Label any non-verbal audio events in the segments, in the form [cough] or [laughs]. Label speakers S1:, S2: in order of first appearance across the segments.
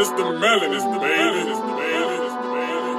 S1: It's the melon, it's the melon, it's the melon, it's the melon.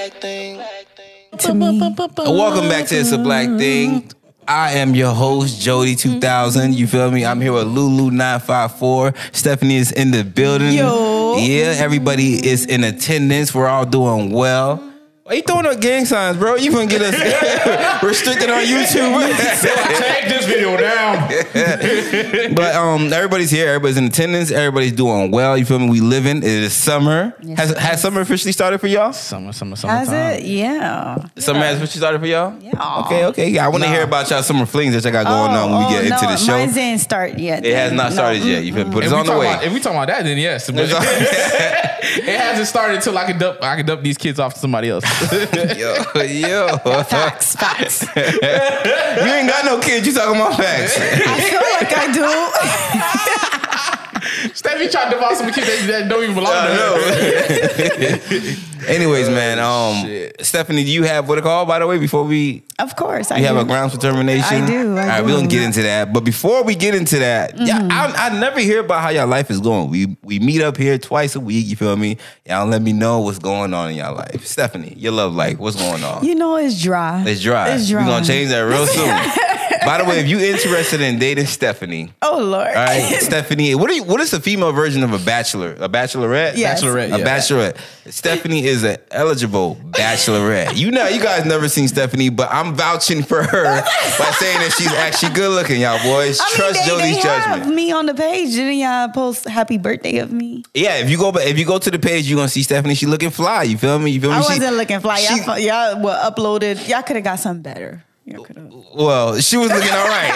S2: to me.
S3: And Welcome back to It's a Black Thing. I am your host, Jody 2000. You feel me? I'm here with Lulu954. Stephanie is in the building.
S2: Yo.
S3: Yeah, everybody is in attendance. We're all doing well. Why you throwing up gang signs, bro? You gonna get us [laughs] restricted on YouTube. [laughs]
S4: Take this video down.
S3: but um, everybody's here. Everybody's in attendance. Everybody's doing well. You feel me? We living. It is summer. has, has summer officially started for y'all?
S4: Summer, summer,
S2: How's
S4: summertime.
S2: it? Yeah.
S3: Summer has officially started for y'all?
S2: Yeah.
S3: Okay, okay. Yeah, I want to hear about y'all summer flings that y'all got going on Oh, when we get into the show.
S2: Mine didn't start yet.
S3: It has not
S2: Oh, No.
S3: started yet. You feel me? But
S4: If
S3: it's
S4: we
S3: on the
S4: talk
S3: way.
S4: About, if we talking about that, then yes. But
S3: [laughs] It's
S4: it hasn't started until I can dump. I can dump these kids off to somebody
S3: [laughs]
S4: else.
S3: yo,
S4: [laughs]
S3: [laughs] yo.
S2: [laughs]
S3: [laughs]
S2: Facts, facts. I
S3: you ain't got no kids. You talking about
S4: [laughs]
S3: facts?
S2: feel like I do. [laughs]
S4: Steffi tried to buy some kids that, that don't even belong to her.
S3: Anyways, man.
S4: Oh,
S3: Um, Stephanie, do you have what it called? By the way, before we
S2: Of course, I
S3: we have
S2: do.
S3: a grounds for termination.
S2: I do, I
S3: All right, we gonna
S2: do. Mm-hmm.
S3: get into that. But before we get into that, yeah, I, I never hear about how y'all life is going. We we meet up here twice a week. You feel me? Y'all let me know what's going on in y'all life. Stephanie, your love life. What's going on?
S2: You know it's dry.
S3: It's dry.
S2: It's dry.
S3: We're gonna change that real
S2: [laughs]
S3: soon. By the way, if you interested in dating Stephanie,
S2: Oh Lord.
S3: all right, Stephanie, what are you, what is the female version of a bachelor? A bachelorette?
S2: [laughs] Yes.
S4: Bachelorette,
S3: A
S4: yeah.
S3: bachelorette. Stephanie is an eligible bachelorette. You know, you guys never seen Stephanie, but I'm vouching for her by saying that she's actually good looking, y'all boys.
S2: I mean,
S3: Trust
S2: they,
S3: Jody's
S2: they
S3: judgment.
S2: have me on the page. Didn't y'all post happy birthday of me?
S3: Yeah, if you go if you go to the page, you're gonna see Stephanie. She looking fly. You feel me? You feel me?
S2: I
S3: She-
S2: wasn't looking fly. Y'all,
S3: she-
S2: fu- y'all were uploaded. Y'all could have got something better. Y'all could have.
S3: Well, she was looking all right,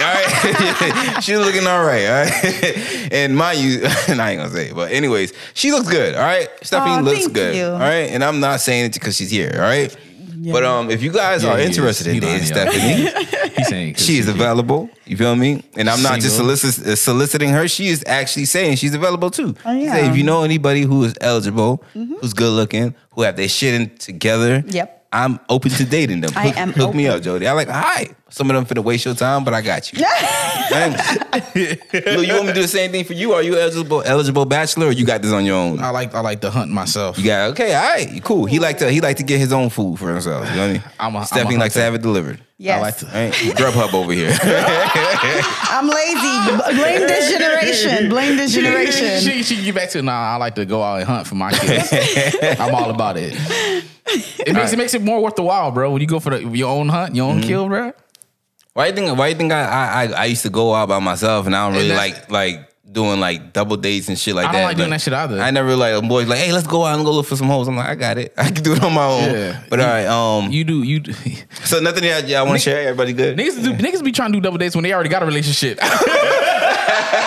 S3: all right. [laughs] she was looking all right, all right. [laughs] and mind you, and I ain't gonna say, it, but anyways, she looks good, all right. Stephanie
S2: Aw,
S3: looks
S2: thank
S3: good,
S2: you.
S3: all right. And I'm not saying it because she's here, all right. But um, if you guys
S4: Yeah,
S3: are
S4: he is.
S3: interested
S4: He
S3: in dating
S4: lying,
S3: Stephanie,
S4: [laughs] He's saying 'cause
S3: she is available. You feel me? And I'm not just
S4: Single.
S3: solici- uh, soliciting her. She is actually saying she's available too.
S2: Oh, yeah.
S3: Say, if you know anybody who is eligible, who's good looking, who have their shit in together,
S2: Mm-hmm. Yep.
S3: I'm open to dating them.
S2: I
S3: hook,
S2: am
S3: Hook me up, Jody. I like. All right, some of them finna waste your time, but I got
S2: [laughs]
S3: you. Thanks. Lou, you want me to do the same thing for you? Are you eligible eligible bachelor, or you got this on your own?
S4: I like I like to hunt myself.
S3: You got okay. All right, cool. He like to he like to get his own food for himself. You know what I mean?
S4: I'm a- I'm a
S3: Stephanie likes to
S4: hunter.
S3: have it delivered.
S2: Yes.
S4: I like to.
S3: All right, Grubhub over
S4: [laughs]
S3: here.
S2: I'm lazy. B- Blame this generation.
S3: [laughs]
S2: Blame this generation.
S4: She, she can get back to nah. I like to go out and hunt for my
S3: [laughs]
S4: kids. I'm all about it. It makes it makes it more worth the while, bro. When you go for the, your own hunt, your own
S3: Mm-hmm.
S4: kill, bro.
S3: Why you think? Why you think I I, I, I used to go out by myself and I don't really
S4: And
S3: like
S4: that's-
S3: like doing like double dates and shit like
S4: I
S3: that.
S4: don't like doing that shit either.
S3: I never like boys like, hey, let's go out and go look for some hoes. I'm like, I got it. [laughs] I can do it on my own.
S4: Yeah.
S3: But all right, um,
S4: You do you. [laughs] do-
S3: so nothing y'all, y'all want to share. Everybody good?
S4: Niggas, do, niggas be trying to do double dates when they already got a relationship.
S3: [laughs]
S4: [laughs]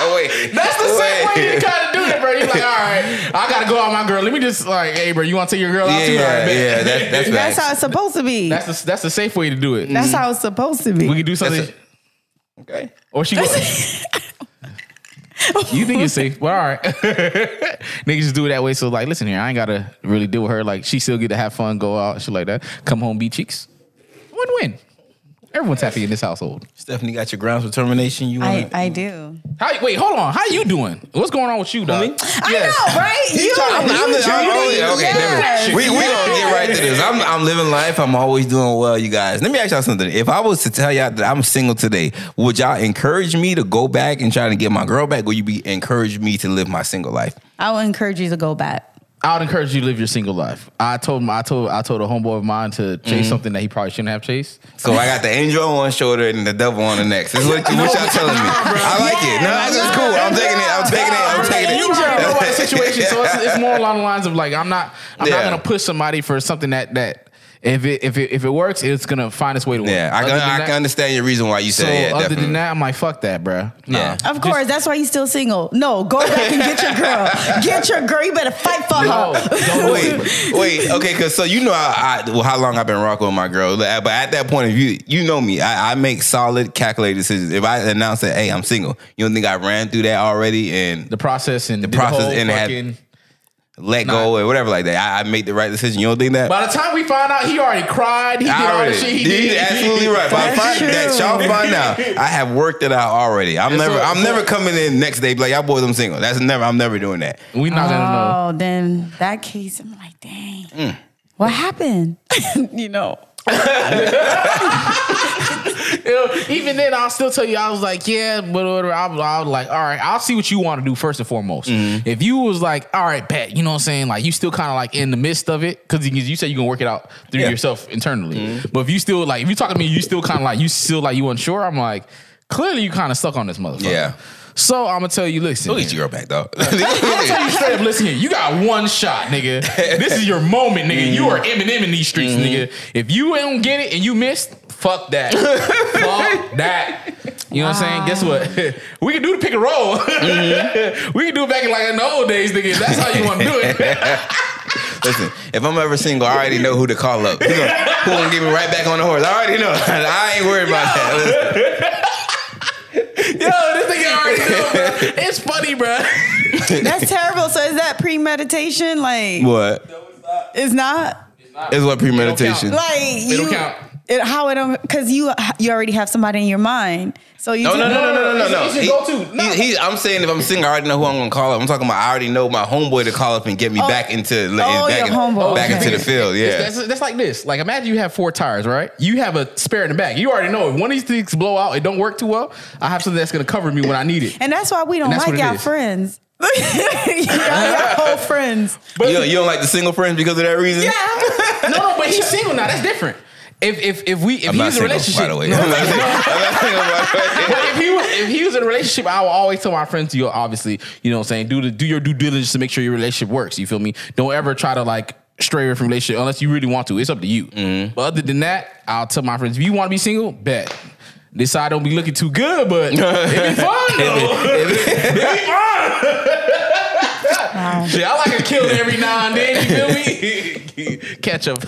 S3: Oh, wait,
S4: That's the same
S3: Wait.
S4: way you kind of do it, bro. You're like, all right, I gotta go out with my girl. Let me just like, hey, bro, you want to take your girl out
S3: Yeah,
S4: too? All right,
S3: yeah,
S4: bet.
S3: yeah. That, that's
S2: That's
S3: facts.
S2: how it's supposed to be. That's,
S4: That's the that's the safe way to do it.
S2: how it's supposed to
S4: We
S2: be.
S4: can do something,
S3: That's okay.
S4: or she. Go, you think it's safe, but all right, [laughs] niggas just do it that way. So like, listen here, I ain't gotta really deal with her. Like, she still get to have fun, go out, shit like that. Come home, be cheeks. Win win. Everyone's happy in this household.
S3: Stephanie got your grounds for termination. You
S2: I,
S3: want?
S2: I do.
S4: How, wait, hold on. How you doing? What's going on with you, dog?
S2: I know, right? You.
S3: I'm, I'm, I'm,
S2: you
S3: okay,
S2: Judy,
S3: okay, never
S2: yes.
S3: mind. We we gonna get right to this. I'm I'm living life. I'm always doing well, you guys. Let me ask y'all something. If I was to tell y'all that I'm single today, would y'all encourage me to go back and try to get my girl back? Would you be encourage me to live my single life?
S2: I would encourage you to go back.
S4: I would encourage you to live your single life. I told him, I told, I told a homeboy of mine to chase
S3: Mm-hmm.
S4: something that he probably shouldn't have chased.
S3: So I got the angel on one shoulder and the devil on the next. This is what, what y'all
S4: [laughs]
S3: telling me. I like it. No, it's it's cool. I'm taking it. I'm taking it. I'm taking it.
S4: You already know about the situation, so it's, it's more along the lines of like, I'm not, I'm
S3: Yeah.
S4: not gonna push somebody for something that that If it if it if it works, it's gonna find its way to work.
S3: Yeah, I
S4: Other
S3: can,
S4: than
S3: I
S4: that-
S3: can understand your reason why you
S4: So
S3: said yeah.
S4: other
S3: definitely.
S4: than that, I'm like, fuck that, bruh. Nah.
S3: Yeah.
S2: Of course, that's why he's still single. No, go back and get
S3: [laughs]
S2: your girl. Get your girl. You better fight for
S4: No,
S2: her.
S4: don't wait.
S3: wait, wait, okay, cause so you know I, I well, how long I've been rocking with my girl, but at that point, if you you know me, I, I make solid, calculated decisions. If I announce that hey, I'm single, you don't think I ran through that already and
S4: The process and the
S3: process
S4: whole
S3: and had-
S4: fucking-
S3: let go or whatever like that? I, I made the right decision. You don't think that?
S4: By the time we find out, he already cried. He did
S3: I
S4: all the
S3: already.
S4: shit he
S3: Dude,
S4: did.
S3: you're absolutely right. By
S2: That's
S3: find,
S2: true.
S3: that y'all find out, I have worked it out already. I'm
S4: And
S3: never,
S4: so-
S3: I'm never coming in next day. be Like y'all boys, I'm single. That's never. I'm never doing that.
S4: We not gonna [laughs] know.
S2: Oh, then that case, I'm like, dang,
S3: Mm.
S2: what happened? you know.
S4: Ew, Even then, I'll still tell you. I was like, yeah, but whatever. I was, I was like, all right, I'll see what you want to do first and foremost. If you was like, all right, Pat, you know what I'm saying? Like, you still kind of like in the midst of it because you, you said you gonna work it out through
S3: Yeah.
S4: yourself internally. But if you still like, if you talking to me, you still kind of like, you still like, you unsure. I'm like, clearly, you kind of stuck on this motherfucker.
S3: Yeah.
S4: So I'm gonna tell you. Listen,
S3: Look
S4: man.
S3: at your girl back dog.
S4: I'm telling you straight up, listen here. You got one shot, nigga. This is your moment, nigga. You are Eminem in these streets, nigga. If you don't get it and you missed, fuck that. fuck that. You know what I'm saying? Guess what? [laughs] We can do the pick and roll. [laughs] we can do it back in like in the old days, nigga. If That's how you want to do it.
S3: Listen, if I'm ever single, I already know who to call up. Who gonna, who gonna get me right back on the horse? I already know. [laughs] I ain't worried about that. Listen,
S4: Yo, this nigga already know, bro. It's funny, bro.
S2: [laughs] That's terrible. So is that premeditation? Like,
S3: what?
S2: it's not
S3: Is what premeditation?
S2: like
S4: don't
S2: you.
S4: count.
S2: It, how it don't because you you already have somebody in your mind. So you
S3: No,
S2: just-
S3: no, no, no, no, no, no, no.
S4: It's- it's your go-to. No.
S3: he- he- I'm saying if I'm single, I already know who I'm gonna call up. I'm talking about I already know my homeboy to call up and get me
S2: Oh.
S3: back into
S2: Oh,
S3: back,
S2: your
S3: in-
S2: homeboy.
S3: back
S2: Okay.
S3: into the field.
S4: It's-
S3: Yeah.
S4: That's, that's like this. Like, imagine you have four tires, right? You have a spare in the back. You already know if one of these things blow out, it don't work too well. I have something that's gonna cover me when I need it.
S2: And that's why we don't
S4: And that's
S2: like
S4: what it
S2: y'all
S4: is.
S2: friends. [laughs] y'all, y'all whole friends. [laughs]
S3: You, you don't like the single friends because of that reason?
S2: Yeah.
S4: no, no, but he's single now. That's different. If if if we if
S3: I'm not
S4: he's in a
S3: single,
S4: relationship,
S3: by the way.
S4: No,
S3: [laughs] I'm not single, I'm not single, by the way.
S4: [laughs] but if he was if he was in a relationship, I will always tell my friends, you obviously, you know, what I'm saying, do the do your due diligence to make sure your relationship works. You feel me? Don't ever try to like stray away from relationship unless you really want to. It's up to you. But other than that, I'll tell my friends, if you want to be single, bet. This side don't be looking too good, [laughs] but it be fun though. [laughs] Shit, I like a kill every now and then. [laughs] You feel me? Catch up.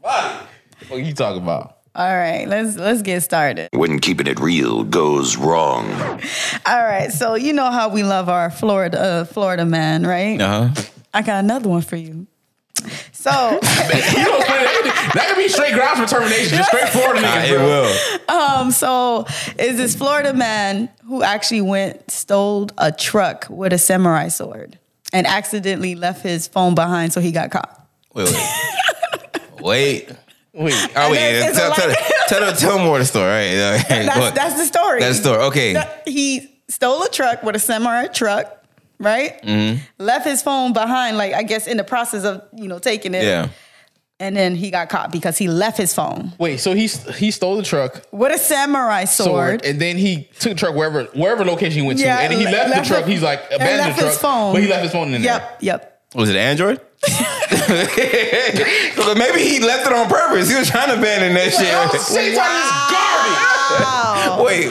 S4: What you talking about?
S2: All right, let's let's get started.
S5: When keeping it real goes wrong.
S2: All right, so you know how we love our Florida uh, Florida man, right?
S3: Uh-huh.
S2: I got another one for you. So, [laughs]
S4: You don't play that. [laughs] That could be straight grounds for termination. Just straight Florida
S3: Nah,
S4: niggas,
S3: it
S4: bro.
S3: will.
S2: um, so is this Florida man who actually went stole a truck with a samurai sword and accidentally left his phone behind, so he got caught.
S3: Wait,
S2: [laughs]
S3: wait. wait.
S4: Wait.
S3: Oh, wait.
S2: then it's
S3: Tell,
S2: a
S3: tell,
S2: lot-
S3: tell, tell, more of the story. All right. All right.
S2: That's
S3: Go on.
S2: that's the story.
S3: That's the story. Okay.
S2: that he stole a truck with a samurai truck, right?
S3: Mm-hmm.
S2: Left his phone behind, like I guess in the process of you know taking it.
S3: Yeah.
S2: And then he got caught because he left his phone
S4: Wait, so he he stole the truck
S2: with a samurai
S4: sword,
S2: sword.
S4: and then he took the truck wherever wherever location he went to,
S2: Yeah,
S4: and he
S2: le-
S4: left,
S2: left
S4: the truck.
S2: the-
S4: He's like
S2: and
S4: abandoned
S2: left
S4: the truck,
S2: his phone.
S4: but he left his phone in there.
S2: Yep, yep.
S3: Was it Android? Look, Maybe he left it on purpose. He was trying to abandon that [laughs] shit.
S4: Same
S2: Wow.
S3: Wait, wait.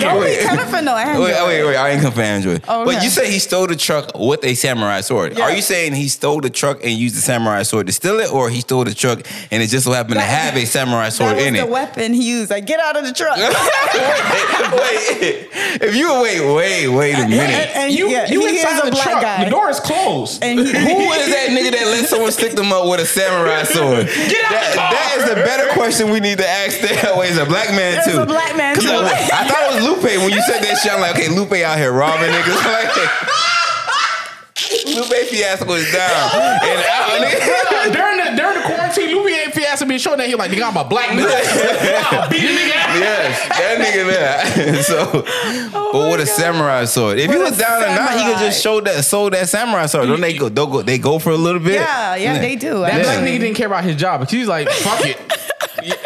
S2: Don't be
S3: Wait.
S2: telling for no Android.
S3: Wait, oh, wait, wait! I ain't come for Android.
S2: Oh,
S3: But
S2: okay.
S3: you say he stole the truck with a samurai sword.
S2: Yeah.
S3: Are you saying he stole the truck and used the samurai sword to steal it, or he stole the truck and it just so happened to
S2: That-
S3: have a samurai
S2: That
S3: sword
S2: was
S3: in
S2: the
S3: it?
S2: weapon he used. Like, get out of the truck.
S3: [laughs] wait, if you wait, wait, wait a minute.
S2: and
S4: you
S2: yeah,
S4: you
S2: he is
S4: inside
S2: a
S4: the
S2: black
S4: truck.
S2: guy.
S4: The door is closed.
S2: [laughs] and he,
S3: Who is that nigga that let someone stick them up with a samurai sword? that, that is the better question we need to ask. That [laughs] way, is a black man
S2: It's
S3: too.
S2: a black man,
S3: 'Cause
S2: too.
S3: I, I thought it was Lupe when you said that shit. I'm like, okay, Lupe out here robbing niggas. [laughs] Like, Lupe fiasco is down and out. nigga.
S4: Bro, during the during the quarantine, Lupe ain't fiasco being showing that he like nigga, I'm a
S2: [laughs]
S4: black man. I'll beat the nigga. [laughs] out.
S3: [laughs] Yes, that nigga there. [laughs] so, but with a samurai sword, if he
S2: Oh With a
S3: was down or not, he could just show that sold that samurai sword. Don't they go? Don't go. They go for a little bit.
S2: yeah, yeah, they do.
S4: That [laughs]
S2: actually.
S4: black nigga didn't care about his job, but she's like, fuck it.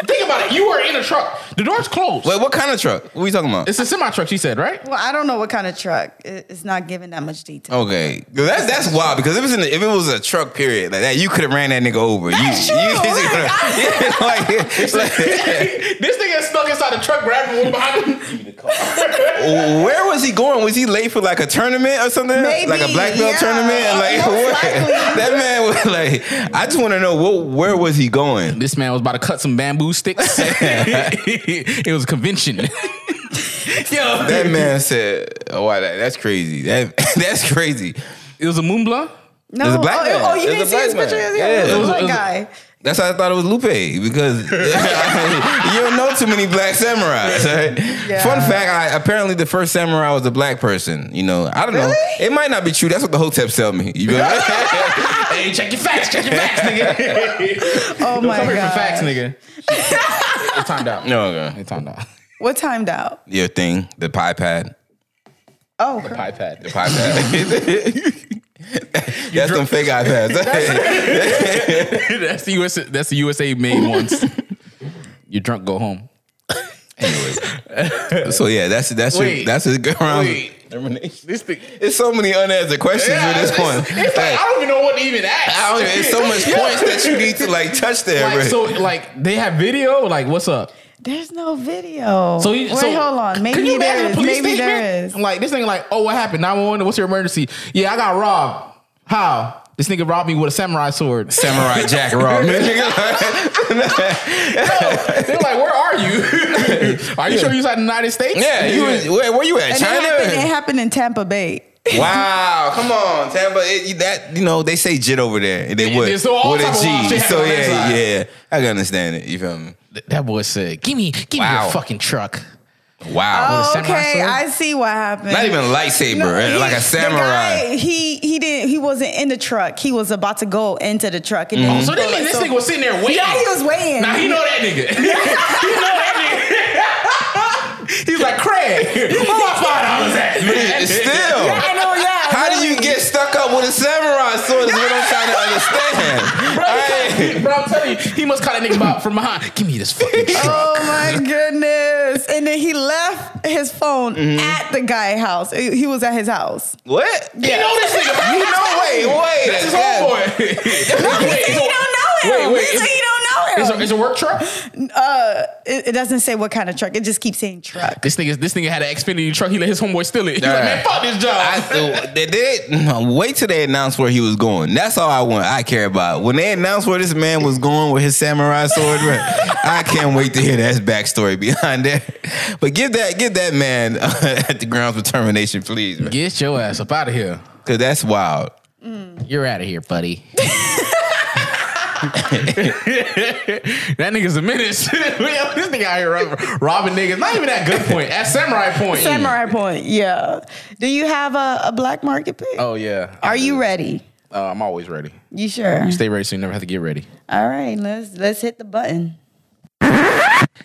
S4: Think about it. You were in a truck. The door's closed.
S3: Wait, what kind of truck? What are we talking about?
S4: It's a semi truck. She said, right?
S2: Well, I don't know what kind of truck. It- It's not giving that much detail.
S3: Okay, 'Cause that's that's wild because if it's in the, if it was a truck period like that, you could have ran that nigga over.
S2: That's
S3: you, [laughs]
S2: true,
S3: you- like, [laughs] like,
S4: this nigga stuck inside the truck, grabbing one behind
S3: [laughs]
S4: him.
S3: where was he going? Was he late for like a tournament or something?
S2: Maybe,
S3: like a black belt
S2: yeah.
S3: tournament? Like
S2: Most
S3: what?
S2: likely.
S3: [laughs] That man was like, I just want to know what, where was he
S4: [laughs]
S3: going?
S4: This man was about to cut some bamboo [laughs] sticks. it was a convention. Yo,
S3: That man said, "Oh, wow, that, that's crazy. That [laughs] that's crazy."
S4: it was a moon blunt.
S2: No,
S3: There's a black
S2: oh,
S3: man.
S2: oh, you
S3: There's a
S2: didn't see
S3: black
S2: his picture.
S3: man.
S2: Yeah,
S3: Yeah.
S2: it
S4: It
S2: was
S4: was-
S2: a
S4: it
S2: black
S4: was-
S2: guy.
S3: That's how I thought it was Lupe because [laughs] you don't know too many black samurais. Right?
S2: Yeah.
S3: Fun fact: I, apparently, the first samurai was a black person. You know, I don't know.
S2: Really?
S3: It might not be true. That's what the hoteps tell me. You know?
S4: [laughs] Hey, check your facts. Check your facts, nigga.
S2: Oh my
S4: Come here
S2: god.
S4: for facts, [laughs] nigga. It's timed out.
S3: no, okay.
S4: It's timed out.
S2: What timed out?
S3: your thing, the pie pad,
S2: Oh, crap.
S4: iPad.
S3: pie pad. [laughs] That's them fake [laughs] iPads.
S4: [laughs] that's the USA. That's the USA made ones. You're drunk. Go home.
S3: so yeah, that's that's your,
S4: Wait.
S3: that's a good round.
S4: Wait. This thing.
S3: It's so many unanswered questions with this
S4: it's,
S3: one.
S4: it's like, I don't even know what to even ask.
S3: I don't even, it's so much points that you need to like touch there.
S4: Like,
S3: bro.
S4: so like they have video. Like what's up?
S2: There's no video.
S4: So you,
S2: wait,
S4: so-
S2: hold on.
S4: could
S2: Maybe
S4: you imagine
S2: there
S4: a
S2: is.
S4: police
S2: Maybe there
S4: statement?
S2: is.
S4: Like this thing. Like oh what happened? Nine one one. What's your emergency? Yeah, I got robbed. How? This nigga robbed me with a samurai sword.
S3: Samurai Jack Raw.
S4: [laughs] They're like, where are you? [laughs] are you sure you're inside the United States?
S3: Yeah, you was, where, where you at?
S2: And it happened, it
S3: China.
S2: happened in Tampa Bay.
S3: Wow, come on, Tampa. It, that you know they say jit over there, and they
S4: Yeah,
S3: would
S4: so all
S3: with
S4: type of wild
S3: a G.
S4: shit
S3: So
S4: on that
S3: yeah,
S4: side.
S3: yeah, I can understand it. You feel me?
S4: That boy said, give me, give me
S3: Wow.
S4: your fucking truck.
S3: Wow,
S4: a samurai
S2: okay,
S4: sword?
S2: I see what happened.
S3: not even a lightsaber, eh,
S2: he-
S3: like a
S2: the
S3: samurai.
S2: guy, he he didn't. He wasn't in the truck. He was about to go into the truck. And
S4: Mm-hmm. Oh, So that means this nigga was sitting there waiting.
S2: Yeah, he was waiting.
S4: Now he know that [laughs] nigga. he know [laughs] that nigga. He's like [laughs] Craig. Where my five dollars at? man?"
S3: Still,
S2: I know. Yeah.
S3: how do you get stuck up with a samurai sword? Is what I'm trying to understand.
S4: Bro,
S3: All right.
S4: he- bro, I'm telling you, he must call that nigga out from behind. Give me this fucking truck.
S2: Oh
S4: [laughs]
S2: my goodness! And then he left his phone
S4: Mm-hmm.
S2: at the guy house. He he was at his house.
S3: What?
S4: You know this nigga.
S3: You know, wait, wait.
S4: That's his
S3: that-
S4: [laughs] homeboy.
S2: No, he said he don't know
S4: Wait,
S2: him.
S4: wait,
S2: he said
S4: is-
S2: he don't know
S4: It's
S2: him.
S4: a, it's a work truck.
S2: uh, it, it doesn't say what kind of truck. It just keeps saying truck.
S4: This nigga, this nigga had an Xfinity truck. He let his homeboy steal it. He's
S3: Nah.
S4: like, man, fuck this job.
S3: I, so they did [laughs] no, wait till they announced where he was going. That's all I want. I care about when they announced where this man was going with his samurai sword. bro, I can't wait to hear that backstory behind that. But give that give that man [laughs] uh, at the grounds for termination, please, man.
S4: Get your ass up out of here.
S3: Cause that's wild.
S4: You're out of here, [laughs] buddy. that nigga's a menace. [laughs] Yo, this nigga out here robbing, robbing niggas. Not even at good point. At samurai point.
S2: Samurai point. Yeah. Do you have a, a black market pick?
S4: Oh yeah.
S2: Are you ready?
S4: Uh, I'm always ready.
S2: You sure?
S4: Stay ready, so you never have to get ready.
S2: All right. Let's let's hit the button.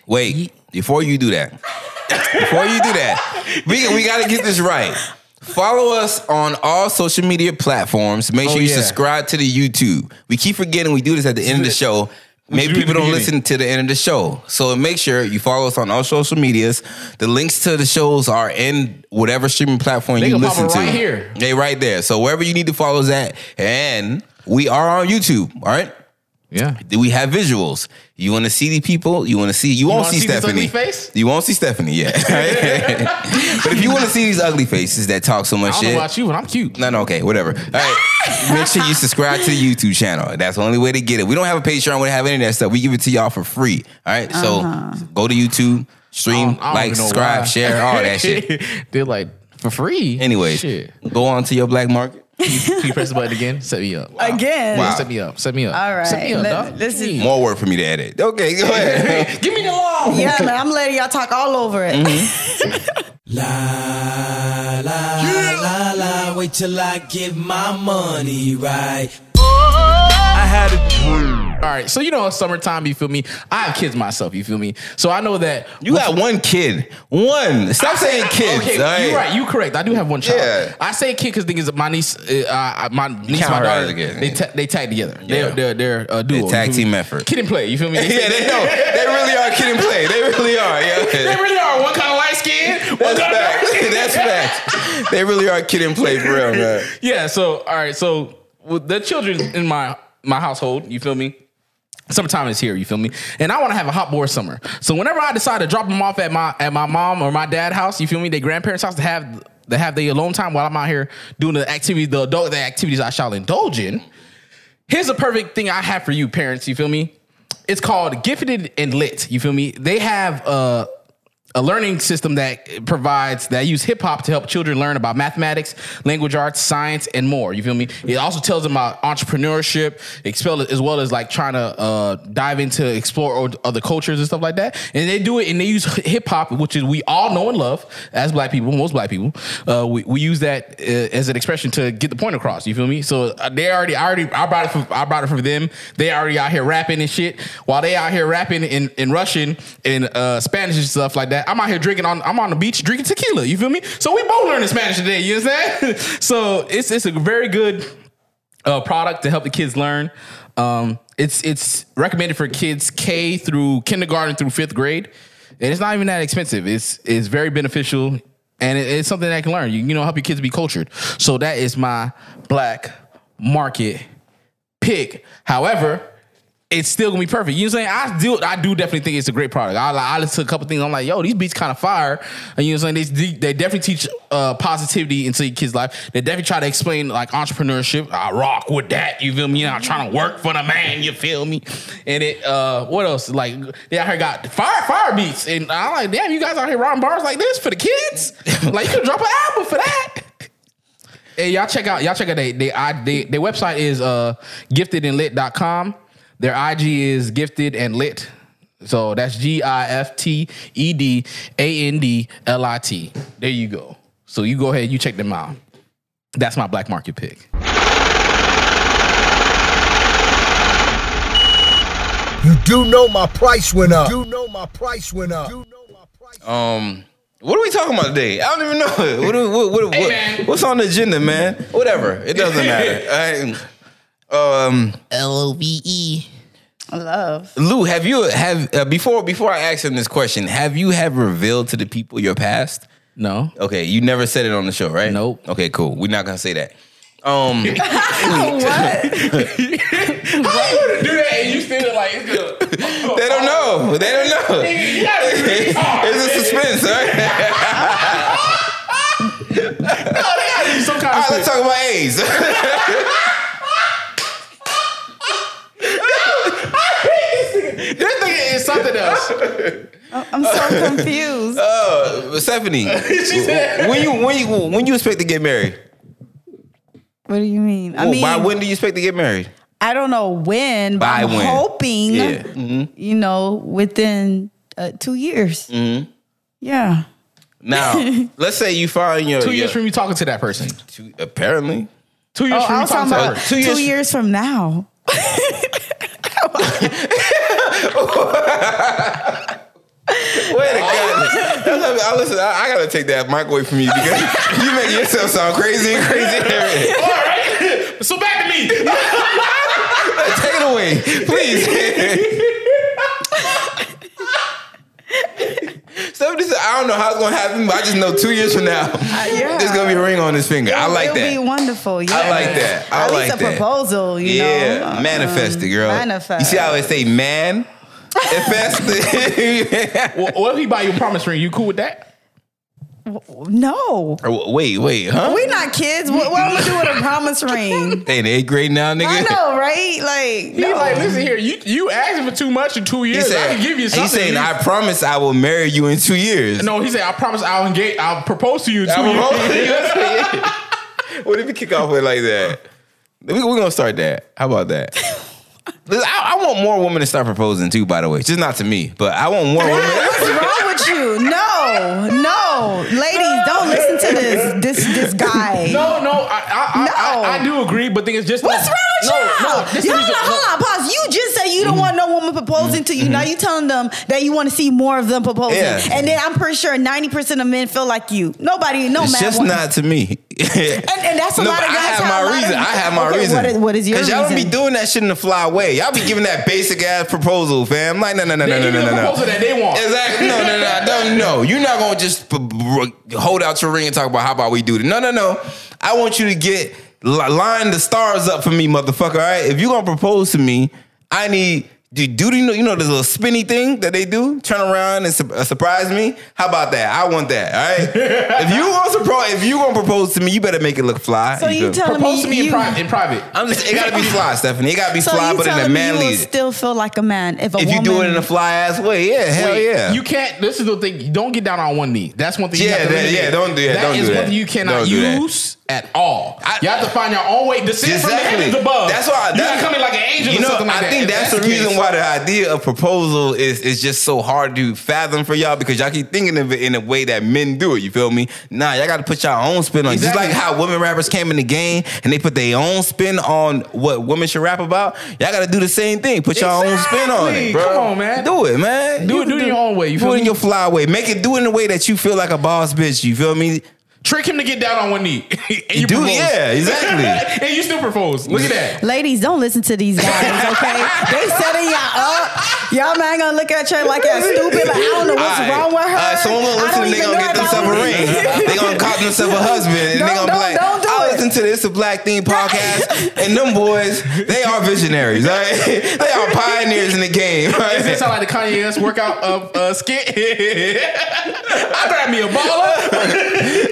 S3: Wait, before you do that, before you do that, we we gotta get this right. Follow us on all social media platforms. Make sure
S4: Oh,
S3: you
S4: yeah.
S3: subscribe to the YouTube. We keep forgetting we do this at the end of the show. Maybe
S4: do it at
S3: people
S4: the
S3: don't
S4: beginning.
S3: listen to the end of the show. So make sure you follow us on all social medias. The links to the shows are in whatever streaming platform
S4: They
S3: you
S4: can pop
S3: listen
S4: it
S3: to.
S4: right here.
S3: They right there. So wherever you need to follow us at. And we are on YouTube. All right.
S4: Yeah.
S3: Do we have visuals? You want to see the people? You want to see? You, won't
S4: wanna
S3: see,
S4: see this ugly
S3: Stephanie.
S4: face?
S3: You won't see Stephanie
S4: [laughs]
S3: yet. but if you want to see these ugly faces that talk so
S4: I
S3: much
S4: don't
S3: shit,
S4: know about you, but I'm cute.
S3: no, no, okay,
S4: [laughs]
S3: whatever. All right, make sure you subscribe to the YouTube channel. That's the only way to get it. We don't have a Patreon. We don't have any of that stuff. We give it to y'all for free. All right, so go to YouTube,
S4: I
S3: stream,
S4: don't- I don't
S3: like,
S4: even know
S3: subscribe,
S4: why.
S3: share, all
S4: [laughs]
S3: that shit.
S4: They're like for free.
S3: Anyways,
S4: shit.
S3: go on to your black market.
S4: Can you press the button again? Set me up.
S2: Again.
S3: Wow.
S4: Set me up. Set me up.
S2: All right.
S4: Set me up,
S2: Let-
S4: dog.
S2: this is-
S3: More work for me to edit. Okay, go
S4: [laughs]
S3: ahead.
S4: Give me the law.
S2: Yeah, man. I'm letting y'all talk all over it.
S4: Mm-hmm.
S2: [laughs]
S6: La la, wait till I get my money right. I had a dream.
S4: All right, so you know, it's summertime. You feel me? I have kids myself. You feel me? So I know that
S3: You got one kid. One. Stop saying kids.
S4: Okay,
S3: all
S4: you're right. You correct. I do have one child.
S3: Yeah.
S4: I say kid because thing is my niece, uh, uh, my niece,
S3: count
S4: my
S3: her
S4: daughter.
S3: as a kid.
S4: They ta- they tag together.
S3: Yeah.
S4: They're they're they're a duo.
S3: They tag
S4: You feel me?
S3: team effort.
S4: Kid and play. You feel
S3: [laughs]
S4: me?
S3: yeah, they know. They really are kid and play. They really are.
S4: They
S3: Yeah.
S4: really are one kind of light skin. One
S3: That's
S4: kind of dark
S3: facts.
S4: skin.
S3: That's facts. They really are kid and play for real, man.
S4: Yeah. So all right. So with the children in my my household, you feel me? Summertime is here, you feel me? And I want to have a hot boy summer. So whenever I decide to drop them off at my at my mom or my dad house, you feel me? Their grandparents' house to have to have their alone time while I'm out here doing the activities, the adult the activities I shall indulge in. Here's a perfect thing I have for you, parents. You feel me? It's called Gifted and Lit. You feel me? They have uh a learning system that provides that use hip hop to help children learn about mathematics, language arts, science, and more. You feel me? It also tells them about entrepreneurship, expel as well as like trying to uh, dive into explore o- other cultures and stuff like that. And they do it and they use hip hop, which is we all know and love as black people, most black people. Uh, we, we use that uh, as an expression to get the point across. You feel me? So uh, they already, I already, I brought it, for, I brought it for them. They already out here rapping and shit. While they out here rapping in, in Russian and uh, Spanish and stuff like that, I'm out here drinking on, I'm on the beach drinking tequila. You feel me? So we both learning Spanish today. You understand? [laughs] so it's it's a very good uh, product to help the kids learn. Um, it's it's recommended for kids K through kindergarten through fifth grade, and it's not even that expensive. It's it's very beneficial, and it- it's something that can learn. You you know help your kids be cultured. So that is my black market pick. However. It's still gonna be perfect. You know what I'm saying? I do. I do definitely think it's a great product. I, I listened to a couple things. I'm like, yo, these beats kind of fire. And you know what I'm saying? They, they definitely teach uh, positivity into your kids' life. They definitely try to explain like entrepreneurship. I rock with that. You feel me? You know, I'm trying to work for the man. You feel me? And it. Uh, what else? Like they out here got fire fire beats. And I'm like, damn, you guys out here rocking bars like this for the kids? like you could drop an album for that. Hey, y'all check out y'all check out they they I they, their website is uh giftedandlit.com. Their IG is gifted and lit. So that's G I F T E D A N D L I T. There you go. So you go ahead, you check them out. That's my black market pick.
S7: You do know my price went up. You know my price went up. You know my price
S3: Um, what are we talking about today? I don't even know. What, do- what, what, what-
S4: man.
S3: what's on the agenda, man? Whatever. It doesn't matter. I, um,
S2: Love.
S3: Lou, have you have uh, before before I ask him this question? Have you have revealed to the people your past?
S4: No.
S3: Okay, you never said it on the show, right?
S4: Nope.
S3: Okay, cool. We're not gonna say that. Um,
S4: How you gonna do that and you still like it's good.
S3: they don't know. They
S4: [laughs]
S3: don't know.
S4: You gotta be retarded.
S3: It's a suspense, all right?
S4: They gotta do some kind
S3: All
S4: of
S3: right, let's talk about A's.
S4: this nigga is something else.
S2: [laughs] I'm so confused.
S3: Uh, Stephanie,
S4: [laughs] She said-
S3: when you when you when you expect to get married?
S2: What do you mean? I
S3: Well,
S2: mean,
S3: by when do you expect to get married?
S2: I don't know when, but
S3: By
S2: I'm
S3: when?
S2: hoping,
S3: Yeah.
S2: you know, within uh, two years. Yeah.
S4: [laughs]
S3: Now, let's say you find your
S4: Two years
S3: your-
S4: from you talking to that person.
S3: two, apparently.
S4: Two years
S2: Oh,
S4: from
S2: I
S4: you
S2: was talking
S4: talking to
S2: about
S4: her.
S2: two years, from now.
S4: Oh.
S3: Wait a minute. That's not- I listen. I, I gotta take that mic away from you because [laughs] you make yourself sound crazy and crazy.
S4: All right. So back to me.
S3: take it away, please. Stephanie said, I don't know how it's gonna happen, but I just know two years from now,
S2: Uh, yeah.
S3: there's gonna be a ring on his finger. I like
S2: It'll be
S3: that.
S2: wonderful. Yeah.
S3: I like that. I
S2: At
S3: like
S2: least a
S3: that.
S2: proposal, you
S3: yeah,
S2: know. Uh-uh.
S3: manifest it, girl.
S2: manifest.
S3: You see how they say man?
S2: [laughs]
S3: Manifest.
S4: [laughs] Well, what if he buy you a promise ring? You cool with that?
S2: No.
S3: [laughs] wait, wait, huh?
S2: We not kids. What, what am I do with a
S3: [laughs]
S2: promise ring?
S3: They in eighth grade now, nigga.
S2: I know, right? Like,
S4: He
S2: no.
S4: like, listen here, you you asking for too much in two
S3: He
S4: years. I
S3: said,
S4: can give you something.
S3: He's saying,
S4: You-
S3: I promise I will marry you in two years.
S4: no, he said, I promise I'll engage, I'll propose to you in two
S3: I'm
S4: years.
S3: rolling. You know
S4: [laughs]
S3: what I'm [laughs]
S2: [laughs]
S3: saying? What if we kick off with like that? We, we're gonna start that. How about that? Listen, I, I want more women to start proposing too. By the way, just not to me, but I want more
S2: [laughs]
S3: women.
S2: What's wrong with you? No, no, ladies, don't listen to this this this guy.
S4: No, no, I, I, I,
S2: No.
S4: I, I do agree, but thing is just
S2: What's wrong with y'all?
S4: this is
S2: y'all,
S4: the-
S2: like, hold on, pause. You just said you
S3: Mm-hmm.
S2: don't want no woman proposing to you. Now you telling them that you want to see more of them proposing,
S3: Yeah.
S2: and then I'm pretty sure ninety percent of men feel like you. Nobody, no
S3: It's
S2: man,
S3: just
S2: wants-
S3: not to me. and,
S2: And, and that's a lot of guys.
S3: I have
S2: how a
S3: my
S2: lot of-
S3: reason. I have my
S2: Okay,
S3: reason.
S2: What is, what is your
S3: Cause
S2: reason?
S3: y'all don't be doing that shit in the fly way. Y'all be giving that basic ass proposal, fam. Like, no, no, no, no,
S4: They
S3: no,
S4: give you
S3: no,
S4: the
S3: no,
S4: proposal
S3: no.
S4: that they want.
S3: Exactly. No, no, no. Don't no. You're not gonna just p- p- hold out your ring and talk about how about we do this. No, no, no. I want you to get li- line the stars up for me, motherfucker. All right. If you gonna propose to me, I need. Do, do you know you know this little spinny thing that they do? Turn around and su- uh, surprise me. How about that? I want that. All
S4: [laughs]
S3: right. if you gonna propose, if you gonna propose to me, you better make it look fly.
S2: So you
S3: feel me?
S2: telling
S4: Propose to me
S2: me
S4: in,
S2: you-
S4: pri- in private.
S3: I'm just, [laughs]
S4: [laughs]
S3: it gotta be fly, Stephanie. It gotta be
S2: So
S3: fly,
S2: you
S3: but in
S2: telling
S3: a
S2: me you
S3: manly.
S2: will still feel like a man if a
S3: if
S2: woman
S3: you do it in a fly ass way, yeah, hell
S4: Wait,
S3: yeah.
S4: You can't. This is the thing. you Don't get down on one knee. That's one thing. you
S3: Yeah,
S4: have to
S3: that-
S4: eliminate.
S3: yeah, don't do that, don't
S4: That is
S3: do
S4: one
S3: that.
S4: thing you cannot
S3: Don't do that.
S4: use at all.
S3: I-
S4: you have to find your own way. Descend from the
S3: Exactly.
S4: heavens above.
S3: That's why-
S4: you
S3: that-
S4: can come in like an angel.
S3: You
S4: or
S3: know,
S4: something like
S3: I
S4: that.
S3: think
S4: If
S3: that's, the
S4: case-
S3: reason why the idea of proposal is is just so hard to fathom for y'all because y'all keep thinking of it in a way that men do it. You feel me? Nah, y'all got to put y'all own spin on. it. Just
S4: Exactly.
S3: like how women rappers came in the game and they put their own spin on what women should rap about. Y'all got to do the same thing. Put y'all own spin on
S4: Exactly.
S3: it, bro.
S4: Come on, man.
S3: Do it, man.
S4: Do it-
S3: can
S4: do it in your own way. You
S3: do
S4: feel
S3: it in
S4: me?
S3: your fly way. Make it do it in a way that you feel like a boss bitch. You feel me?
S4: Trick him to get down on one knee. [laughs] and you,
S3: do,
S4: propose. [laughs]
S3: yeah, exactly.
S4: and you still propose. Look at that.
S2: Ladies, don't listen to these guys, okay?
S3: [laughs]
S2: they setting y'all up. Y'all man gonna look at you like y'all stupid. Like, I don't know what's
S3: Alright.
S2: wrong with her.
S3: Alright, someone gonna
S2: I
S3: listen
S2: don't
S3: and they gonna
S2: even know
S3: get
S2: if I
S3: themselves a
S2: would- [laughs]
S3: ring. they gonna call themselves a husband and
S2: Don't-
S3: they gonna be
S2: don't-
S3: like,
S2: don't do
S3: I
S2: it."
S3: listen to this a black theme
S2: [laughs]
S3: podcast and them boys, they are visionaries. All right? [laughs] They are pioneers in the game. all
S4: Does that
S3: [laughs] Right?
S4: sound like the Kanye West workout of uh, skit? [laughs] I grab me a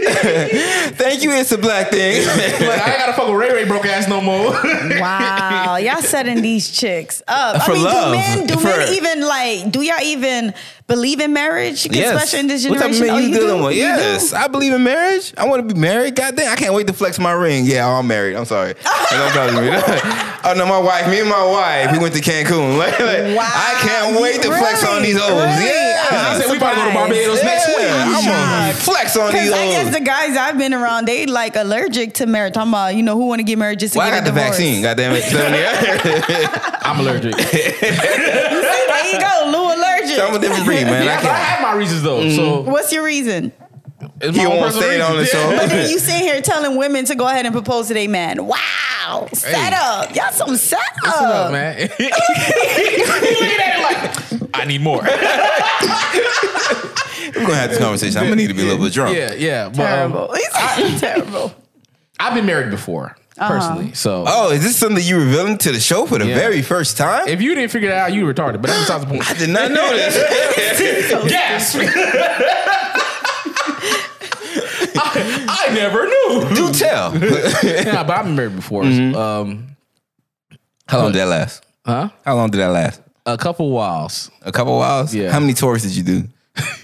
S4: baller,
S3: Thank you, it's a black thing.
S4: [laughs] but I ain't gotta fuck with Ray Ray broke ass no
S3: [laughs]
S4: more.
S2: Wow, y'all setting these chicks up.
S3: For
S2: I mean,
S3: love.
S2: do men do
S3: For-
S2: men even like do y'all even believe in marriage?
S3: Yes.
S2: Especially in this
S3: What type of
S2: generation.
S3: man
S2: Oh,
S3: you
S2: you
S3: dealing
S2: do?
S3: with?
S2: You do?
S3: Yes, I believe in marriage. I want to be married. Goddamn, I can't wait to flex my ring. Yeah, I'm married. I'm
S2: [laughs]
S3: sorry. Don't talk to me. [laughs] oh no, my wife. Me and my wife. We went to Cancun. [laughs] Like, like,
S2: Wow.
S3: I can't wait to flex on these
S2: Really?
S3: hoes. Yeah.
S2: Really?
S4: I said we about to go to
S2: Surprise.
S4: Barbados next week.
S3: Yeah, I'm gonna flex on
S2: Because
S3: these
S2: I guess
S3: hoes.
S2: the guys I've been around, they like allergic to marriage. Talking about, you know, who want to get married just to
S3: Well, I
S2: get
S3: got
S2: a
S3: the
S2: divorce.
S3: vaccine. Goddamn it. [laughs] So,
S4: I'm allergic.
S2: See, there you go, Lou allergic.
S3: I'm a different breed, man. I
S4: Yeah, but I
S3: can't. Mm-hmm.
S4: have my reasons though. So
S2: What's your reason?
S4: it's
S3: He
S4: my own
S3: won't
S4: personal
S3: stay on the
S4: reasons.
S3: show.
S4: Yeah.
S2: But then you sit here telling women to go ahead and propose to their man. Wow, set up. Y'all some set up.
S4: Listen up, man. [laughs] He looking at it like I need more.
S3: We're gonna have this conversation. I'm gonna need to be a little bit drunk.
S4: Yeah, yeah. But, um,
S2: Terrible. [laughs] He's terrible.
S4: I've been married before, personally. So
S3: Oh, is this something you revealing to the show for the
S4: Yeah.
S3: very first time?
S4: if you didn't figure that out, you retarded. But that's besides the point.
S3: I did not know this.
S4: Yes. [laughs] I, I never
S3: [laughs]
S4: knew.
S3: Do tell.
S4: Yeah, but I've been married before.
S3: Mm-hmm.
S4: Um,
S3: How long did that last?
S4: huh?
S3: How long did that last?
S4: A couple whiles.
S3: A couple hours.
S4: Yeah.
S3: How many tours did you do? [laughs] we got.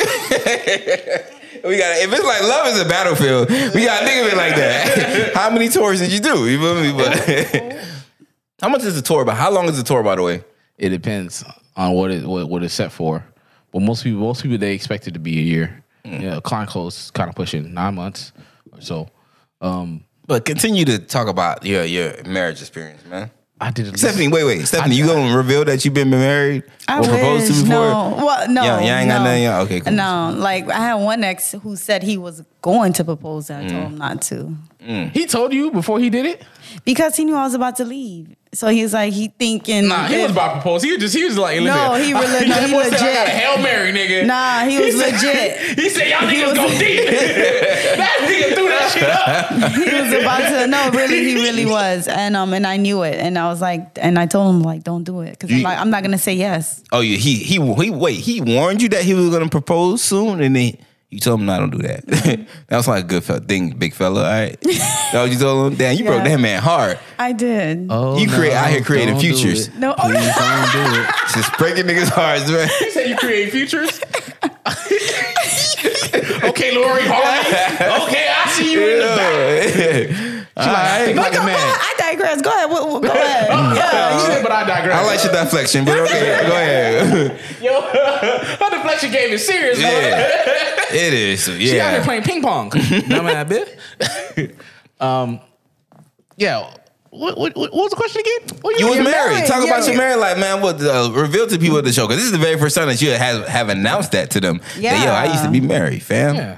S3: to If it's like love is a battlefield, we got to think of it like that. [laughs] how many tours did you do? You feel me? But [laughs] how much is the tour? But how long is the tour? By the way,
S4: It depends on what it what, what it's set for. But most people most people they expect it to be a year. Yeah, client close kind of pushing nine months or so. Um,
S3: but continue to talk about your your marriage experience, man.
S4: I did it.
S3: Stephanie, wait, wait, Stephanie, you gonna reveal that you've been married
S2: I
S3: or proposed to
S2: wish.
S3: before?
S2: No. Well, no.
S3: Yeah, you ain't got
S2: no.
S3: nothing, yeah? Okay, cool.
S2: No, like I had one ex who said he was going to propose, and I
S3: Mm.
S2: told him not to
S4: He told you before he did it.
S2: because he knew I was about to leave. So he was like, he thinking.
S4: Nah, he was
S2: if-
S4: about to propose. He was just he was like,
S2: No,
S4: listen. [laughs]
S2: he really- no,
S4: That
S2: he
S4: boy said, I
S2: legit.
S4: got a hail mary, nigga.
S2: Nah, he was
S4: said-
S2: [laughs] legit.
S4: he said y'all niggas
S2: was-
S4: go deep. [laughs] that nigga threw that shit up.
S2: he was about to no really he really was and um and i knew it and i was like and i told him like don't do it because i'm
S3: You-
S2: like i'm not gonna say yes
S3: Oh, yeah, he he he wait, he warned you that he was gonna propose soon, and then you told him, "No, don't do that." [laughs] that was like a good fe- thing, big fella. All right, that what you told him. Damn, you broke
S2: Yeah.
S3: that man hard.
S2: i did
S3: you create out here creating
S4: Oh, don't do
S3: futures,
S4: it.
S2: no oh, no.
S4: don't do it.
S3: [laughs] just breaking niggas' hearts,
S4: [laughs]
S3: man.
S4: You said you create futures. [laughs] okay, Lori Harvey. Okay, I see you in the back.
S3: Yeah.
S4: [laughs] She like, I think
S2: But
S4: like
S2: go,
S4: a
S2: [laughs] go ahead.
S4: man.
S3: [laughs]
S2: i digress go ahead What- what- go ahead
S3: Oh,
S4: Shit, but I digress.
S3: I like your deflection, but
S4: [laughs]
S3: okay, go ahead. [laughs]
S4: Yo, her deflection game is serious. bro.
S3: yeah, it is. Yeah,
S4: She out here playing ping [laughs] pong. Not mad, bitch. [laughs] um, yeah. What, what, what was the question again? What
S3: You was
S4: mean?
S3: married.
S2: married,
S3: Talk about
S2: yeah.
S3: your married life, man. What uh, reveal to people at the show because this is the very first time that you have, have announced that to them. Yeah,
S2: Yeah.
S3: yo, I used to be married, fam. Yeah,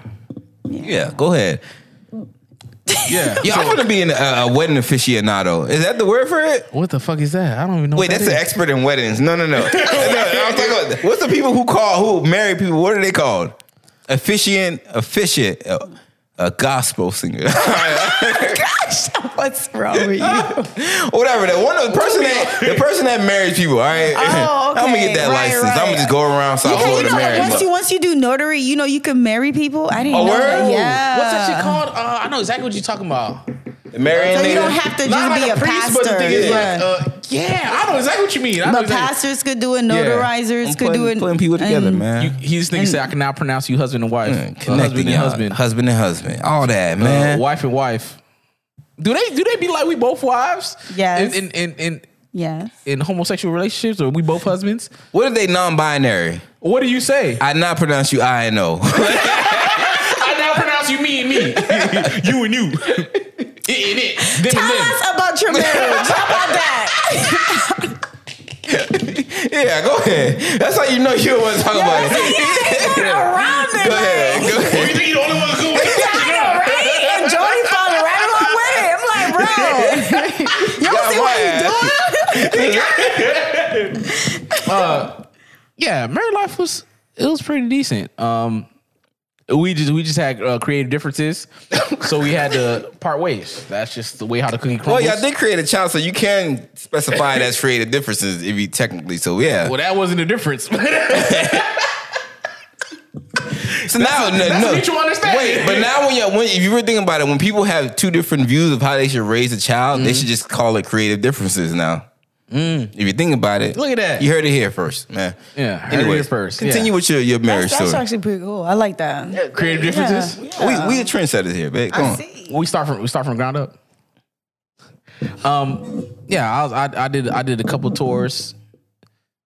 S4: Yeah.
S3: go ahead.
S4: Yeah.
S3: [laughs] Yo, I'm gonna be in a, a wedding aficionado. Is that the word for it?
S4: What the fuck is that? I don't even know.
S3: Wait, that's the
S4: the
S3: expert in weddings. No, no, [laughs] no. no I'm talking about- what's the people who call who marry people? What are they called? Officiant, officiant, uh, a gospel singer, [laughs]
S2: [laughs] What's wrong with you?
S3: whatever. The one the person that the person that marries people. All right, [laughs]
S2: Oh,
S3: I'm gonna
S2: okay.
S3: get that
S2: Right,
S3: license. I'm
S2: right.
S3: gonna just go around South
S2: Yeah, you
S3: Florida
S2: know, like,
S3: marrying.
S2: once you once you do notary, you know you can marry people. I didn't
S3: Oh,
S2: know.
S3: word?
S2: That. Yeah.
S4: What's that shit called? Uh, I know exactly what you're talking about.
S3: Marrying
S2: So you
S3: niggas?
S2: don't have to just
S4: Not
S2: be
S4: like
S2: a,
S4: priest,
S2: pastor.
S4: but the thing is,
S2: yeah.
S4: like, uh, yeah, I know exactly what you mean. I know
S2: but
S4: exactly-
S2: pastors could do it.
S4: Yeah.
S2: Notarizers
S3: I'm
S2: could do it.
S3: putting, putting people together,
S2: and-
S4: You,
S3: man.
S4: he just nigga said I can now pronounce you husband and wife,
S3: Mm,
S4: Uh, husband and
S3: y'all.
S4: husband,
S3: husband and husband, all that,
S4: Uh,
S3: man.
S4: wife and wife. Do they do they be like we both wives?
S2: Yes.
S4: In in in, in,
S2: Yes.
S4: in homosexual relationships, or we both husbands?
S3: what if they non-binary?
S4: What do you say?
S3: I not pronounce you I and O. [laughs]
S4: I now pronounce you me and me, [laughs] you and you, it and it, them
S2: Tell
S4: and them.
S2: us about your marriage. How about that?
S3: yeah, go ahead. That's how you know you don't want to talk about it.
S2: Around it.
S3: Go ahead, go ahead.
S4: You think you the only one who's cool?
S2: right? And Jody followed right along with it. I'm like, bro, [laughs] you don't see what
S3: my
S2: he's doing?
S4: yeah, married life was it was pretty decent. Um, we just we just had uh, creative differences, so we had to part ways. That's just the way how the cookie
S3: Well,
S4: crumbles.
S3: y'all did create a child, so you can specify it as creative differences if you technically. So yeah.
S4: Well, that wasn't the difference. [laughs]
S3: So now, no, no.
S4: mutual understanding.
S3: Wait, but now when you when if you were thinking about it, when people have two different views of how they should raise a child, they should just call it creative differences now. If you think about it,
S4: Look at that.
S3: You heard it here first, man.
S4: Yeah, heard it
S3: Anyways,
S4: here first.
S3: Continue
S4: Yeah.
S3: with your, your marriage
S2: That's
S3: story.
S2: actually pretty cool. I like that.
S4: creative differences.
S3: we we the trendsetters here, babe. Come
S2: I
S3: on.
S2: see.
S4: We start from we start from ground up. Um, yeah, I was I, I did I did a couple tours.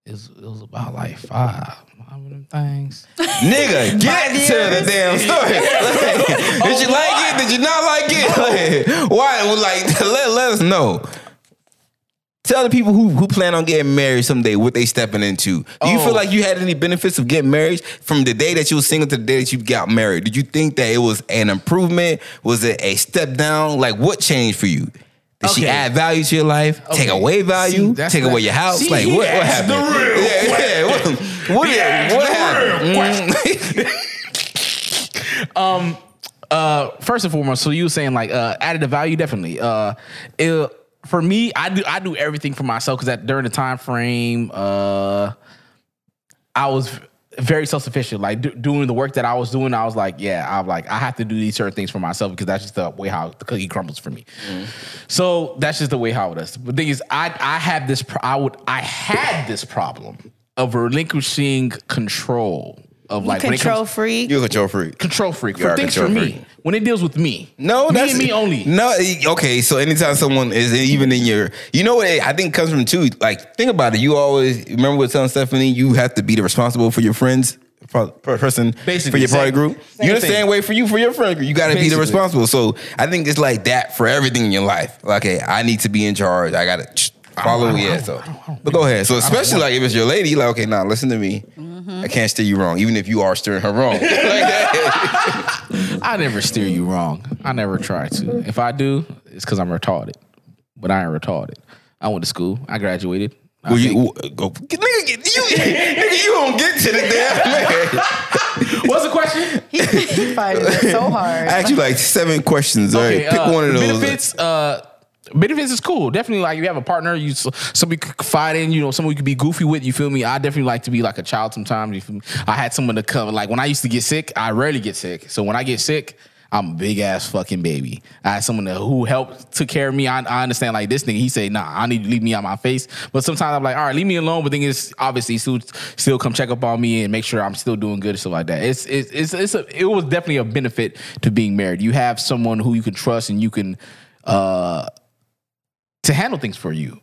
S4: It was, it was about like five, five of them things.
S3: Nigga, get to the damn story. Like, did you like it? Did you not like it? Like, why? well, Like, [laughs] let, let us know. Tell the people who, who plan on getting married someday what they stepping into. Do you feel like you had any benefits of getting married from the day that you were single to the day that you got married? Did you think that it was an improvement? Was it a step down? Like, what changed for you? Did she
S4: Okay.
S3: add value to your life?
S4: Okay.
S3: Take away value?
S4: See, that's
S3: take
S4: what-
S3: away your house?
S4: See,
S3: like,
S4: he
S3: what, what
S4: asked
S3: happened?
S4: the real
S3: yeah, yeah. What, what,
S4: asked
S3: what
S4: the
S3: happened?
S4: real
S3: Mm. [laughs]
S4: uh first and foremost so you were saying like uh added the value definitely uh it, for me i do i do everything for myself because that during the time frame uh i was very self-sufficient like do, doing the work that i was doing i was like yeah i'm like i have to do these certain things for myself because that's just the way how the cookie crumbles for me so that's just the way how it is but the thing is i i have this pro- i would i had this problem of relinquishing control of like when it comes-
S2: Control freak.
S3: You're a control freak.
S4: control freak
S3: are
S4: for
S3: a
S4: things for
S3: control
S4: me
S3: freak.
S4: when it deals with me.
S3: No,
S4: me
S3: that's
S4: and me only.
S3: No, eh, okay. So anytime someone is eh, even in your, you know what? eh, I think comes from too. Like, think about it. You always remember what telling Stephanie, you have to be the responsible for your friends. pro- per- Person
S4: Basically,
S3: for your party
S4: same-
S3: group,
S4: same
S3: you're the
S4: thing.
S3: same way for you for your friend group. You got to be the
S4: Basically.
S3: responsible. So I think it's like that for everything in your life. Like, hey, I need to be in charge. I got to follow. Yeah. So, but go ahead. So especially like if it's your lady, like okay, now nah, listen to me.
S4: Mm-hmm.
S3: I can't steer you wrong, even if you are steering her wrong. [laughs] Like,
S4: I never steer you wrong. I never try to. If I do, it's because I'm retarded. But I ain't retarded. I went to school. I graduated. I
S3: Well, you,
S4: think-
S3: w- go, nigga, you, nigga, you don't get to the
S4: [laughs]
S3: damn man.
S4: what's the question?
S2: [laughs] He fighting it so hard.
S3: I asked you like seven questions. All right,
S4: Okay,
S3: pick
S4: uh,
S3: one of those.
S4: Benefits. Uh, benefits is cool. Definitely, like you have a partner, you somebody you could confide in. You know, someone you could be goofy with. You feel me? I definitely like to be like a child sometimes. You feel me? I had someone to cover. Like when I used to get sick, I rarely get sick. So when I get sick. I'm a big ass fucking baby. I had someone that, who helped took care of me. I, I understand like this nigga. He said, "Nah, I need you to leave me out my face." But sometimes I'm like, "All right, leave me alone." But then it's obviously still still come check up on me and make sure I'm still doing good and stuff like that. It's it's it's, it's a, it was definitely a benefit to being married. You have someone who you can trust and you can uh to handle things for you.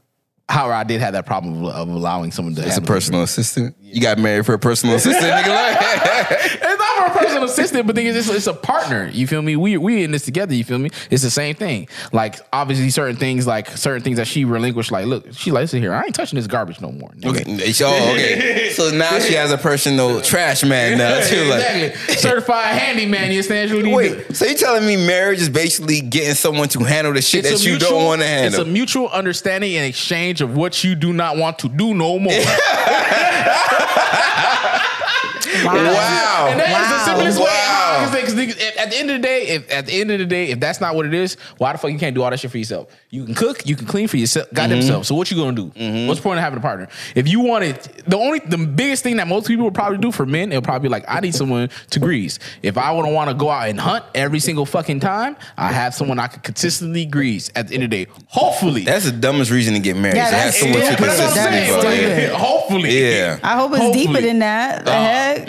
S4: However, I did have that problem of, of allowing someone to.
S3: It's a
S4: have-
S3: personal assistant. You got married for
S4: [laughs]
S3: a personal assistant, nigga. Like,
S4: It's not for a personal assistant, but then it's, it's a partner. You feel me? We we in this together. You feel me? It's the same thing. Like obviously, certain things, like certain things that she relinquished. Like, look, she like, listen here. I ain't touching this garbage no more. nigga."
S3: okay, so, okay. So now she has a personal trash man now too. Like,
S4: exactly. Certified handyman. You understand? That's what you do.
S3: Wait, so you telling me marriage is basically getting someone to handle the shit that
S4: a
S3: you don't want to handle?
S4: It's a mutual understanding and exchange of what you do not want to do no more.
S3: [laughs] Wow.
S4: And that is the simplest way.
S3: Wow.
S4: Because, like, 'cause niggas- At, at the end of the day, if at the end of the day, if that's not what it is, why the fuck you can't do all that shit for yourself? You can cook, you can clean for yourself, goddamn
S3: Mm-hmm.
S4: self. So what you gonna do? What's the point of having a partner? If you wanted the only the biggest thing that most people would probably do for men, it'll probably be like, I need someone to grease. If I wouldn't want to go out and hunt every single fucking time, I have someone I could consistently grease at the end of the day. Hopefully.
S3: that's the dumbest reason to get married.
S2: Yeah,
S3: Yeah, that's
S2: that's-
S3: so much
S2: yeah,
S3: to
S2: but that's what I'm
S3: consistently
S2: saying,
S3: fuck.
S2: like-
S3: Yeah.
S4: Hopefully.
S3: Yeah.
S2: I hope it's deeper
S4: Hopefully.
S2: than that. The heck?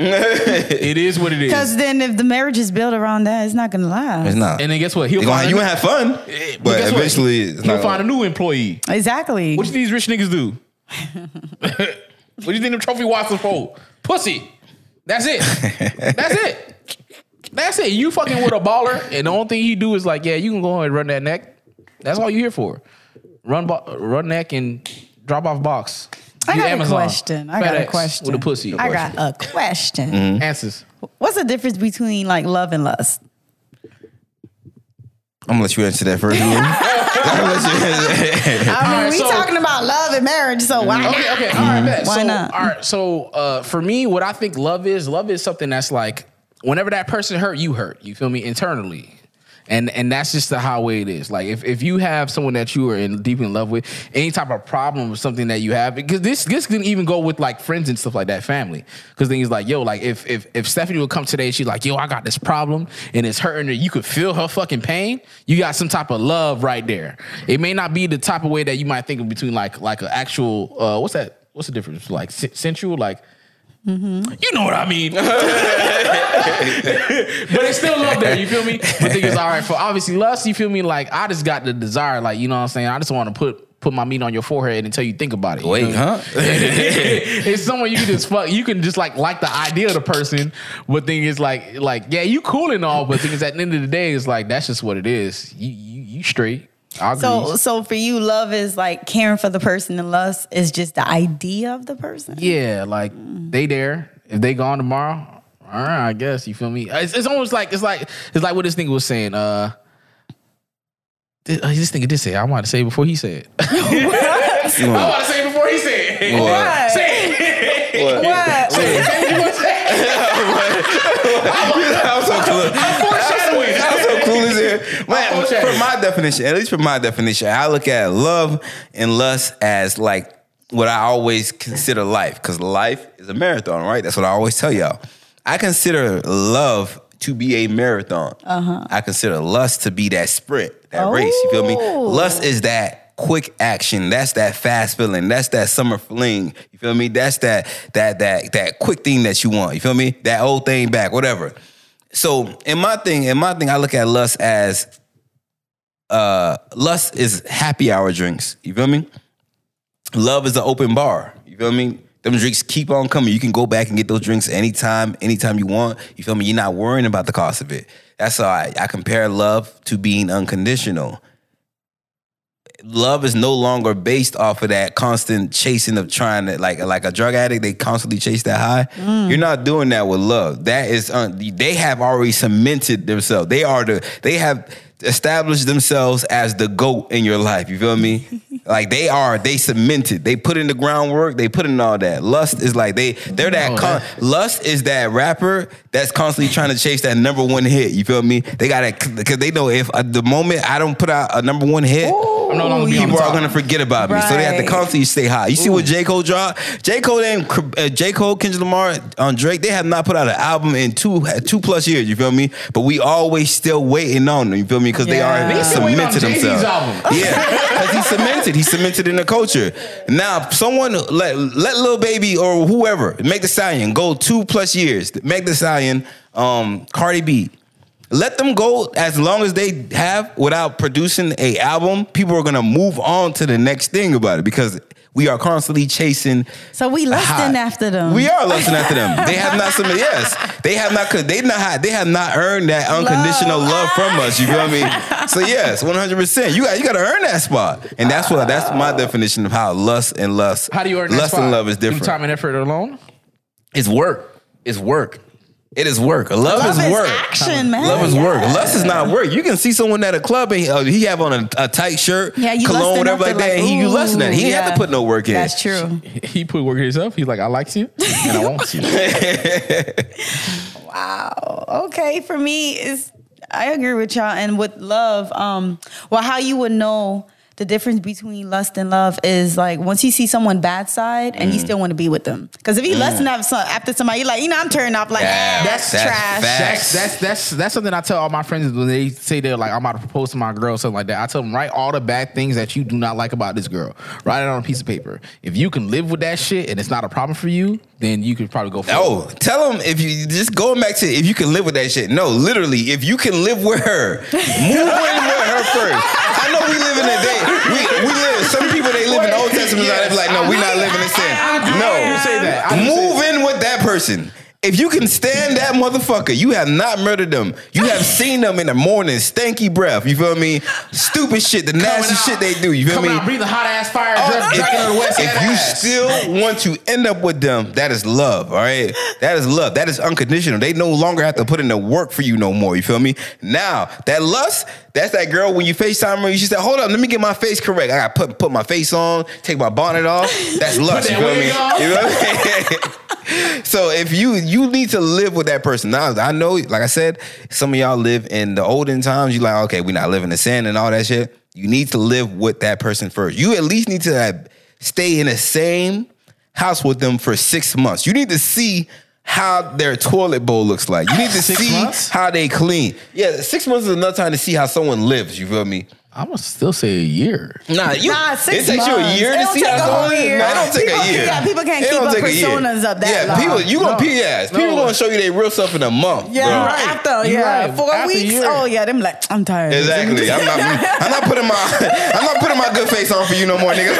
S4: It is what it is.
S2: Because then if the marriage is built around that, it's not gonna last.
S3: It's not.
S4: And then guess what? He'll
S3: You gonna-
S4: find
S3: you
S4: a-
S3: gonna have fun,
S4: But
S3: but
S4: guess what?
S3: eventually it's
S4: he'll
S3: not
S4: find a
S3: gonna-
S4: new employee.
S2: Exactly.
S4: What do these rich niggas do? [laughs] what do you think them trophy Watsons for? Pussy. That's
S3: [laughs]
S4: it. That's it. That's it. You fucking with a baller, and the only thing he do is like, yeah, you can go ahead and run that neck. That's all you here for. Run, bo- run neck and drop off box.
S2: I
S4: Do
S2: got
S4: Amazon.
S2: a question. I got a
S4: FedEx
S2: question.
S4: with a pussy.
S2: I got a question.
S3: Mm-hmm.
S4: answers.
S2: What's the difference between like love and lust?
S3: I'm gonna let you answer
S4: [laughs]
S3: that first. Lou. I'm gonna let you answer that.
S2: I mean,
S4: right,
S2: we
S4: so-
S2: talking about love and marriage, so
S3: Mm-hmm.
S2: why
S4: Okay,
S2: not?
S4: okay, all right, bet.
S2: Why
S4: so,
S2: not?
S4: All right, so uh, for me, what I think love is, love is something that's like whenever that person hurt, you hurt. You feel me internally, and and that's just the how way it is. Like if, if you have someone that you are in deep in love with, any type of problem or something that you have, because this this can even go with like friends and stuff like that, family. Because then he's like, yo, like if if if Stephanie would come today, she's like, yo, I got this problem and it's hurting her. You could feel her fucking pain. You got some type of love right there. It may not be the type of way that you might think of between like like an actual uh, what's that? What's the difference? Like sen- sensual, like you know what I mean. but it's still love there, you feel me? But think it's all right for obviously lust, you feel me? Like I just got the desire, like, you know what I'm saying? I just want to put put my meat on your forehead until you think about it. you feel
S3: Wait,
S4: me? [laughs]
S3: huh?
S4: it's someone you can just fuck. You can just like like the idea of the person, but thing is like like yeah, you cool and all, but thing is at the end of the day, it's like that's just what it is. You you, you straight. I agree.
S2: [laughs] So, so for you, love is like caring for the person, and lust is just the idea of the person.
S4: Yeah, like they there. If they gone tomorrow, all right, I guess you feel me. It's, it's almost like it's like it's like what this nigga was saying. Uh, this, uh, this nigga did say. I want to say it before he said. it. [laughs]
S3: You
S4: I
S3: know
S4: want to say it before he said. it.
S3: What?
S2: What?
S4: Say it.
S2: What?
S4: Say it. Say what you wanna say.
S3: I'm [laughs] so clueless.
S4: Foreshadowing.
S3: I'm so
S4: [laughs]
S3: clueless here. Man,
S4: foreshadowing.
S3: for my definition, at least for my definition, I look at love and lust as like what I always consider life, because life is a marathon, right? That's what I always tell y'all. I consider love to be a marathon. Uh-huh. I consider lust to be that sprint, that race. You feel me?
S2: Oh.
S3: Lust is that quick action. That's that fast feeling. That's that summer fling. You feel me? That's that that that that quick thing that you want. You feel me? That old thing back, whatever. So in my thing, in my thing, I look at lust as uh lust is happy hour drinks. You feel me? Love is an open bar. You feel me? Them drinks keep on coming. You can go back and get those drinks anytime, anytime you want. You feel me? You're not worrying about the cost of it. That's how I, I compare love to being unconditional love is no longer based off of that constant chasing of trying to like like a drug addict they constantly chase that high you're not doing that with love that is un- they have already cemented themselves they are the they have established themselves as the goat in your life you feel me like they are they cemented they put in the groundwork they put in all that lust is like they they're that
S4: Oh,
S3: con- lust is that rapper that's constantly trying to chase that number one hit you feel me they gotta because they know if uh, the moment i don't put out a number one hit
S4: I'm no longer beyond
S3: people
S4: the
S3: are
S4: top.
S3: gonna forget about me, so they have to
S2: Right.
S3: constantly stay hot. You see what J Cole dropped? J Cole and uh, J Cole, Kendrick Lamar, on Drake, they have not put out an album in two two plus years. You feel me? But we always still waiting on them. You feel me? Because they
S2: Yeah.
S3: are
S2: They
S4: still waiting on
S3: cemented
S4: Jay-Z's
S3: themselves.
S4: album.
S3: [laughs] Yeah, because he cemented. He cemented in the culture. Now, someone let let little baby or whoever make the stallion go two plus years. Make the stallion, um, Cardi B. Let them go as long as they have without producing a album. People are gonna move on to the next thing about it because We are constantly chasing.
S2: So we lusting
S3: hot.
S2: after them.
S3: We are lusting after them. They have not submitted. Yes, they have not. They not hot. They have not earned that unconditional
S2: Love.
S3: love, from us. You feel me? So yes, one hundred percent. You got you got to earn that spot, and that's what that's my definition of how lust and lust.
S4: How do you earn that
S3: lust
S4: spot?
S3: and love is
S4: Through
S3: different?
S4: Time and effort alone.
S3: It's work. It's work. It is work. Love,
S2: Love
S3: is
S2: is
S3: work.
S2: action, man.
S3: Love is
S2: Yeah.
S3: work. Lust is not work. You can see someone at a club and uh, he have on a, a tight shirt,
S2: Yeah, you
S3: cologne,
S2: lusting
S3: whatever like
S2: after,
S3: that. and he, you lusting at. it. He didn't have
S2: yeah.
S3: to put no work in.
S2: That's true.
S4: He put work in himself. He's like, I like you and I
S3: [laughs]
S4: want you.
S2: Wow. Okay. For me, is I agree with y'all. And with love, um, well, how you would know the difference between lust and love is like once you see someone bad side and you
S3: Mm.
S2: still want to be with them. Because if you lusting after, some, after somebody, you like, you know, I'm turning off like
S3: Facts.
S2: that's,
S3: That's
S2: trash.
S3: facts.
S4: That's that's that's that's something I tell all my friends when they say they're like I'm about to propose to my girl or something like that. I tell them write all the bad things that you do not like about this girl. Write it on a piece of paper. If you can live with that shit and it's not a problem for you, then you could probably go. for
S3: Oh, tell him if you just going back to if you can live with that shit. No, literally, if you can live with her,
S4: [laughs]
S3: move in with her first. [laughs] I know we live in a day. We we live. Some people they live in the Old Testament. They be like, no, we not living in sin. No,
S4: You say that. I do say
S3: Move in with that person. If you can stand that motherfucker, you have not murdered them. You have seen them in the morning, stanky breath. You feel me? Stupid shit, the nasty shit they do. You feel
S4: Coming
S3: me?
S4: out, breathing hot ass fire,
S3: Oh,
S4: dress, dragging her to the
S3: if,
S4: west
S3: if
S4: side
S3: you
S4: ass.
S3: still want to end up with them, that is love, all right? That is love. That is unconditional. They no longer have to put in the work for you no more. You feel me? Now, that lust, that's that girl when you FaceTime her, she said, Hold up, let me get my face correct. I gotta put, put my face on, take my bonnet off. That's lust.
S4: that
S3: you feel
S4: wig
S3: me?
S4: on.
S3: You feel me? [laughs] so if you you need to live with that person. Now I know, like I said, some of y'all live in the olden times. You like, okay, we're not living in sin and all that shit. You need to live with that person first. You at least need to uh, stay in the same house with them for six months. You need to see how their toilet bowl looks like. You need to
S4: Six
S3: see
S4: months?
S3: how they clean. Yeah, six months is enough time to see how someone lives. You feel me?
S4: I would still say a year.
S3: Nah, you,
S2: Nah, six
S3: it takes you a
S2: months.
S3: year
S2: It
S3: to
S2: don't
S3: see how
S2: take a whole
S3: someone-
S2: year.
S3: Nah, it don't take
S2: People-
S3: a year.
S2: yeah, people can't
S3: It
S2: keep
S3: don't
S2: up
S3: take a year.
S2: personas up that
S3: Yeah,
S2: long.
S3: people, you gonna
S4: No.
S3: pee ass.
S4: No.
S3: People gonna show you their real self in a month.
S2: Yeah,
S3: bro.
S2: after
S4: You
S2: yeah,
S4: right.
S2: four
S4: After
S2: weeks.
S4: you're-
S2: Oh yeah, them like I'm tired.
S3: Exactly. I'm not. I'm not putting my. [laughs] I'm not putting my good face on for you no more, nigga.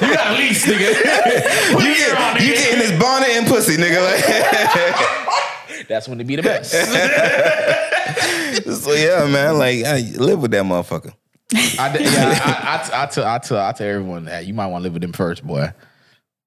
S2: [laughs]
S3: you
S4: At least, nigga.
S3: get. [laughs] You getting this bonnet and pussy, nigga. Like, [laughs]
S4: That's when to be the best. [laughs]
S3: so yeah, man. Like, I live with that motherfucker.
S4: I, d- yeah, I, I, I, tell, I, tell, I tell everyone that you might want to live with them first, boy.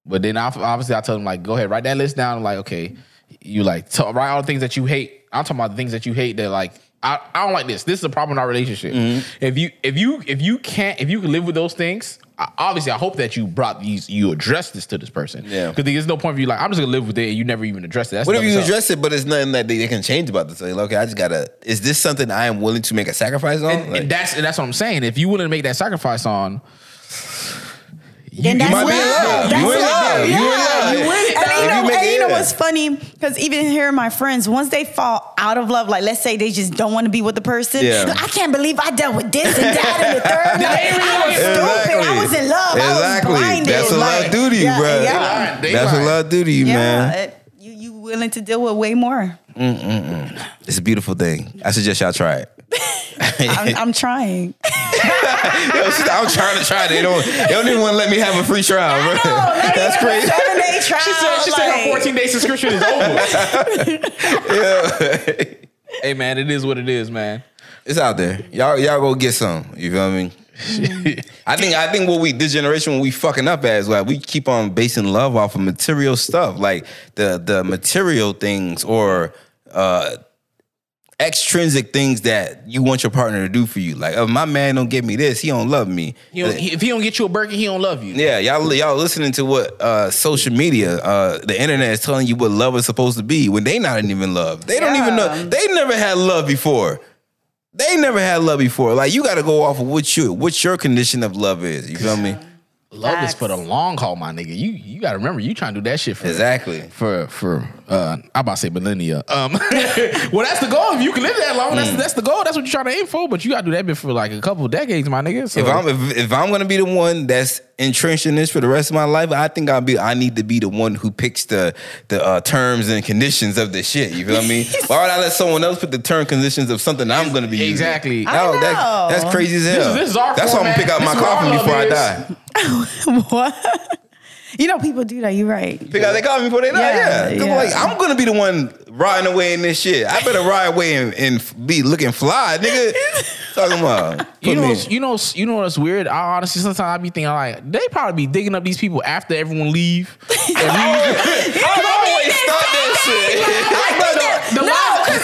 S4: But then I, obviously I tell them like, go ahead, write that list down. like, okay, you like t- write all the things that you hate. I'm talking about the things that you hate that like I, I don't like this. This is a problem in our relationship.
S3: Mm-hmm.
S4: If you if you if you can't if you can live with those things, I, obviously I hope that you brought these you address this to this person.
S3: Yeah.
S4: because there's no point for you like I'm just gonna live with it and you never even address it. That's
S3: What if
S4: dumb as
S3: you
S4: hell.
S3: address it, but it's nothing that they, they can change about this? Like, okay, I just gotta. Is this something I am willing to make a sacrifice on?
S4: And,
S3: Like-
S4: and that's and that's what I'm saying. If you willing to make that sacrifice on, you,
S2: And that's
S3: might be in
S2: love.
S3: love.
S2: That's
S3: You in love. You in
S2: Yeah.
S3: love. You in it.
S2: And
S3: If
S2: you know,
S3: you make
S2: and
S3: it,
S2: you know
S3: yeah.
S2: what's funny? Because even here, my friends, once they fall out of love, like let's say they just don't want to be with the person.
S3: Yeah.
S2: I can't believe I dealt with this and that
S3: [laughs]
S2: and the third.
S4: They
S2: I was
S3: Exactly.
S2: stupid. I was in love. I was blinded.
S3: That's what
S2: like,
S3: love do to you,
S2: yeah,
S3: bro.
S2: Yeah.
S4: They
S3: That's what
S4: lying.
S3: love do to you,
S2: yeah.
S3: man.
S2: It- you you willing to deal with way more?
S3: It's a beautiful thing. I suggest y'all try it. [laughs]
S2: I'm, I'm trying.
S3: Yo, she- I'm trying to try it. They don't. They don't even want to let me have a free trial, bro. [laughs] That's crazy.
S2: Seven day trial.
S4: She said, she said her
S2: like-
S4: 14 day subscription is over.
S3: [laughs]
S4: hey, man, it is what it is, man.
S3: It's out there. Y'all, y'all go get some. You feel me? [laughs] I think I think what we this generation what we fucking up as like we keep on basing love off of material stuff like the the material things or uh extrinsic things that you want your partner to do for you like oh my man don't give me this he don't love me
S4: You don't- if he don't get you a Birkin, he don't love you.
S3: yeah, y'all y'all listening to what uh, social media, uh, the internet is telling you what love is supposed to be when they not even love. They don't even know. They never had love before. They never had love before. Like you got to go off of what you what your condition of love is. You feel me?
S4: Love
S2: Facts.
S4: is for the long haul, my nigga. You you gotta remember, you trying to do that shit for
S3: Exactly.
S4: for for uh I about to say millennia. Um, [laughs] well, that's the goal. If you can live that long,
S3: Mm.
S4: that's that's the goal. That's what you're trying to aim for. But you gotta do that bit for like a couple decades, my nigga. So
S3: If I'm if, if I'm gonna be the one that's entrenched in this for the rest of my life, I think I'll be I need to be the one who picks the the uh, terms and conditions of this shit. You
S4: [laughs]
S3: feel me? Why would I let someone else put the term conditions of something I'm gonna be using?
S4: Exactly.
S3: No,
S2: I
S3: that-
S2: know.
S3: that's crazy as hell.
S4: This is- this is our
S3: that's why I'm
S4: format.
S3: gonna pick out
S4: This
S3: my
S4: is what
S3: coffin
S4: our
S3: before I
S4: love
S3: die.
S4: is.
S2: [laughs] what? You know, people do that. You're right.
S3: Because they call me for that.
S2: Yeah,
S3: Yeah. yeah. 'Cause
S2: yeah.
S3: Like, I'm gonna be the one riding away in this shit. I better ride away and, and be looking fly,
S4: [laughs]
S3: nigga. Talking about put
S4: You know,
S3: me
S4: what's- you know, what's- you know what's weird? I honestly sometimes I be thinking like they probably be digging up these people after everyone
S3: [laughs]
S4: leave.
S3: I'm always start that
S4: [laughs]
S3: [laughs] shit.
S2: No, 'cause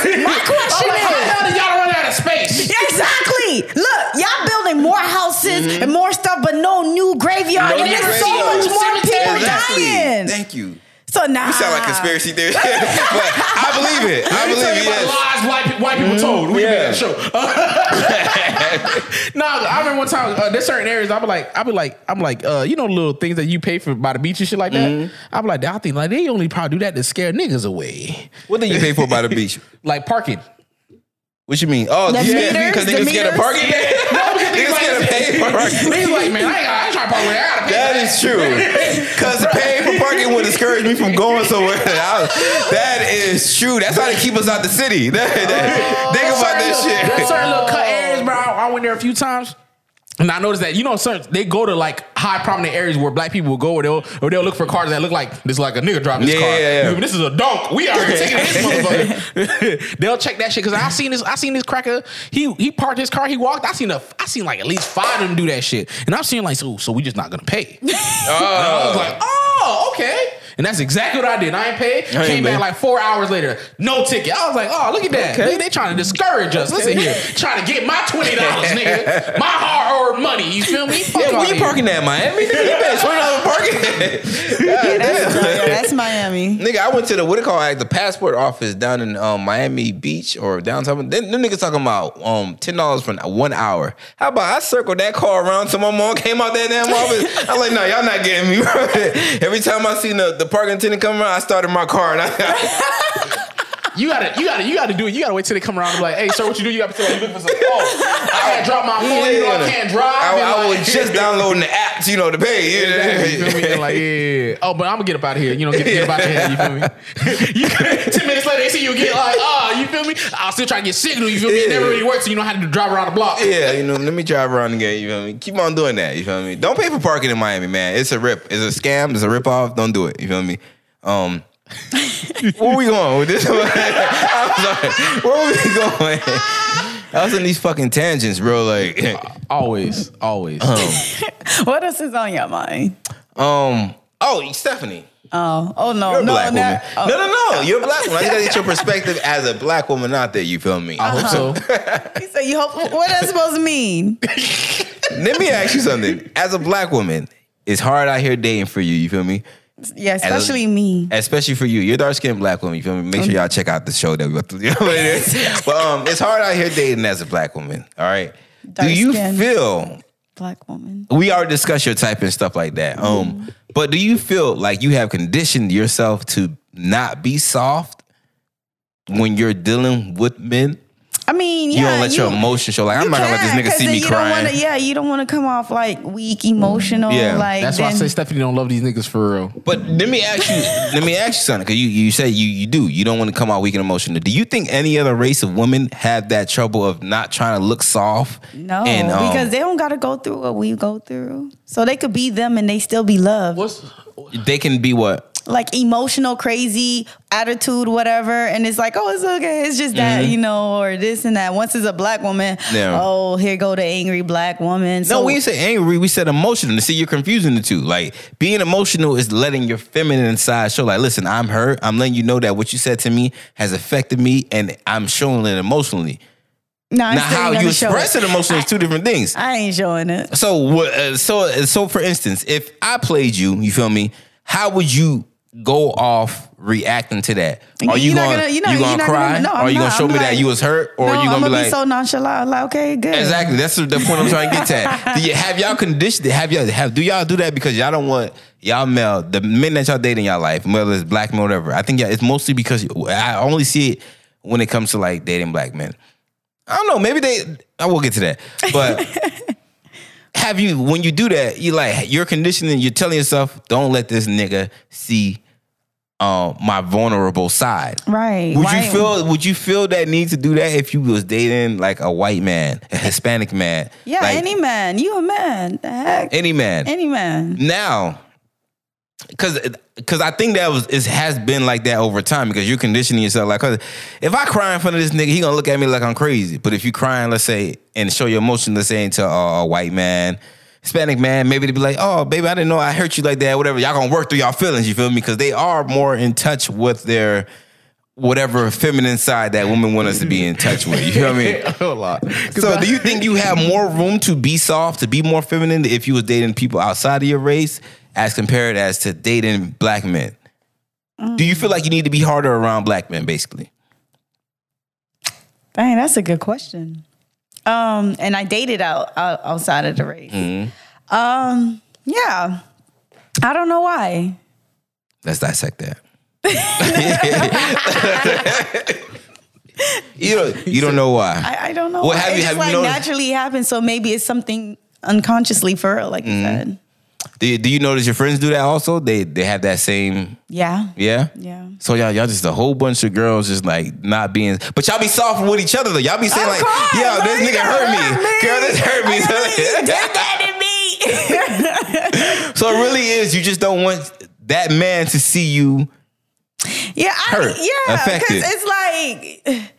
S2: Oh my question is
S4: y'all run out of space?
S2: exactly. Look, y'all building more houses and more stuff, but no new graveyard.
S3: Mm-hmm. No
S2: and
S3: new
S2: there's so
S3: graveyard.
S2: much more people
S3: Exactly.
S2: dying.
S3: Thank you.
S2: so now
S3: You sound like conspiracy theory, [laughs] but I believe it. I believe it. Yes.
S4: lies white, white people told. We
S3: yeah.
S4: made that
S3: [laughs]
S4: show. no, I remember one time uh, there's certain areas I'll be like, I'll be like, I'm like, uh, you know, little things that you pay for by the beach and shit like that.
S3: Mm-hmm.
S4: I'll be like, I think like they only probably do that to scare niggas away,
S3: What did you pay for by the beach?
S4: like
S3: [laughs]
S4: parking.
S3: What you mean? Oh,
S2: The
S3: you scared
S2: meters,
S3: because
S2: the
S3: niggas scared of
S2: meters. [laughs]
S3: parking. Niggas scared of paying for parking.
S4: Niggas like, man, I ain't got, I ain't trying to park. where I gotta pay.
S3: That is true. Because paying for parking would discourage me from going somewhere. I was- that is true. That's how they keep us out the city. [laughs] That-
S2: Oh,
S3: that- think about that
S4: There's
S3: shit.
S4: certain little
S3: [laughs]
S4: cut areas, bro. I I went there a few times. And I noticed that you know, certain they go to like high prominent areas where black people will go, or they'll or they'll look for cars that look like this, like a nigga driving this
S3: Yeah,
S4: car.
S3: yeah, yeah.
S4: Nigga, This is a dunk. We are taking
S3: [laughs]
S4: this motherfucker. [laughs] they'll check that shit because I seen this. I seen this cracker. He he parked his car. He walked. I seen a. I seen like at least five of them do that shit. And I'm seeing like, so so we just not gonna pay.
S3: [laughs] Oh.
S4: And I was like, oh okay. And that's exactly what I did. I ain't paid.
S3: ain't
S4: Came back
S3: paid.
S4: like four hours later, no ticket. I was like, oh look at that.
S3: Okay.
S4: They, they trying to discourage us. Listen here, trying to get my twenty dollars,
S3: [laughs]
S4: nigga, my hard earned money. You feel me? Fuck
S3: Yeah,
S4: outta
S3: where you
S4: here.
S3: parking at, Miami? Nigga, you pay twenty dollars parking. God
S2: That's,
S3: damn. [laughs]
S2: that's Miami.
S3: Nigga, I went to the what it called like the passport office down in um, Miami Beach or downtown. Then them niggas talking about um ten dollars for one hour. How about I circled that car around till my mom came out
S4: [laughs]
S3: that damn office? I'm like, no, y'all not getting me. [laughs] Every time I seen the, the parking attendant come around, I started my car and I [laughs]
S4: You gotta, you gotta, you gotta do it. You gotta wait till they come around and be like, hey, sir, what you do? You gotta tell like, you looking for some. Oh, I had dropped my phone. [laughs] You know I can't drive.
S3: I,
S4: And
S3: I
S4: like- [laughs]
S3: was just downloading the apps, you know, to pay. You know?
S4: Exactly, [laughs] you feel me? And like, yeah, yeah, yeah. Oh, but I'm gonna get up out of here. You know, get, get up out of here. You feel
S3: [laughs]
S4: me? You- Ten minutes later, they see you again. Like, ah, you feel me? I'll still try to get signal. You feel me? It never
S3: Yeah.
S4: really works. So you know how to drive around the block.
S3: Yeah, you know, let me drive around again. You feel me? Keep on doing that. You feel me? Don't pay for parking in Miami, man. It's a rip. It's a scam. It's a rip off. Don't do it. You feel me?
S2: [laughs]
S3: Um, where we going with this? [laughs] I'm sorry. Where we going? I was in these fucking tangents, bro. Like,
S4: Always, always.
S3: Uh-huh.
S2: What else is on your mind?
S3: um, oh, Stephanie.
S2: Oh, oh no,
S3: You're a
S2: no,
S3: black
S2: no,
S3: woman.
S2: oh.
S3: No, no, no. You're a black woman. I just gotta get your perspective as a black woman out there. You feel me?
S2: Uh-huh.
S4: I hope
S3: Uh-huh.
S4: so.
S2: He said, "You hope." What does that supposed
S3: [laughs]
S2: to mean?
S3: Let me ask you something. As a black woman, it's hard out here dating for you. You feel me?
S2: Yeah, especially me.
S3: especially for you. You're dark skinned black woman. You feel me? Make
S2: Um,
S3: sure y'all check out the show that we [laughs] about to do.
S2: [laughs]
S3: but um, it's hard out here dating as a black woman. All right. do you
S2: Dark-skinned.
S3: feel
S2: Black woman.
S3: we already discussed your type and stuff like that. Um, but do you feel like you have conditioned yourself to not be soft when you're dealing with men?
S2: I mean, yeah,
S3: you don't let your emotions show. Like I'm
S2: you
S3: not gonna let
S2: can,
S3: this nigga
S2: 'cause
S3: see
S2: then
S3: me
S2: you don't
S3: crying.
S2: Wanna, yeah, you don't want to come off like weak, emotional.
S3: Yeah.
S2: like
S4: That's why I
S2: then-
S4: say Stephanie don't love these niggas for real.
S3: But let me ask you, let me ask you something, because you, you say you, you do. You don't want to come out weak and emotional. Do you think any other race of women have that trouble of not trying to look soft?
S2: no,
S3: And, um,
S2: because they don't got to go through what we go through, so they could be them and they still be loved.
S3: [laughs]
S4: What's
S3: they can be what?
S2: like emotional, crazy attitude, whatever. And it's like, oh, it's okay. It's just that, you know, or this and that. Once it's a black woman,
S3: Mm-hmm. Yeah.
S2: oh, here go the angry black woman.
S3: No,
S2: So-
S3: we didn't say angry. We said emotional. See, you're confusing the two. Like being emotional is letting your feminine side show. Like, listen, I'm hurt. I'm letting you know that what you said to me has affected me, and I'm showing it emotionally.
S2: no, I'm
S3: now,
S2: still
S3: how
S2: gonna
S3: you
S2: show
S3: express it emotionally is two different things.
S2: I ain't showing it.
S3: So what? Uh, so uh, so for instance, if I played you, you feel me? How would you go off reacting to that? Are you
S2: You're not
S3: gonna,
S2: gonna- you're not-
S3: you
S2: you're
S3: gonna
S2: not
S3: cry?
S2: gonna- no, I'm
S3: are you
S2: not.
S3: gonna show
S2: I'm
S3: me that
S2: like-
S3: you was hurt, or
S2: no,
S3: you gonna
S2: I'm
S3: be
S2: gonna
S3: like?
S2: be so nonchalant. Like, okay, good.
S3: Exactly. That's the the point I'm trying to get at. Do you have y'all conditioned? Have y'all have do y'all do that because y'all don't want y'all male the men that y'all date in y'all life, whether it's black men or whatever. I think yeah, it's mostly because I only see it when it comes to like dating black men. I don't know. Maybe they. I will get to that, but. Have you when you do that? You like you're conditioning. You're telling yourself, "Don't let this nigga see uh, my vulnerable side.
S2: Right.
S3: Would
S2: Why-
S3: you feel Would you feel that need to do that if you was dating like a white man, a Hispanic man?
S2: Yeah,
S3: like,
S2: any man. You a man. The heck?
S3: any man,
S2: Any man.
S3: now because because I think that was it has been like that over time because you're conditioning yourself like 'cause if I cry in front of this nigga he gonna look at me like I'm crazy but if you crying let's say and show your emotion let's say to uh, a white man Hispanic man maybe to be like oh baby I didn't know I hurt you like that whatever y'all gonna work through y'all feelings you feel me because they are more in touch with their whatever feminine side that women want us to be in touch with you feel me
S4: a lot.
S3: so, do you think you have more room to be soft, to be more feminine, if you was dating people outside of your race, as compared as to dating black men? Do you feel like you need to be harder around black men, basically?
S2: Dang, that's a good question. Um, and I dated out, out outside of the race.
S3: Mm-hmm.
S2: Um, yeah. I don't know why.
S3: Let's dissect that. [laughs] you don't. You don't know why.
S2: I, I don't know.
S3: Well,
S2: why.
S3: have
S2: it
S3: you-
S2: just
S3: have you
S2: like
S3: noticed-
S2: naturally happens. So maybe it's something unconsciously for real, like
S3: Mm-hmm.
S2: you said.
S3: do, you, do you notice your friends do that also? They they have that same.
S2: Yeah.
S3: Yeah.
S2: Yeah.
S3: So y'all, y'all just a whole bunch of girls just like not being, but y'all be soft with each other though. Y'all be saying
S2: Of
S3: like,
S2: course,
S3: "Yo, this
S2: like,
S3: nigga hurt me, girl, this hurt me."
S2: I
S3: So,
S2: can't
S3: like- [laughs]
S2: believe you did that to me. [laughs]
S3: so it really is. You just don't want that man to see you.
S2: Yeah,
S3: hurt,
S2: I, yeah,
S3: affected.
S2: because it's like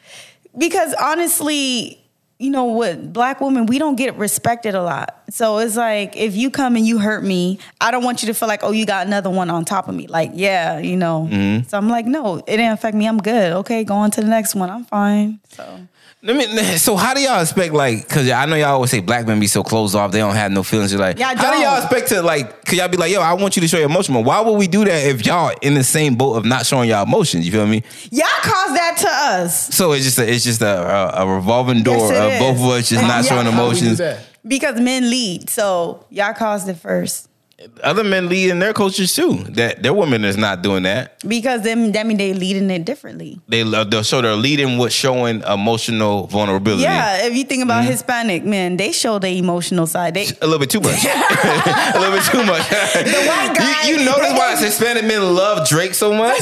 S2: because honestly, you know what, black women, we don't get respected a lot. So it's like if you come and you hurt me, I don't want you to feel like oh you got another one on top of me. Like yeah, you know. So I'm like no, it didn't affect me. I'm good. Okay, go on to the next one. I'm fine. So
S3: Let me. So how do y'all expect like? Cause I know y'all always say black men be so closed off. They don't have no feelings. You're like,
S2: Yeah, I
S3: how do
S2: don't.
S3: y'all expect to like? Cause y'all be like, yo, I want you to show your emotion. But why would we do that if y'all in the same boat of not showing y'all emotions? You feel me?
S2: y'all caused that to us
S3: So it's just a, it's just a, a, a revolving door
S2: Yes, it
S3: of
S2: is.
S3: both of us just not
S2: Yeah.
S3: showing
S2: How
S4: How we do
S3: emotions.
S4: that?
S2: because men lead. So y'all caused it first.
S3: other men lead in their cultures too. That their women is not doing that.
S2: Because then that mean they leading it differently.
S3: They love they'll show they're leading with showing emotional vulnerability.
S2: Yeah, if you think about Hispanic men, they show the emotional side. They
S3: A little bit
S4: [laughs]
S3: too much. a little bit too much.
S2: white guy-
S3: you, you notice why Hispanic men love Drake so
S4: [laughs]
S3: much?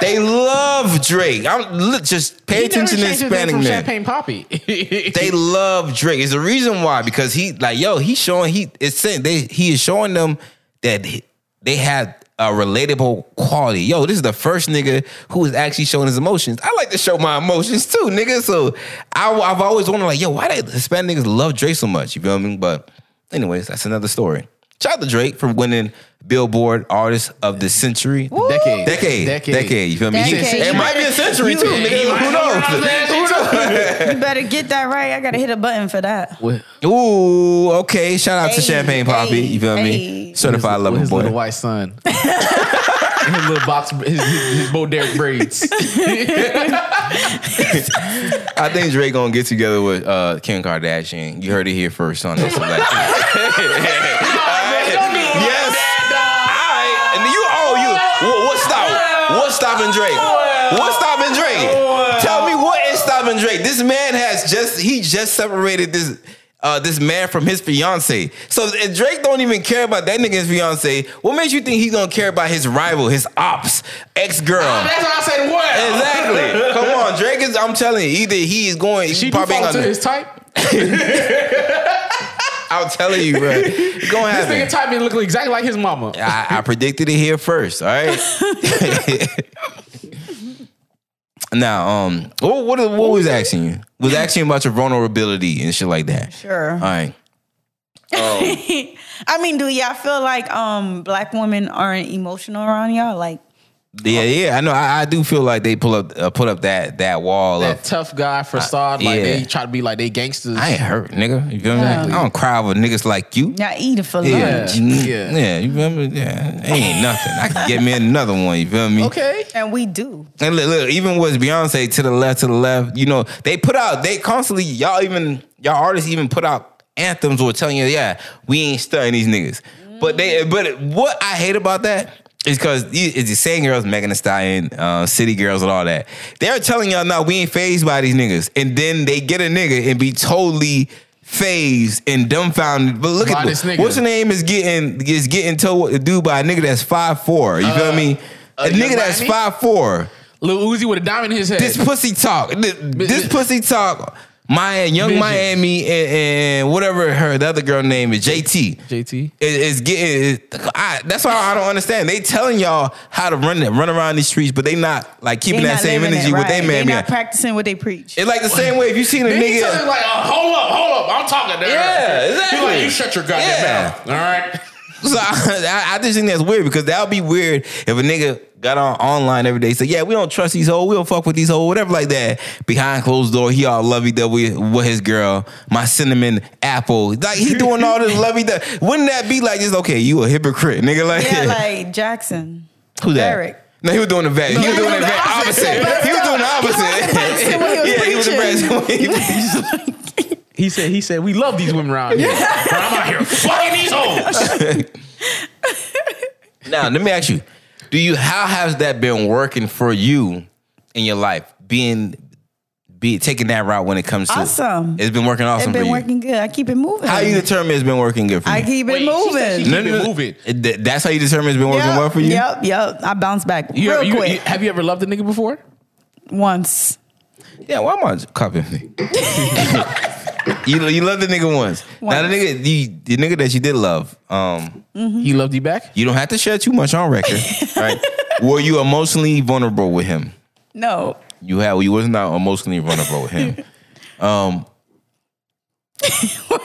S3: they love Drake. I'm look, just
S4: He
S3: pay
S4: never
S3: attention to
S4: changed his name
S3: Hispanic
S4: from
S3: men.
S4: Champagne Poppy. [laughs]
S3: They love Drake. It's the reason why because he like yo he showing he it's saying they he is showing them that he- they have a relatable quality. Yo, this is the first nigga who is actually showing his emotions. I like to show my emotions too, nigga. So I, I've always wondered like yo why did Hispanic niggas love Drake so much? You feel me? But anyways, that's another story. Shout out to Drake for winning Billboard Artist of the Century.
S4: decade,
S3: Decade, decade, you feel me? He-
S2: Decade.
S3: It might be a century
S2: You-
S3: too, nigga. Who knows? Who knows?
S2: you better get that right. I gotta hit a button for that.
S4: With,
S3: Ooh, okay. Shout out to
S2: Hey,
S3: Champagne Poppy.
S2: hey,
S3: you feel me?
S2: hey.
S3: Certified
S4: with
S3: lover
S4: his little
S3: boy.
S4: white son. [laughs] And his little box, his, his, his Bo Derek braids.
S3: I think Drake gonna get together with uh, Kim Kardashian. You heard it here first on this. Black- yes. Alright. And you, oh, you. What, what's stopping? What's stopping Drake? What's stopping Drake? Tell me what is stopping Drake? This man has just he just separated this. Uh, this man from his fiance. So if Drake don't even care about that nigga's fiance, what makes you think he's gonna care about his rival, his ops, ex girl?
S4: That's what I said. What?
S3: Exactly. Come on, Drake is. I'm telling you, either he is going. She
S4: She do
S3: probably ain't
S4: fall to
S3: gonna.
S4: his type.
S3: [laughs] I'm telling you, bro. It's gonna
S4: This nigga
S3: happen.
S4: type is looking exactly like his mama.
S3: I, I predicted it here first. All right. [laughs] now, um, what what, what was asking you? Was asking you about your vulnerability and shit like that.
S2: Sure.
S3: All right.
S2: [laughs] I mean, do y'all feel like um black women aren't emotional around y'all? Like
S3: Yeah, yeah. I know. I, I do feel like they pull up, uh, put up that that wall
S4: That
S3: of.
S4: tough guy facade, like
S3: yeah.
S4: they try to be like they gangsters.
S3: I ain't hurt, nigga. You feel me? I don't cry with niggas like you.
S2: y'all eat it for
S3: Yeah.
S2: lunch.
S3: Mm,
S4: Yeah.
S3: yeah, you feel me? Yeah, ain't nothing. I can get me another one. You feel me?
S4: okay.
S2: And we do.
S3: And look, look, even with Beyonce to the left, to the left, you know, they put out, they constantly, y'all even, y'all artists even put out anthems or telling you, yeah, we ain't studying these niggas. But they, but what I hate about that is because it's the same girls, Megan Thee Stallion, uh, City Girls, and all that. They're telling y'all, no, we ain't phased by these niggas. And then they get a nigga and be totally phased and dumbfounded. But look
S4: By
S3: at
S4: this nigga.
S3: What's the name is getting is getting told what to do by a nigga that's five four. You feel me? a nigga that's
S4: Uh, Miami?
S3: five four.
S4: Lil Uzi with a diamond in his head.
S3: This pussy talk. This, this
S4: Bitch.
S3: pussy talk. My young
S4: Bitch.
S3: Miami and, and whatever her the other girl name is JT.
S4: JT.
S3: is, is getting. Is, I, that's why I don't understand. They telling y'all how to run it, run around these streets, but they not like keeping
S2: They
S3: that
S2: not
S3: same
S2: living
S3: energy
S2: it
S3: with
S2: right.
S3: they man.
S2: They
S3: behind.
S2: not practicing what they preach.
S3: It's like the same way if you seen a
S4: Then he tells him
S3: nigga.
S4: like, oh, hold up, hold up, I'm talking to her.
S3: Yeah, exactly.
S4: He like, you shut your goddamn
S3: Yeah.
S4: mouth. All right.
S3: So [laughs] I, I just think that's weird because that would be weird if a nigga got on online every day say, yeah, we don't trust these hoes, we don't fuck with these hoes, whatever like that. Behind closed door, he all lovey dovey with his girl, my cinnamon apple. Like he doing all this lovey dovey. Wouldn't that be like just okay, you a hypocrite, nigga? Like, [laughs]
S2: yeah, like Jackson.
S3: who that?
S2: Derek.
S3: No, he was doing the back. he was doing the back opposite. He was doing the opposite.
S2: He
S3: [laughs]
S2: was
S3: yeah, he was the
S2: preaching.
S3: best. He
S4: He said, he said, we love these women around here. but I'm out here fucking these hoes.
S3: Now, let me ask you: Do you how has that been working for you in your life? Being, be taking that route when it comes to
S2: Awesome.
S3: It's been working awesome
S2: It's been
S3: for you.
S2: working good. I keep it moving.
S3: How you determine it's been working good for you?
S2: I keep it
S4: Wait, she said
S2: moving.
S4: she- Keep it moving.
S3: Th- That's how you determine it's been working
S2: Yep,
S3: well for you.
S2: Yep, yep. I bounce back
S4: You,
S2: real
S4: you- you-
S2: quick Mm-hmm.
S4: have you ever loved a nigga before?
S2: once.
S3: Yeah, why am I copying me? [laughs] you you love the nigga once. Now the
S2: Once.
S3: nigga the, the nigga that you did love. Um,
S4: He loved you back?
S3: you don't have to share too much on
S2: [laughs]
S3: record, right? Were you emotionally vulnerable with him?
S2: No.
S3: You had you was not emotionally vulnerable with
S2: [laughs]
S3: him. Um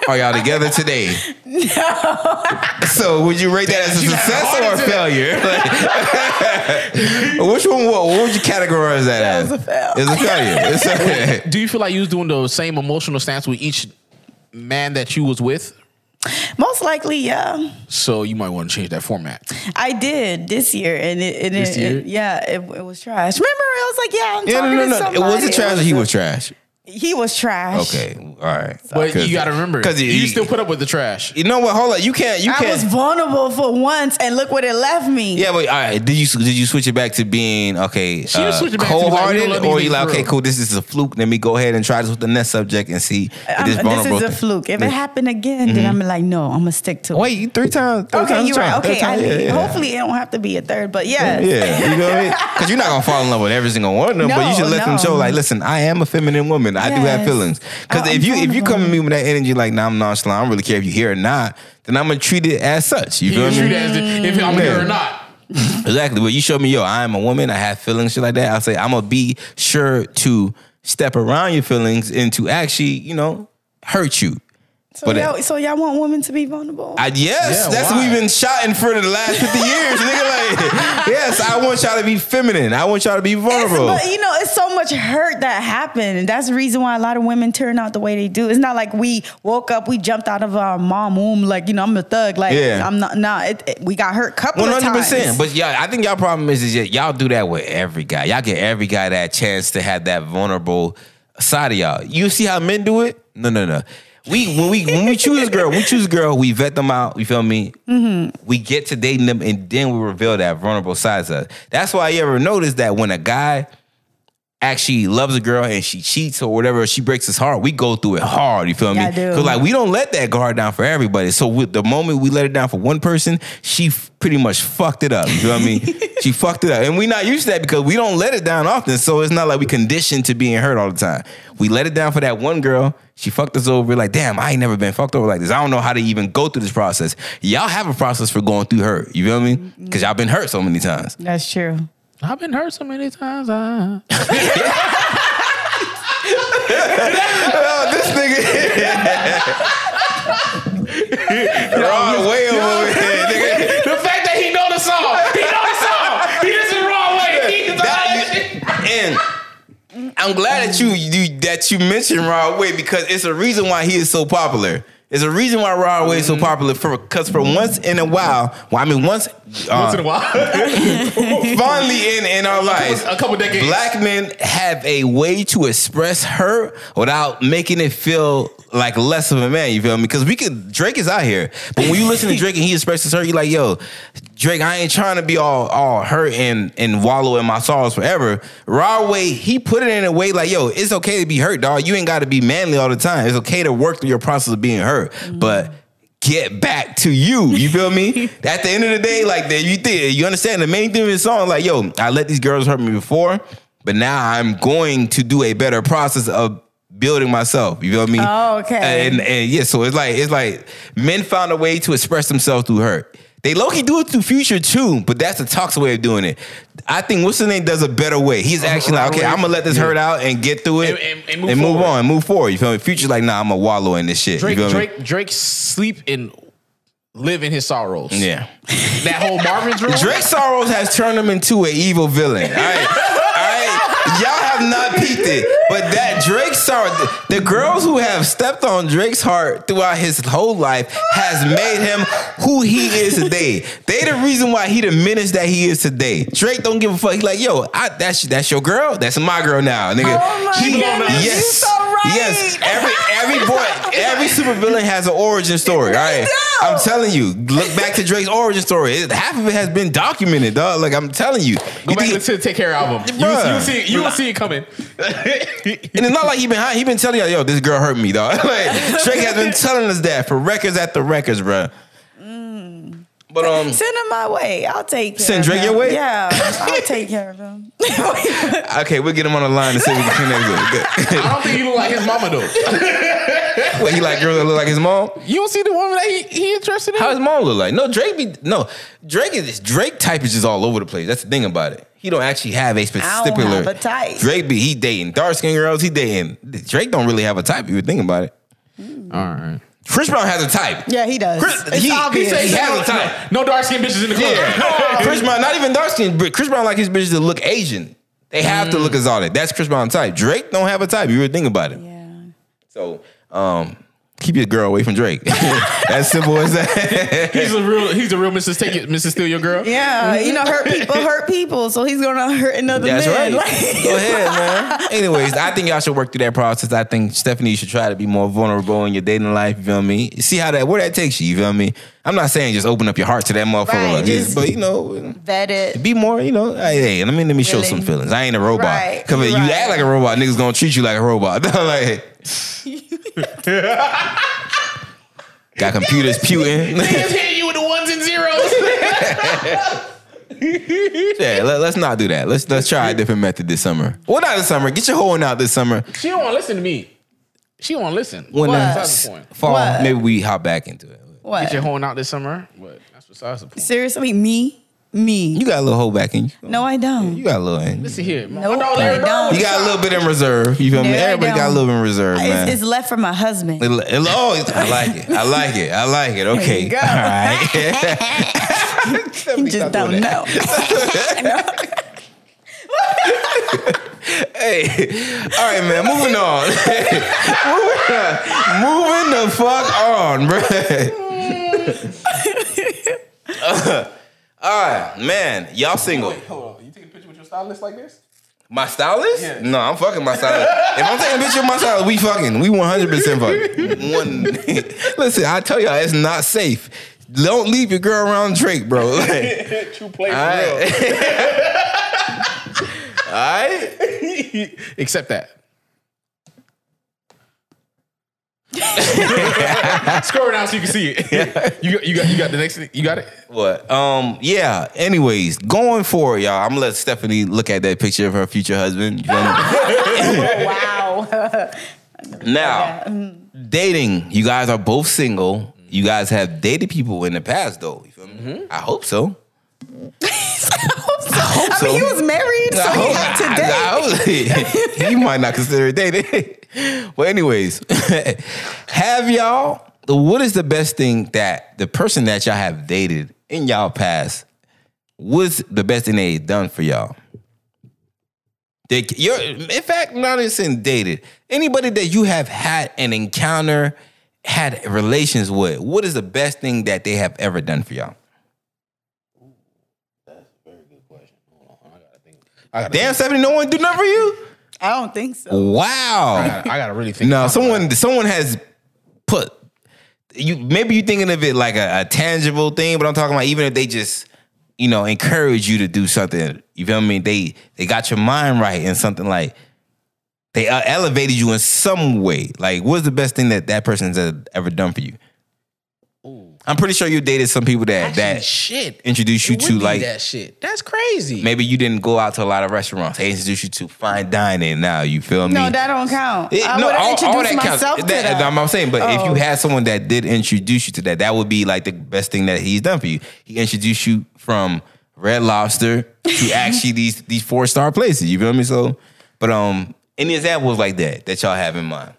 S3: Are y'all together
S2: [laughs]
S3: today? No. so would you rate that as a success or a failure? [laughs] Like, which one? What, what would you categorize that as?
S2: was a fail.
S3: It's a failure.
S2: [laughs]
S3: It's
S4: [laughs]
S3: a-
S4: Do you feel like you was doing the same emotional stance with each man that you was with?
S2: Most likely, yeah.
S4: So you might want to change that format.
S2: I did this year, and it, it,
S4: This
S2: it- it-
S4: year?
S2: yeah, it, it was trash. Remember, I was like, yeah, I'm
S3: yeah,
S2: talking
S3: no,
S2: to
S3: no, no.
S2: somebody.
S3: It wasn't trash. or
S2: was
S3: he
S2: a-
S3: was
S2: [laughs]
S3: trash.
S2: He was trash.
S3: Okay, all right.
S4: But you got to remember,
S3: because
S4: you, still put up with the trash.
S3: You know what? Hold on. You can't. You
S2: I
S3: can't.
S2: was vulnerable for once, and look what it left me.
S3: Yeah, but all right. Did you did you switch it back to being okay?
S4: She was switching back to, like,
S3: cold
S4: we don't
S3: hearted,
S4: love these
S3: or you
S4: niggas
S3: like
S4: for
S3: okay,
S4: real.
S3: cool. This is a fluke. Let me go ahead and try this with the next subject and see if
S2: I'm-
S3: this
S2: this
S3: vulnerable.
S2: is a
S3: thing-
S2: fluke. If it happened again, then I'm like, no, I'm gonna stick to it.
S3: Wait, you three times. Three
S2: Okay,
S3: times
S2: you're
S3: trying.
S2: right.
S3: Third
S2: Okay,
S3: time,
S2: I,
S3: yeah, yeah.
S2: hopefully it don't have to be a third, but yes.
S3: Yeah, you know what
S2: [laughs]
S3: I mean? Because you're not gonna fall in love with every single one of them, but you should
S2: No,
S3: let them
S2: no.
S3: show. Like, listen, I am a feminine woman. I do have
S2: Yes.
S3: feelings. Because
S2: I-
S3: if
S2: I'm
S3: you if you come
S2: vulnerable.
S3: at me with that energy, like, nah, I'm nonchalant. I don't really care if you hear or not. Then I'm gonna treat it as such. You
S4: You
S3: feel
S4: can
S3: me?
S4: treat it as the- if I'm here or not.
S3: Exactly. But you show me, yo, I am a woman. I have feelings, shit like that. I'll say, I'm going to be sure to step around your feelings and to actually, you know, hurt you.
S2: So,
S3: But it-
S2: y'all, so y'all want women to be vulnerable?
S3: I, yes,
S4: Yeah,
S3: that's
S4: why?
S3: we've been shouting for the last 50 years, nigga. Like, [laughs] yes, I want y'all to be feminine. I want y'all to be
S2: It's-
S3: vulnerable.
S2: but you know, it's so much hurt that happened, and that's the reason why a lot of women turn out the way they do. It's not like we woke up, we jumped out of our mom womb, like you know, I'm a thug. Like
S3: Yeah.
S2: I'm not. Nah, it, it- we got hurt couple
S3: One
S2: of
S3: hundred
S2: times.
S3: percent. But yeah, I think y'all problem is is that y'all do that with every guy. Y'all get every guy that chance to have that vulnerable side of y'all. You see how men do it? No, no, no. We when we when we choose a girl, we choose a girl. We vet them out. You feel me?
S2: Mm-hmm.
S3: We get to dating them, and then we reveal that vulnerable side to us. That's why you ever notice that when a guy actually loves a girl and she cheats or whatever, she breaks his heart, we go through it hard. You feel me?
S2: Yeah, I do.
S3: Because like we don't let that guard down for everybody. So with the moment we let it down for one person, she f- pretty much fucked it up. You know what I
S2: [laughs]
S3: mean? she fucked it up, and we're not used to that because we don't let it down often. So it's not like we conditioned to being hurt all the time. We let it down for that one girl. She fucked us over. We're Like, damn, I ain't never been fucked over like this. I don't know how to even go through this process. Y'all have a process for going through hurt. You feel me?
S2: Mm-hmm.
S3: Because y'all been hurt so many times.
S2: That's true.
S4: I've been hurt so many times. I...
S3: Oh, this nigga. Ron way over here, nigga.
S4: [laughs] The fact that he know the song, he know the song. He just the wrong way. He just
S3: That- and I'm glad that you, you that you mentioned Rod Way because it's a reason why he is so popular. It's a reason why Rod Way is
S4: Mm-hmm.
S3: so popular for because for once in a while, well, I mean once, uh,
S4: a [laughs] while.
S3: finally in in our lives,
S4: A couple decades.
S3: black men have a way to express hurt without making it feel like less of a man. You feel me? Because we could Drake is out here, but when you listen to Drake and he expresses hurt, you like, yo, Drake, I ain't trying to be all all hurt and and wallow in my sorrows forever. Raw way, he put it in a way like, yo, it's okay to be hurt, dog. You ain't got to be manly all the time. It's okay to work through your process of being hurt, but. get back to you. You feel
S2: [laughs]
S3: me? At the end of the day, like that, you think you understand the main thing of the song. Like, yo, I let these girls hurt me before, but now I'm going to do a better process of building myself. You feel me?
S2: Oh, okay.
S3: And, and yeah, so it's like it's like men found a way to express themselves through hurt. They low key do it through future too, but that's a toxic way of doing it. I think what's the name does a better way. He's actually like, okay, I'm gonna let this hurt out and get through it
S4: And- and- and move
S3: move
S4: forward.
S3: on, move forward. You feel me? Future's like, nah, I'm gonna wallow in this shit.
S4: Drake,
S3: you feel me?
S4: Drake, Drake sleep and live in his sorrows.
S3: Yeah.
S4: That whole Marvin's room.
S3: Drake Sorrows has turned him into an evil villain. All right. All right. Y'all have not peaked it. But that Drake Sorrow, the, the girls who have stepped on Drake's heart throughout his whole life has made him who he is today. They the reason why he the menace that he is today. Drake don't give a fuck. He like, yo, I, that's that's your girl. That's my girl now, nigga.
S2: Oh my goodness, you so right.
S3: Yes. Every every boy, every supervillain has an origin story. All right.
S2: do.
S3: I'm telling you, look back to Drake's origin story. It- half of it has been documented, dog. Like I'm telling you,
S4: Go
S3: You
S4: back
S3: think-
S4: and listen to the Take Care album. You,
S3: Bruh.
S4: you see, you will see it coming.
S3: and it's not like he been high. he been telling y'all, yo, this girl hurt me, dog. [laughs] like Drake
S4: [laughs]
S3: has been telling us that for records after records, bro. But
S2: [laughs]
S3: um,
S2: Send him my way. I'll take care
S3: Send
S2: of
S3: Drake
S2: him.
S3: your way? [laughs]
S2: Yeah, I'll take care of [laughs] him.
S3: okay, we'll get him on the line and see if we can
S4: [laughs]
S3: connect with. him. [laughs]
S4: I don't think he look like his mama though.
S3: Good. What he like girls that look like his mom?
S4: You don't see the woman that he, he interested in.
S3: How his mom look like? No, Drake be no Drake is Drake type is just all over the place. That's the thing about it. He don't actually have a
S2: I don't
S3: specific
S2: have a type.
S3: Drake be he dating dark skinned girls. He dating Drake don't really have a type. If you would think about it.
S4: Hmm. All right.
S3: Chris Brown has a type.
S2: Yeah, he does.
S3: Chris,
S2: it's
S3: he, he,
S2: obvious.
S3: said he has a type.
S4: No, dark skinned bitches in the club.
S3: Yeah. Chris Brown, not even dark skinned, but Chris Brown like his bitches to look Asian. They have to look exotic. That's Chris Brown's type. Drake don't have a type. You would think about it.
S2: Hmm. yeah.
S3: So um, keep your girl away from Drake. [laughs] as simple as that.
S4: He's a real. He's a real Mrs. Take It, Mrs. Steal Your Girl.
S2: Yeah, you know,
S3: [laughs]
S2: hurt people hurt people, so he's gonna hurt another
S3: That's right.
S2: man. [laughs] Like-
S3: Go ahead, man. Anyways, I think y'all should work through that process. I think Stephanie you should try to be more vulnerable in your dating life. You feel me? See how that where that takes you. You feel me? I'm not saying just open up your heart to that motherfucker,
S2: Right, just-
S3: but you know,
S2: vet it.
S3: be more, you know, hey, hey let me let me show
S2: Really?
S3: some feelings. I ain't a robot.
S2: Right,
S3: Cause if you
S2: right.
S3: act like a robot, niggas gonna treat you like a robot. [laughs] like got computers pewing.
S4: Just hit you with the ones and zeros.
S3: [laughs] yeah, let, us not do that. Let's let's try a different method this summer. Well, not this summer. Get your hoeing out this summer.
S4: she don't want to listen to me. She won't listen.
S3: When
S2: What?
S3: the
S4: That's the point.
S3: fall,
S2: What?
S3: maybe we hop back into it.
S4: Get your
S2: What?
S4: horn out this summer. What? That's besides the point.
S2: Seriously, me, me.
S3: You got a little hoe back in you.
S2: No, I don't.
S3: You got a little. In.
S4: Listen here. My
S2: Nope,
S4: dog
S2: I
S4: Larry Bird
S2: don't.
S4: was
S3: You got a little bit in reserve. You feel me?
S2: No, I
S3: Everybody got a
S2: don't.
S3: little bit in reserve, man.
S2: It's, it's left for my husband.
S3: It, it, oh, it's- I like it. I like it. I like it. Okay.
S2: you go.
S3: All
S2: [laughs]
S3: right.
S2: You just
S3: Stop
S2: don't
S3: doing
S2: [laughs] know.
S3: hey. All right, man. Moving on. [laughs] moving, the fuck on, [laughs]
S2: [laughs]
S3: bro. Uh, all right, man. Y'all single.
S4: Hold on. You take a picture with your stylist like [laughs] this?
S3: My stylist? No, I'm fucking my stylist. if I'm taking a picture of my stylist, we fucking. We 100% fucking. One. [laughs] Listen, I tell y'all, it's not safe. Don't leave your girl around Drake, bro. [laughs] Like,
S4: True play for
S3: all right. all right.
S4: real. Except that. [laughs] Scroll down so you can see it. [laughs] you, got- you got you got the next thing. You got it.
S3: What? Um. Yeah. Anyways, going forward, y'all, I'm gonna let Stephanie look at that picture of her future husband. You feel me?
S2: [laughs] wow.
S3: [laughs] now, dating. You guys are both single. You guys have dated people in the past, though. You feel me? I hope so.
S2: I,
S3: hope so.
S2: mean, he was married, so
S3: I
S2: he
S3: hope-
S2: had to
S3: I-
S2: date.
S3: I [laughs] hope- you might not consider it dating. [laughs] well, anyways, have y'all? What is the best thing that the person that y'all have dated in y'all past? What's the best thing they done for y'all? They, you're, in fact, not even saying dated. Anybody that you have had an encounter, had relations with, what is the best thing that they have ever done for y'all? Damn, 70, no one do nothing for you?
S2: I don't think so.
S3: Wow.
S4: I gotta, I gotta really think. about
S3: No,
S4: that.
S3: someone someone has put you. Maybe you're thinking of it like a, a tangible thing, but I'm talking about even if they just you know encourage you to do something. You feel me? They they got your mind right and something like they uh, elevated e, you in some way. Like, what's the best thing that that person's uh, ever done for you? I'm pretty sure you dated some people that
S8: Actually,
S3: that
S8: shit.
S3: introduced you
S8: It would
S3: to
S8: be
S3: like
S8: that shit. That's crazy.
S3: maybe you didn't go out to a lot of restaurants. They introduced you to fine dining. Now you feel me?
S2: No, that don't count.
S3: It-
S2: I
S3: no,
S2: would
S3: all- all
S2: have introduced
S3: that counts.
S2: myself to
S3: That-
S2: that.
S3: I'm, I'm saying, but if
S2: Oh.
S3: you had someone that did introduce you to that, that would be like the best thing that he's done for you. He introduced you from Red Lobster [laughs] to actually these these four star places. You feel me? So, but um, any examples like that that y'all have in mind?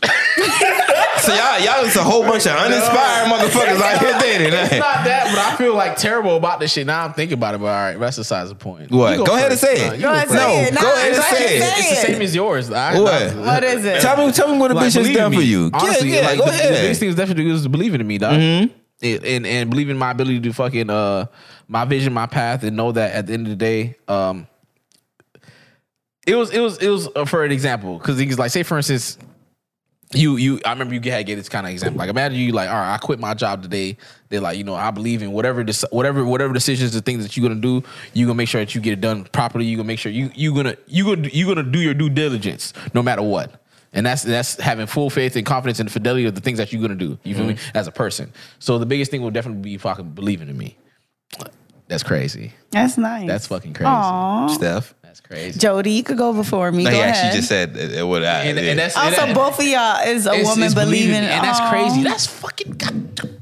S3: [laughs] so y'all, y'all just a whole bunch of uninspired motherfuckers out here dating.
S4: It's
S3: eh?
S4: not that, but I feel like terrible about this shit. Now I'm thinking about it, but all right, that's besides the point.
S3: What?
S4: You
S3: Go ahead and
S4: first.
S3: say it.
S4: you
S3: Go ahead and
S4: first.
S3: say it. No, go ahead and
S2: Go ahead
S3: say it.
S4: It's the same as yours. I,
S3: What?
S2: What is
S3: [laughs]
S2: it?
S3: Tell me, tell me what a
S4: Like,
S3: bitch has
S4: believe
S3: done
S4: in
S3: for
S4: me.
S3: you.
S4: Honestly,
S3: yeah, yeah,
S4: like,
S3: go
S4: the,
S3: ahead. Mm-hmm.
S4: The biggest thing is definitely was believing in me, dog. And, and and believe in my ability to fucking uh my vision, my path, and know that at the end of the day, um, it was it was it was uh, for an example because he's like, say for instance, you you I remember you had gave this kind of example. Like imagine you like, all right, I quit my job today. They're like, you know, I believe in whatever deci- whatever whatever decisions the things that you're gonna do, you're gonna make sure that you get it done properly. You're gonna make sure you you gonna you gonna you gonna do your due diligence no matter what. And that's that's having full faith and confidence in the fidelity of the things that you're gonna do. You feel me? As a person. So the biggest thing will definitely be fucking believing in me. That's crazy.
S2: That's nice.
S4: That's fucking crazy.
S2: Aww.
S3: Steph.
S4: That's crazy.
S2: Jody, you could go before me.
S3: No,
S2: go
S3: he
S2: ahead.
S3: actually just said it, it would. I,
S4: And, and that's and
S2: also,
S4: that-
S2: both of y'all is a
S4: it's-
S2: woman
S4: it's
S2: believing,
S4: and that's
S2: Aw.
S4: crazy. That's fucking goddamn.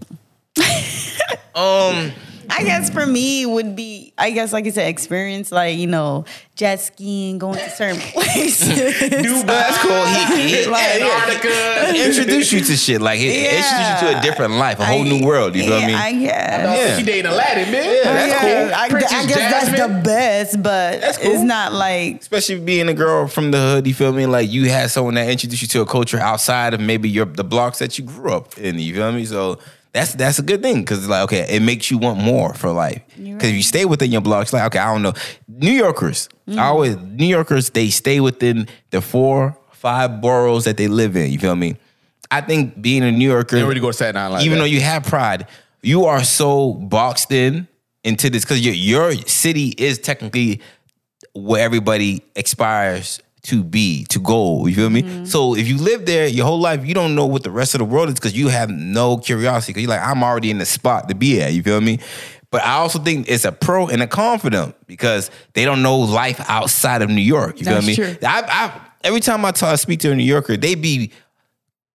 S2: Um, I guess for me would be, I guess like I said, experience like you know jet skiing, going to certain [laughs] places.
S3: No, that's cool.
S2: [laughs]
S4: [laughs]
S3: He, he, yeah, yeah. He introduced you to shit like it
S2: Yeah.
S3: introduced you to a different life, a whole
S2: I-
S3: new world. You feel
S2: yeah,
S3: me?
S2: I guess.
S3: Yeah.
S4: She dated Aladdin, man.
S3: Yeah, that's
S2: Yeah,
S3: cool.
S2: I, I
S4: Princess
S2: guess that's
S4: Jasmine.
S2: the best, but
S3: That's cool.
S2: it's not like
S3: Especially being a girl from the hood, you feel me? Like you had someone that introduced you to a culture outside of maybe your the blocks that you grew up in. You feel me? So that's that's a good thing because like okay, it makes you want more for life. Because if you stay within your blocks, like okay, I don't know, New Yorkers, I always New Yorkers they stay within the four five boroughs that they live in. You feel me? I think being a New Yorker,
S4: They already go to Staten Island like
S3: even
S4: that.
S3: though you have pride, you are so boxed in into this because your your city is technically where everybody aspires to be, to go. You feel me? So if you live there your whole life, you don't know what the rest of the world is because you have no curiosity. Because you're like, I'm already in the spot to be at. You feel me? But I also think it's a pro and a con for them because they don't know life outside of New York. You
S2: That's
S3: feel me?
S2: true.
S3: I, I, every time I talk, speak to a New Yorker, they be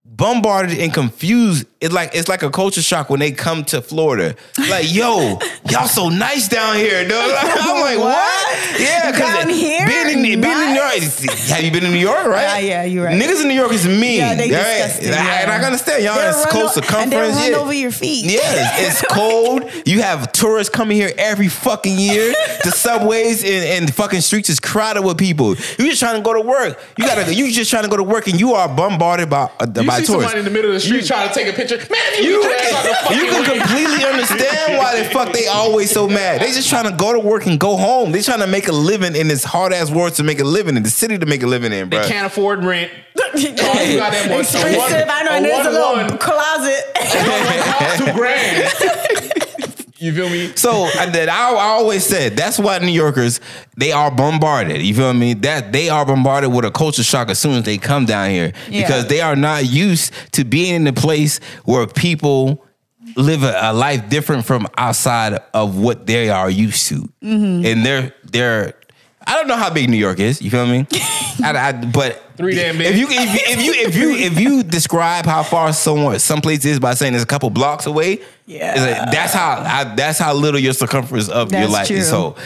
S3: bombarded and confused. It's like it's like a culture shock when they come to Florida. Like,
S2: [laughs]
S3: yo, y'all so nice down here, dog. [laughs] I'm like, what?
S2: What?
S3: Yeah, 'cause
S2: Down here?
S3: Being in, being in New York,
S2: Nice?
S3: have you been in New York? Right?
S2: Yeah, yeah, you right.
S3: Niggas in New York is mean.
S2: Yeah, they
S3: right?
S2: disgusting,
S3: And I-
S2: yeah.
S3: And I can understand y'all.
S2: They'll
S3: It's
S2: run
S3: close to
S2: o- and they'll
S3: conference.
S2: run
S3: yeah.
S2: over your feet. [laughs]
S3: Yeah, it's cold. You have tourists coming here every fucking year. The subways and, and fucking streets is crowded with people. You just trying to go to work. You gotta. You just trying to go to work, and you are bombarded by uh,
S4: You
S3: by
S4: see
S3: tourists
S4: somebody in the middle of the street trying to take a picture. Man, if you,
S3: you,
S4: you can,
S3: [laughs] you can completely understand why the fuck they always so mad. They just trying to go to work and go home. They trying to make a living in this hard ass world to make a living in the city to make a living in, bro.
S4: They can't afford rent. Oh, you got that one.
S2: expensive. I know
S4: A
S2: and there's a little
S4: one-one. [laughs]
S2: closet. [laughs]
S4: Two grand. you feel me?
S3: So I did. I, I always said that's why New Yorkers they are bombarded. You feel me? That they are bombarded with a culture shock as soon as they come down here
S2: Yeah.
S3: because they are not used to being in a place where people live a, a life different from outside of what they are used to,
S2: Mm-hmm.
S3: and they're they're. I don't know how big New York is. You feel
S2: [laughs]
S3: me? I, I, but
S4: Three damn big.
S3: If you if you if you if you, if you describe how far somewhere some place is by saying it's a couple blocks away,
S2: Yeah.
S3: it's like, that's how I, that's how little your circumference of your
S2: That's
S3: life is.
S2: true.
S3: So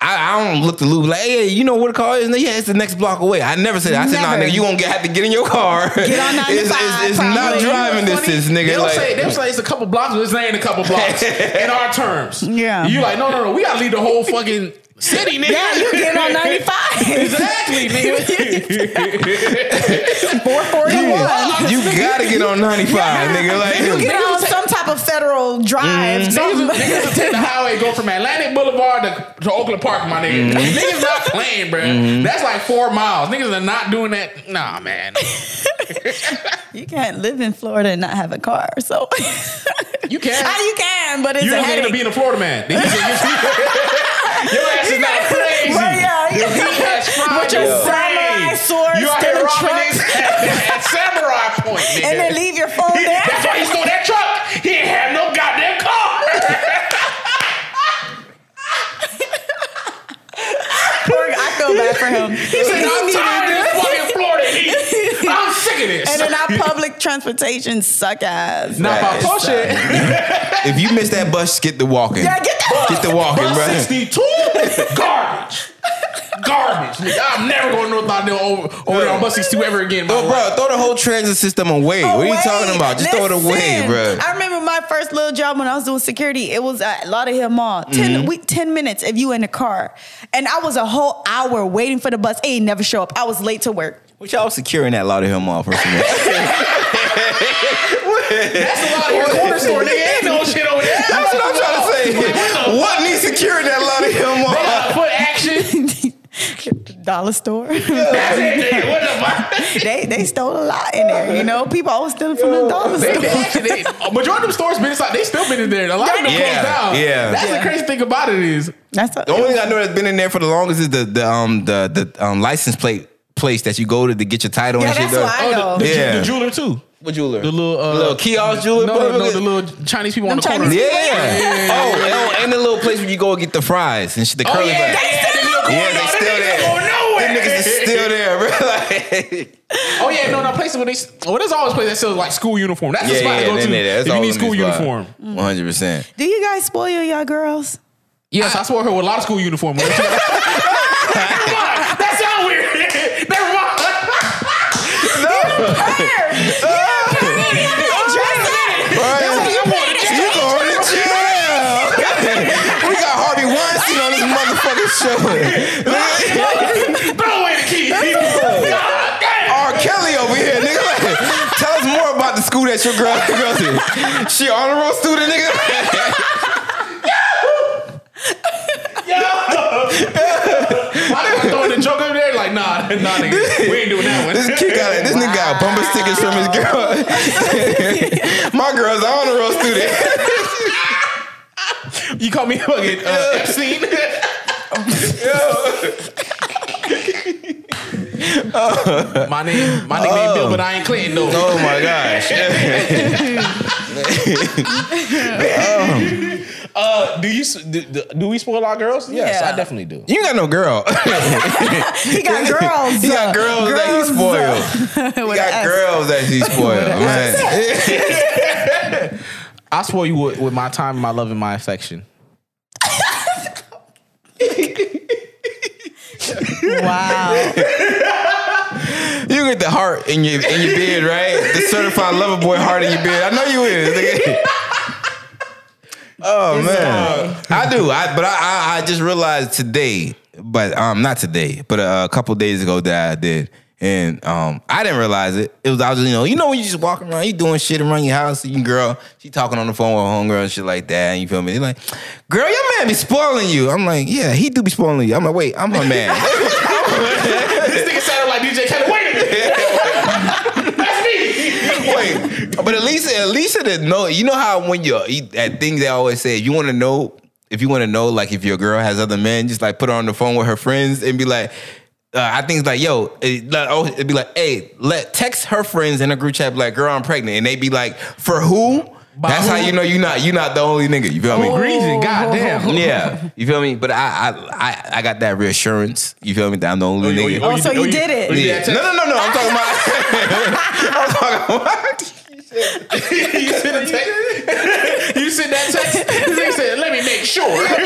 S3: I, I don't look the loop like, hey, you know where the car is? No, yeah, it's the next block away. I never said that. I said, nah,
S2: Never.
S3: nigga, you gonna get, have to get in your car.
S2: Get on
S3: [laughs]
S2: 95
S3: It's, it's, it's not
S2: probably.
S3: driving distance, nigga.
S4: They'll
S3: like,
S4: say they'll say it's a couple blocks, but it's not in a couple blocks in our terms.
S2: Yeah.
S4: You like no no no. We gotta leave the whole fucking city, nigga.
S2: yeah, you get on 95.
S4: [laughs] exactly, nigga.
S2: [laughs] 441.
S3: you gotta get on 95, nigga. Like,
S2: You get on some type of federal
S3: Mm-hmm.
S2: drive.
S4: niggas, will- niggas
S2: [laughs]
S4: will take the highway, go from Atlantic Boulevard to, to Oakland Park, my nigga. Niggas not playing, bro. That's like four miles. Niggas are not doing that. Nah,
S2: [laughs]
S4: man.
S2: You can't live in Florida and not have a car. So
S4: You
S2: [laughs]
S4: can.
S2: Ah, you can, but it's
S4: You
S2: a
S4: don't need
S2: headache. [laughs]
S4: to be in a Florida man. [laughs] Your ass is not afraid.
S8: crazy.
S2: yeah, yeah.
S8: If he had tried
S2: With your
S8: to
S2: samurai
S8: save,
S2: sword
S8: you out
S2: still
S8: here
S2: in
S8: robbing
S2: trucks.
S8: niggas at, at samurai point, nigga.
S2: [laughs] and then leave your phone
S8: He-
S2: there.
S4: [laughs]
S8: That's why he stole that truck. He didn't have no goddamn [laughs] car.
S2: Poor, I feel bad for [laughs] him.
S8: He said, I'm tired of
S2: [laughs]
S8: this fucking Florida [laughs] heat. I'm sick of this.
S2: And then our public transportation suck ass.
S8: Nah,
S3: Right.
S8: if I push
S3: [laughs]
S8: it.
S3: If you miss that bus, get the walking.
S2: Yeah, get the-
S3: Get the walking,
S8: Bus
S3: bro.
S8: 62 garbage. Garbage. Nigga, I'm never gonna know about them over, over there on bus 62 ever again. in my
S3: Throw, bro,
S8: life.
S3: throw the whole transit system away. what are you
S2: Away.
S3: talking about? Just throw it away,
S2: Listen,
S3: bro.
S2: I remember my first little job when I was doing security. It was at Lauderhill Mall. 10
S3: Mm-hmm.
S2: we- 10 minutes if you in the car, and I was a whole hour waiting for the bus. It ain't never show up. I was late to work. [laughs]
S3: Which y'all securing that Lauder Hill Mall first [laughs] of all.
S8: That's a lot of your corner store, nigga. Ain't no shit over there.
S3: That's what I'm trying to say. what needs securing that Lauder Hill Mall?
S8: Foot action. [laughs]
S2: Dollar store. [laughs]
S8: That's it, nigga. [laughs] What the fuck?
S2: they they stole a lot in there. You know, people always stealing from the dollar
S8: They, they
S2: store.
S8: actually, they, a majority of them stores been inside. They still been in there. A lot of them
S3: Yeah,
S8: closed down.
S3: yeah.
S8: That's
S2: Yeah.
S8: the crazy thing about it is
S2: That's a,
S3: The only thing I know that's been in there for the longest is the the um the the um license plate place that you go to to get your title
S2: yeah,
S3: and shit
S2: that's
S3: done.
S2: why I know.
S8: oh, the, the,
S3: Yeah.
S8: the jeweler too.
S3: What jeweler?
S8: The little uh,
S3: The little kiosk jeweler.
S8: No, no, no, the little Chinese people on the
S2: Them
S8: corner.
S2: Chinese
S3: Yeah.
S2: people. Yeah,
S3: Oh, and, and the little place where you go and get the fries and shit. The
S8: Oh
S3: curly
S8: yeah,
S3: fries.
S8: yeah, the little corner.
S3: Yeah, they
S8: Them
S3: still
S8: niggas
S3: there.
S8: don't go nowhere.
S3: Them niggas is still there, bro. [laughs] Like,
S8: Oh yeah, no, no places where they. Oh, there's always places that sells like school uniform. That's the spot to go
S3: they-
S8: to
S3: they- that's
S8: if you
S3: all
S8: need
S3: in
S8: school
S3: this vibe.
S8: uniform.
S3: 100%.
S2: Do you guys spoil y'all [laughs] girls?
S8: Yes, I, swore her with a lot of school uniform. Never mind. That sound weird. Never mind.
S3: Right. You going to jail. we got Harvey Weinstein on this motherfucking show.
S8: Throw away the key. God
S3: R.
S8: damn.
S3: Kelly over here, nigga. Like, tell us more about the school that your girl [laughs] goes to. She an honor roll student, nigga. [laughs]
S8: Why they throwing the joke over there? Like, nah, nah, nigga, we ain't doing that one.
S3: This kid got this nigga got bumper stickers from his girl. [laughs] My girl's an honor roll student.
S8: [laughs] You call me fucking uh,
S3: [laughs]
S8: Epstein? [laughs] my name, my nickname
S3: Uh,
S8: Bill, but I ain't Clinton though.
S3: Oh my [laughs] gosh.
S8: Uh, do you s- do, do- do we spoil our girls? Yes,
S2: Yeah.
S8: I definitely do.
S3: You ain't got no girl. [laughs]
S2: He got girls. uh,
S3: He got girls, that he spoiled.
S2: [laughs]
S3: He
S2: an
S3: got
S2: S.
S3: girls that he spoiled.
S2: [laughs]
S3: Man.
S8: I spoil you with, with my time, my love, and my affection.
S2: Wow.
S3: You get the heart in your in your beard, right? The certified lover boy heart in your beard. I know you is. nigga. [laughs] Oh man, I do. I but I, I I just realized today, but um not today, but a, a couple days ago that I did, and um I didn't realize it. It was I was just, you know you know when you just walking around, you doing shit around your house, and your girl she talking on the phone with her homegirl and shit like that, and you feel me? They like, girl, your man be spoiling you. I'm like, yeah, he do be spoiling you. I'm like, wait, I'm her man. [laughs]
S8: This nigga sounded like DJ Kelly. Wait a minute,
S3: [laughs]
S8: that's me.
S3: Wait, but at least at least it is know. You know how when you're you- at things they always say you want to know if you want to know like if your girl has other men, just like put her on the phone with her friends and be like. Uh, I think it's like, yo, it, like, oh, it'd be like, hey, let text her friends in a group chat, be like, girl, I'm pregnant, and they be like, for who?
S8: By
S3: That's how
S8: who? Oh.
S3: you know you're not you're not the only nigga. You feel me?
S8: Greasy, goddamn.
S3: Yeah, you feel me? But I, I I I got that reassurance. You feel me? That I'm the only nigga.
S2: oh, so you did it.
S8: oh, you
S3: Yeah.
S8: did that
S3: No, no, no, no. I'm talking about. [laughs] I'm talking about.
S8: text? [laughs] you sent a text. [laughs] you sent that text. This nigga said, "Let me make sure." [laughs]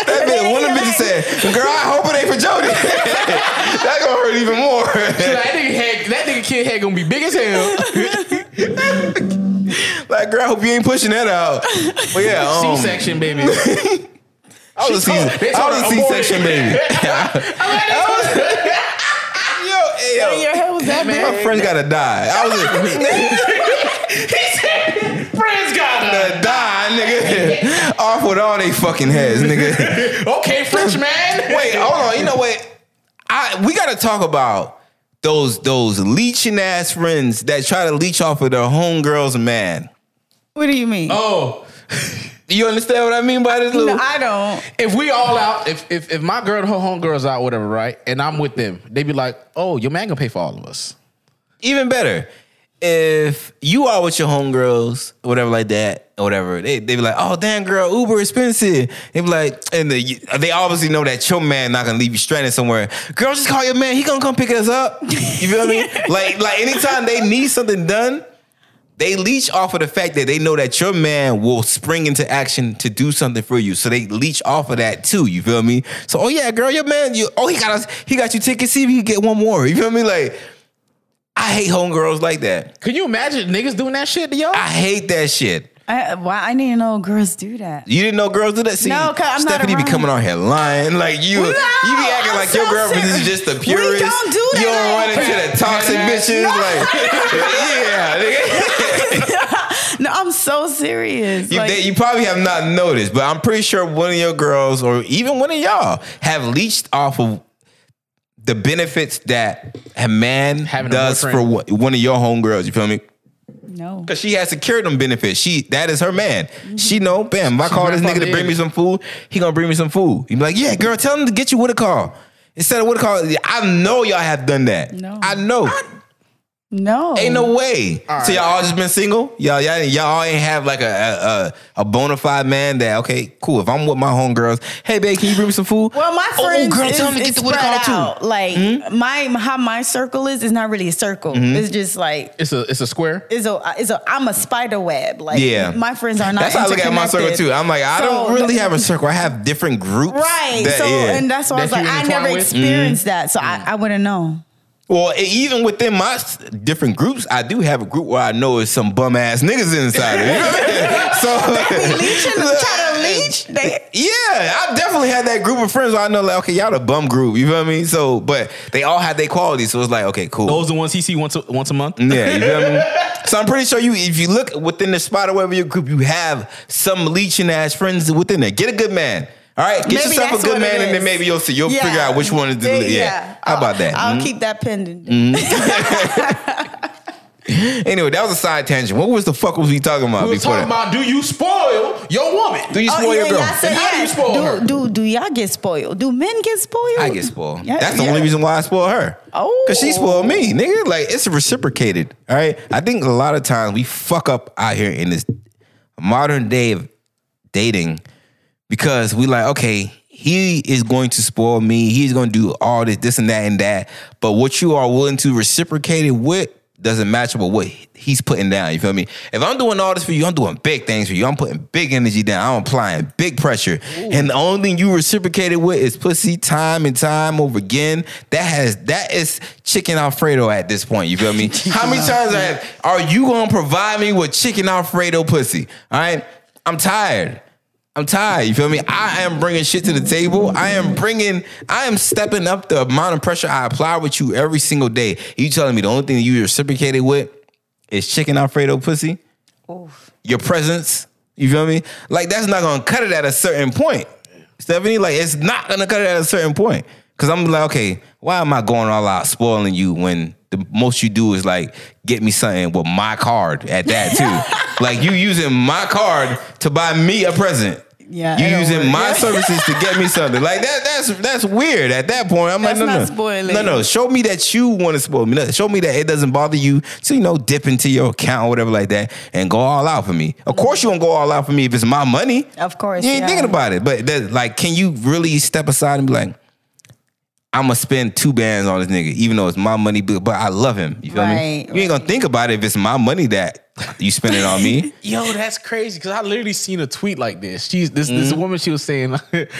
S3: That bitch, one of the bitches said, "Girl, I hope it ain't for Jody." [laughs] that gonna hurt even more. [laughs]
S8: that nigga head, that nigga kid head gonna be big as hell.
S3: like, girl, I hope you ain't pushing that out. But yeah, um,
S8: C-section,
S3: [laughs]
S8: baby. I
S3: I was a C,
S8: they
S3: I was a
S8: told her, abort it.
S3: C-section baby.
S8: [laughs]
S3: [laughs] Yo, hey, yo,
S2: Your hair was that
S8: Man.
S2: big.
S3: my friends gotta die. I was a, [laughs]
S4: [laughs]
S8: Friends got her.
S3: gotta die, nigga. [laughs] Off with all they fucking heads, nigga.
S8: Okay, French man.
S3: Wait, hold on. You know what? I we gotta talk about. Those those leeching ass friends that try to leech off of their homegirl's man.
S2: What do you mean?
S8: Oh.
S3: You understand what I mean by this, Lou?
S2: No, I don't.
S4: If we all out, if if if my girl and her homegirls out, whatever, right, and I'm with them, they be like, "Oh, your man gonna pay for all of us."
S3: Even better, if you are with your homegirls, whatever like that, or whatever, they they be like, "Oh damn, girl, Uber expensive." They be like, and the, they obviously know that your man not gonna leave you stranded somewhere. Girl, just call your man; he gonna come pick us up. You feel me? Like like anytime they need something done. They leech off of the fact that they know that your man will spring into action to do something for you, so they leech off of that too. You feel me? So, oh yeah, girl, your man, you oh he got us, he got you tickets. See if he can get one more. You feel me? Like I hate homegirls like that.
S4: Can you imagine niggas doing that shit to
S2: Oh.
S4: y'all?
S3: I hate that shit.
S2: I, why I need to know girls do that.
S3: You didn't know girls do that. See,
S2: No, 'cause I'm not
S3: Stephanie be
S2: around.
S3: coming on here lying like you.
S2: No,
S3: you be acting
S2: I'm
S3: like your
S2: so
S3: girlfriend is
S2: serious.
S3: just the
S2: We
S3: purest.
S2: don't do
S3: You don't run
S2: that.
S3: into the
S2: [laughs]
S3: toxic bitches. Like, yeah, nigga.
S2: [laughs] No, I'm so serious.
S3: You,
S2: Like,
S3: they- you probably have not noticed, but I'm pretty sure one of your girls or even one of y'all have leached off of the benefits that a man
S4: Having a
S3: does for
S4: boyfriend.
S3: one one of your homegirls. You feel me?
S2: no.
S3: Cause she has secured them benefits. She that is her man.
S2: Mm-hmm.
S3: She know, bam. If I call this nigga to
S4: grandfathered
S3: bring
S4: in.
S3: me some food, he gonna bring me some food. You be like, yeah, girl, tell him to get you what a call instead of what a call. I know y'all have done that.
S2: No.
S3: I know.
S2: No.
S3: ain't no way. So y'all all just been single. Y'all y'all y'all ain't have like a a, a a bona fide man that okay, cool. If I'm with my homegirls, hey babe, can you bring me some food?
S2: Well, my
S3: Oh,
S2: friends
S3: girl,
S2: is,
S3: tell him to get
S2: is
S3: the what a
S2: spread
S3: call
S2: out.
S3: too. Hmm?
S2: Like my how my circle is is not really a circle.
S3: Mm-hmm.
S2: It's just like
S4: it's a it's a square.
S2: is a is a I'm a spider web. Like
S3: Yeah.
S2: my friends are not.
S3: That's how I look at my circle
S2: interconnected.
S3: too. I'm like, I
S2: So-
S3: don't really have a circle. I have different groups.
S2: Right.
S3: that-
S2: so
S3: yeah.
S2: and that's why I was
S4: That you
S2: like, I
S4: intertwine
S2: never
S4: with?
S2: experienced that. So
S3: Mm.
S2: I, I wouldn't know.
S3: Well, e- even within my s- different groups, I do have a group where I know is some bum ass niggas inside of
S2: [laughs]
S3: it. so
S2: Leeching try to [laughs] leech. They
S3: yeah, I definitely had that group of friends where I know like, okay, y'all the bum group, you feel me? So, but they all had their qualities, so it's like, okay, cool.
S4: Those are the ones he see once a, once a month.
S3: yeah, you feel me? So I'm pretty sure you, if you look within the spot or whatever your group, you have some leeching ass friends within there. Get a good man. All right, get
S2: Maybe
S3: yourself
S2: that's
S3: a good
S2: what it
S3: man, and then
S2: is.
S3: maybe you'll see. You'll
S2: Yeah.
S3: figure out which one is the
S2: Yeah,
S3: yeah.
S2: yeah. Uh,
S3: How about that?
S2: I'll
S3: Mhm.
S2: keep that pendant.
S3: Anyway, that was a side tangent. What was the fuck was we talking about
S4: We was
S3: before
S4: talking
S3: that?
S4: about do you spoil your woman?
S3: Do you spoil
S2: Oh,
S3: your
S2: yeah,
S3: girl?
S2: y'all said
S4: And how do you
S2: that.
S4: spoil her?
S2: do, do do y'all get spoiled? Do men get spoiled?
S3: I get spoiled.
S2: Yeah,
S3: That's the
S2: yeah.
S3: only reason why I spoil her.
S2: Oh.
S3: Cause she spoiled me, nigga. Like it's reciprocated. All right. I think a lot of times we fuck up out here in this modern day of dating because we like, okay, he is going to spoil me. He's going to do all this, this and that and that. But what you are willing to reciprocate it with doesn't match up with what he's putting down. You feel me? If I'm doing all this for you, I'm doing big things for you. I'm putting big energy down. I'm applying big pressure. And the only thing you reciprocate it with is pussy time and time over again. That has that is chicken alfredo at this point. You feel me? How many times I have, are you going to provide me with chicken alfredo pussy? All right? I'm tired. I'm tired. You feel me? I am bringing shit to the table. I am bringing. I am stepping up the amount of pressure I apply with you every single day. You telling me the only thing that you reciprocated with is chicken alfredo pussy? Your presence. You feel me? Like that's not gonna cut it at a certain point, Stephanie. Like it's not gonna cut it at a certain point. Cause I'm like, okay, why am I going all out spoiling you when the most you do is like get me something with my card at that
S2: [laughs]
S3: too? like you using my card to buy me a present.
S2: Yeah, it
S3: You
S2: don't
S3: using
S2: work. [laughs]
S3: my services to get me something. Like that that's that's weird at that point. I'm
S2: That's
S3: like, no,
S2: not
S3: no.
S2: spoiling.
S3: No, no. Show me that you want to spoil me. No, Show me that it doesn't bother you. So you know, dip into your account or whatever like that and go all out for me. Of course you won't go all out for me if it's my money.
S2: Mm-hmm. Of course,
S3: You ain't
S2: yeah.
S3: thinking about it. But that, like, can you really step aside and be like, I'm gonna spend two bands on this nigga, even though it's my money, but but I love him. You feel me?
S2: Right,
S3: You ain't gonna think about it if it's my money that you spend it on
S2: [laughs]
S3: me.
S4: Yo, that's crazy because I literally seen a tweet like this. She's this this
S3: Mm-hmm.
S4: woman. She was saying [laughs] it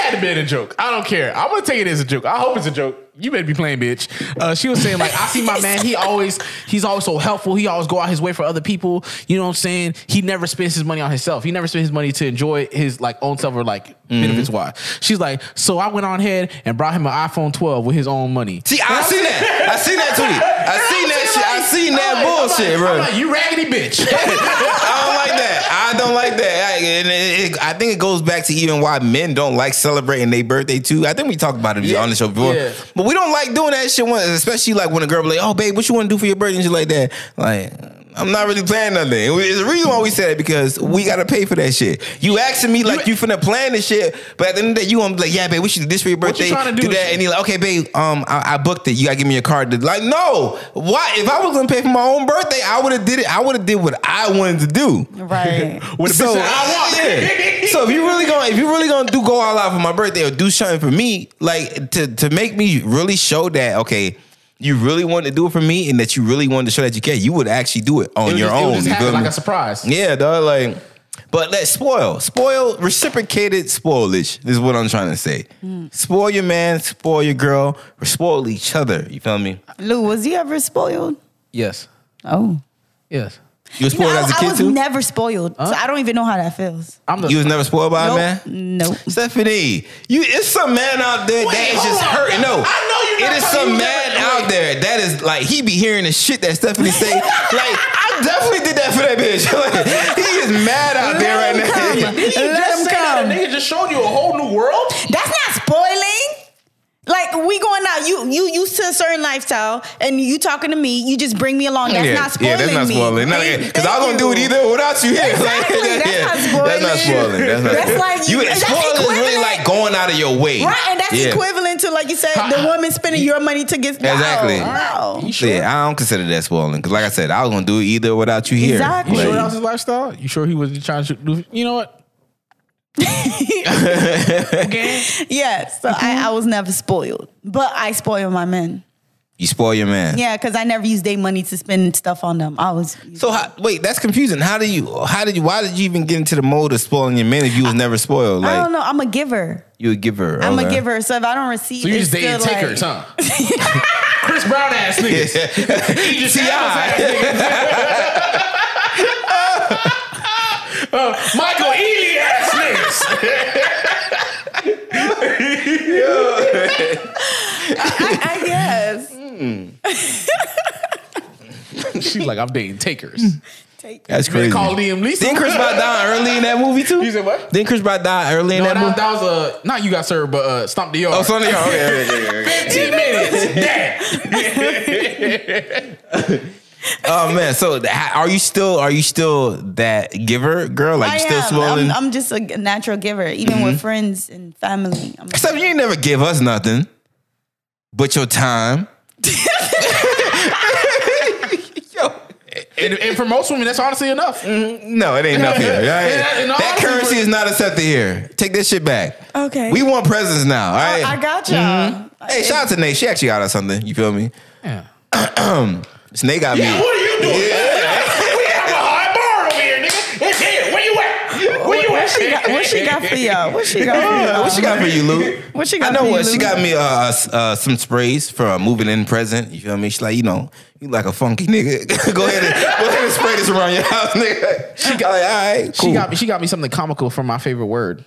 S4: had to been a joke. I don't care. I'm gonna take it as a joke. I hope it's a joke. You better be playing, bitch. Uh, she was saying like, I see my man. He always he's always so helpful. He always go out his way for other people. You know what I'm saying? He never spends his money on himself. He never spends his money to enjoy his like own self or like
S3: Mm-hmm.
S4: benefits wise. She's like, so I went on ahead and brought him an iPhone 12 with his own money.
S3: See, I seen that. I seen that tweet. I seen that shit. I seen that bullshit,
S4: bro.
S3: bro.
S4: you raggedy bitch.
S3: I don't like that. I don't like that. I, and it, it- I think it goes back to even why men don't like celebrating their birthday too. I think we talked about it
S4: Yeah.
S3: on the show before,
S4: Yeah.
S3: but we don't like doing that shit. When, especially like when a girl be like, "Oh, babe, what you want to do for your birthday?" and shit like that. Like, I'm not really planning nothing. There's a reason why we said it because we gotta pay for that shit. You asking me like you, finna plan this shit, but at the end of the day, you gonna be like, yeah, babe, we should do this for your
S4: What
S3: birthday.
S4: you tryna do
S3: that,
S4: is-
S3: and you're like, okay, babe, um, I, I booked it. You gotta give me your card. Like, no, why? If I was gonna pay for my own birthday, I would have did it. I would have did what I wanted to do.
S2: [laughs] Right.
S4: With a
S3: so,
S4: bitch that I want.
S3: yeah. so if you really gonna if you really gonna do go all out for my birthday or do something for me, like to to make me really show that okay. You really wanted to do it for me, and that you really wanted to show that you care. You would actually do it on
S4: would
S3: your
S4: just- it
S3: own.
S4: would just
S3: you
S4: happen
S3: feel
S4: like
S3: me?
S4: a surprise.
S3: Yeah, dog. Like, but let spoil, spoil, reciprocated spoilage is what I'm trying to say.
S2: Mm.
S3: Spoil your man, spoil your girl, or spoil each other. You feel me?
S2: Lou, was you ever spoiled?
S4: Yes.
S2: Oh.
S4: Yes.
S3: You were
S2: You know,
S3: spoiled
S2: I,
S3: as a
S2: I
S3: kid
S2: was
S3: too.
S2: never spoiled. So I don't even know how that feels.
S4: I'm the
S3: you was never spoiled by a man.
S2: nope. Nope.
S3: Stephanie, you it's some man out there that is just hurting.
S4: I
S3: No,
S4: know you're not
S3: It is
S4: talking- you
S3: some man
S4: never-
S3: out there that is like he be hearing the shit that Stephanie say. like I definitely did that for that bitch. [laughs] Like, he is mad out there right [laughs] now.
S4: Did you
S2: Let
S4: just
S2: him
S4: say that
S2: come.
S4: a nigga just showed you a whole new world?
S2: That's not spoiling. Like we going out, you you used to a certain lifestyle, and you talking to me. You just bring me along. That's not spoiling.
S3: yeah, that's not
S2: me.
S3: spoiling.
S2: Thank-
S3: Because I was gonna do
S2: thank
S3: it
S2: you.
S3: either without you here. [laughs]
S2: Exactly, that's not
S3: That's not
S2: spoiling.
S3: spoiling. That's, not
S2: That's
S3: spoiling.
S2: like
S3: you.
S2: you- that's
S3: spoiling is really
S2: equivalent.
S3: like going out of your way,
S2: Right, and that's
S3: Yeah.
S2: equivalent to like you said, the woman spending your money to get no,
S3: Exactly.
S2: No.
S4: You sure?
S3: Yeah, I don't consider that spoiling because, like I said, I was gonna do it either without you here.
S2: Exactly.
S4: You sure that
S3: Like,
S4: was his lifestyle? You sure he was trying to do? You know what? okay.
S2: Yeah, so I, I was never spoiled, but I spoiled my men.
S3: you spoil your man.
S2: Yeah, because I never used their money to spend stuff on them. I was
S3: So how, wait, that's confusing. How do you? How did you? Why did you even get into the mode of spoiling your man if you was never spoiled?
S2: I
S3: Like
S2: don't know. I'm a giver.
S3: you a giver.
S2: I'm a
S3: okay.
S2: giver. So if I don't receive,
S4: So you
S2: it's
S4: just dating
S2: still like- [laughs]
S4: takers,
S3: [laughs]
S4: huh? Chris Brown ass niggas. You just
S3: T.I..
S4: ass niggas. [laughs] Uh, Michael Ealy ass niggas. [laughs]
S2: I, I guess.
S4: She's like, I'm dating takers.
S2: Taker.
S3: That's
S4: They
S3: crazy.
S4: call Liam Neeson.
S3: Didn't Chris Brown die early in that movie too?
S4: You said what?
S3: Didn't Chris Brown die early in
S4: No,
S3: that
S4: that,
S3: movie?
S4: that was a uh, not you got served, but uh, stomp the yard.
S3: Oh, Sonny. Oh, yeah, yeah, yeah, yeah.
S4: 15 minutes.
S3: [laughs]
S4: Damn.
S3: Oh man, so th- are you still are you still that giver girl? Like
S2: I
S3: you still
S2: am.
S3: swollen? Mm-hmm.
S2: I'm, I'm just a natural giver, even with friends and family. I'm
S3: Except you ain't never give us nothing, but your time.
S4: And, and for most women, that's honestly enough.
S3: No, it
S4: [laughs]
S3: ain't nothing. Here, right?
S4: And- and
S3: that
S4: honestly,
S3: currency
S4: we're-
S3: is not accepted here. Take that shit back.
S2: Okay. Oh,
S3: We want presents now. All right.
S2: I got y'all.
S3: hey, shout out to Nate. She actually got us something. You feel me? [clears throat]
S4: Yeah.
S3: This Nate got me.
S4: are you doing? [laughs] we have a high bar over here, nigga. It's here. Where you at? Where you
S2: What she got? What she got for y'all? What she got? For y'all?
S3: What she got for you, Lou?
S2: What she
S3: I
S2: got
S3: know
S2: for you,
S3: what she
S2: Lou?
S3: got me. Uh, uh, uh, some sprays for a moving in present. You feel me? She's like, you know, you like a funky nigga. [laughs] go ahead and go ahead and spray this around your house, nigga. She got like, all right, cool.
S4: She got me. She got me something comical for my favorite word.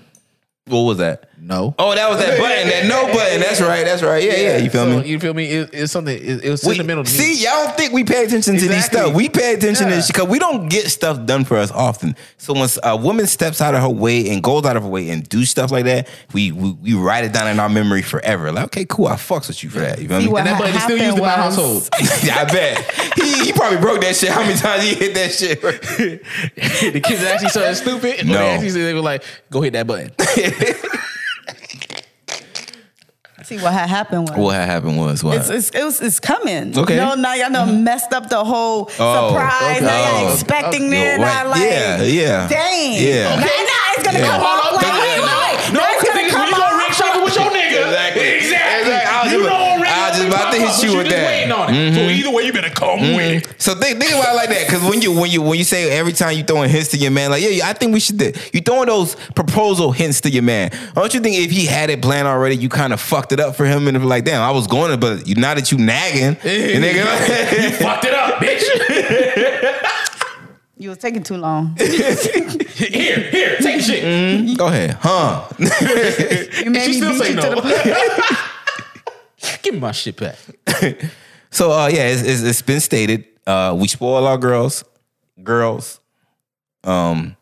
S3: What was that?
S4: No.
S3: Oh, that was that button, that no button. That's right, that's right. Yeah, yeah. You feel
S4: So,
S3: me?
S4: You feel me? It, it's something. It, it was
S3: We,
S4: sentimental. to me.
S3: see, y'all don't think we pay attention to these
S4: Exactly.
S3: stuff. We pay attention to
S4: Yeah.
S3: this because we don't get stuff done for us often. So once a woman steps out of her way and goes out of her way and do stuff like that, we we, we write it down in our memory forever. Like, okay, cool, I fucks with you for that. You feel
S2: See
S3: me?
S2: what
S4: and that
S2: ha-
S4: button is still used in my
S2: happened
S4: household.
S2: was-
S3: [laughs] yeah, I bet he, he probably broke that shit. How many times he hit that shit?
S4: the kids actually started stupid.
S3: No.
S4: [laughs] They, actually, said- they were like, "Go hit that button."
S2: See what had happened was.
S3: what had happened was what?
S2: It's, it's, it was, it's coming.
S3: Okay. Mm-hmm.
S2: No, now y'all know messed up the
S3: Oh,
S2: whole surprise. Now
S3: okay.
S2: y'all expecting me and I like,
S3: Yeah, yeah.
S2: dang.
S3: Yeah.
S2: Now, now it's gonna
S3: Yeah.
S2: come
S4: Hold
S2: off
S4: on,
S2: like,
S4: think
S2: wait,
S4: about
S2: wait,
S4: it.
S2: wait. Now it's gonna
S4: because
S2: come
S4: when you go ring
S2: off.
S4: shopping with your nigga.
S3: Exactly.
S4: Exactly.
S3: Exactly. I was
S4: You
S3: just-
S4: know already
S3: I was just
S4: what
S3: about to
S4: pop
S3: hit
S4: up,
S3: you
S4: but
S3: with
S4: just
S3: that. Mm-hmm.
S4: waiting on it. So either way, you better come with it.
S3: So think think about it like that, because when you when you when you say every time you throwing hints to your man, like yeah, I think we should. do You throwing those proposal hints to your man. Don't you think if he had it planned already, you kind of fucked it up for him and be like, damn, I was going to, but you now that you nagging, and nigga,
S4: Fucked it up, bitch. [laughs]
S2: You was taking too long.
S4: here, here, take the shit.
S3: [laughs] go ahead, huh?
S2: You made
S4: she
S2: me
S4: still
S2: beat
S4: say
S2: you
S4: no.
S2: to the
S4: [laughs] Give me my shit back.
S3: So uh, yeah, it's, it's, it's been stated uh, we spoil our girls, girls. Um,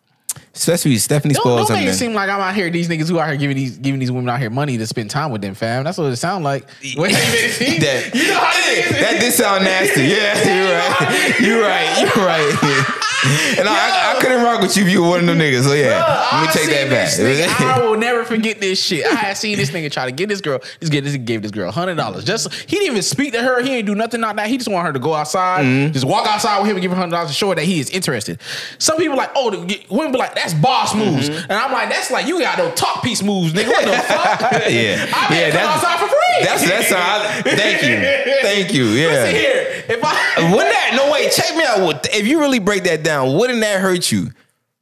S3: especially Stephanie
S4: Don't,
S3: Spoils.
S4: don't make it
S3: something.
S4: seem like I'm out here. These niggas who out here giving these giving these women out here money to spend time with them, fam. That's what it sound like. Wait a minute, [laughs] see?
S3: that,
S4: you know how it is.
S3: that did sound nasty. Yeah, [laughs] you're right. You're right.
S4: [laughs]
S3: You're right. And I, I, I couldn't rock with you if you were one of them niggas. So yeah, [laughs] let me
S4: I
S3: take
S4: seen
S3: that
S4: this nigga- I
S3: [laughs] back.
S4: will never forget this shit. I had seen this nigga try to get this girl. This get this gave this girl hundred dollars. Just he didn't even speak to her. He didn't do nothing like that. He just wanted her to go outside,
S3: Mm-hmm.
S4: just walk outside with him and give her hundred dollars to show her that he is interested. Some people like, oh, the, women be like, that's boss
S3: Mm-hmm.
S4: moves, and I'm like, that's like you got no talk piece moves, nigga.
S3: [laughs]
S4: What the fuck?
S3: Yeah.
S4: I
S3: Yeah,
S4: yeah, come
S3: that's-
S4: outside for free.
S3: That's that's how. I, thank you,
S4: [laughs]
S3: thank you.
S4: Listen
S3: Yeah.
S4: here, if
S3: [laughs]
S4: I
S3: Wouldn't that? No wait. Check me out. What- If you really break that down, wouldn't that hurt you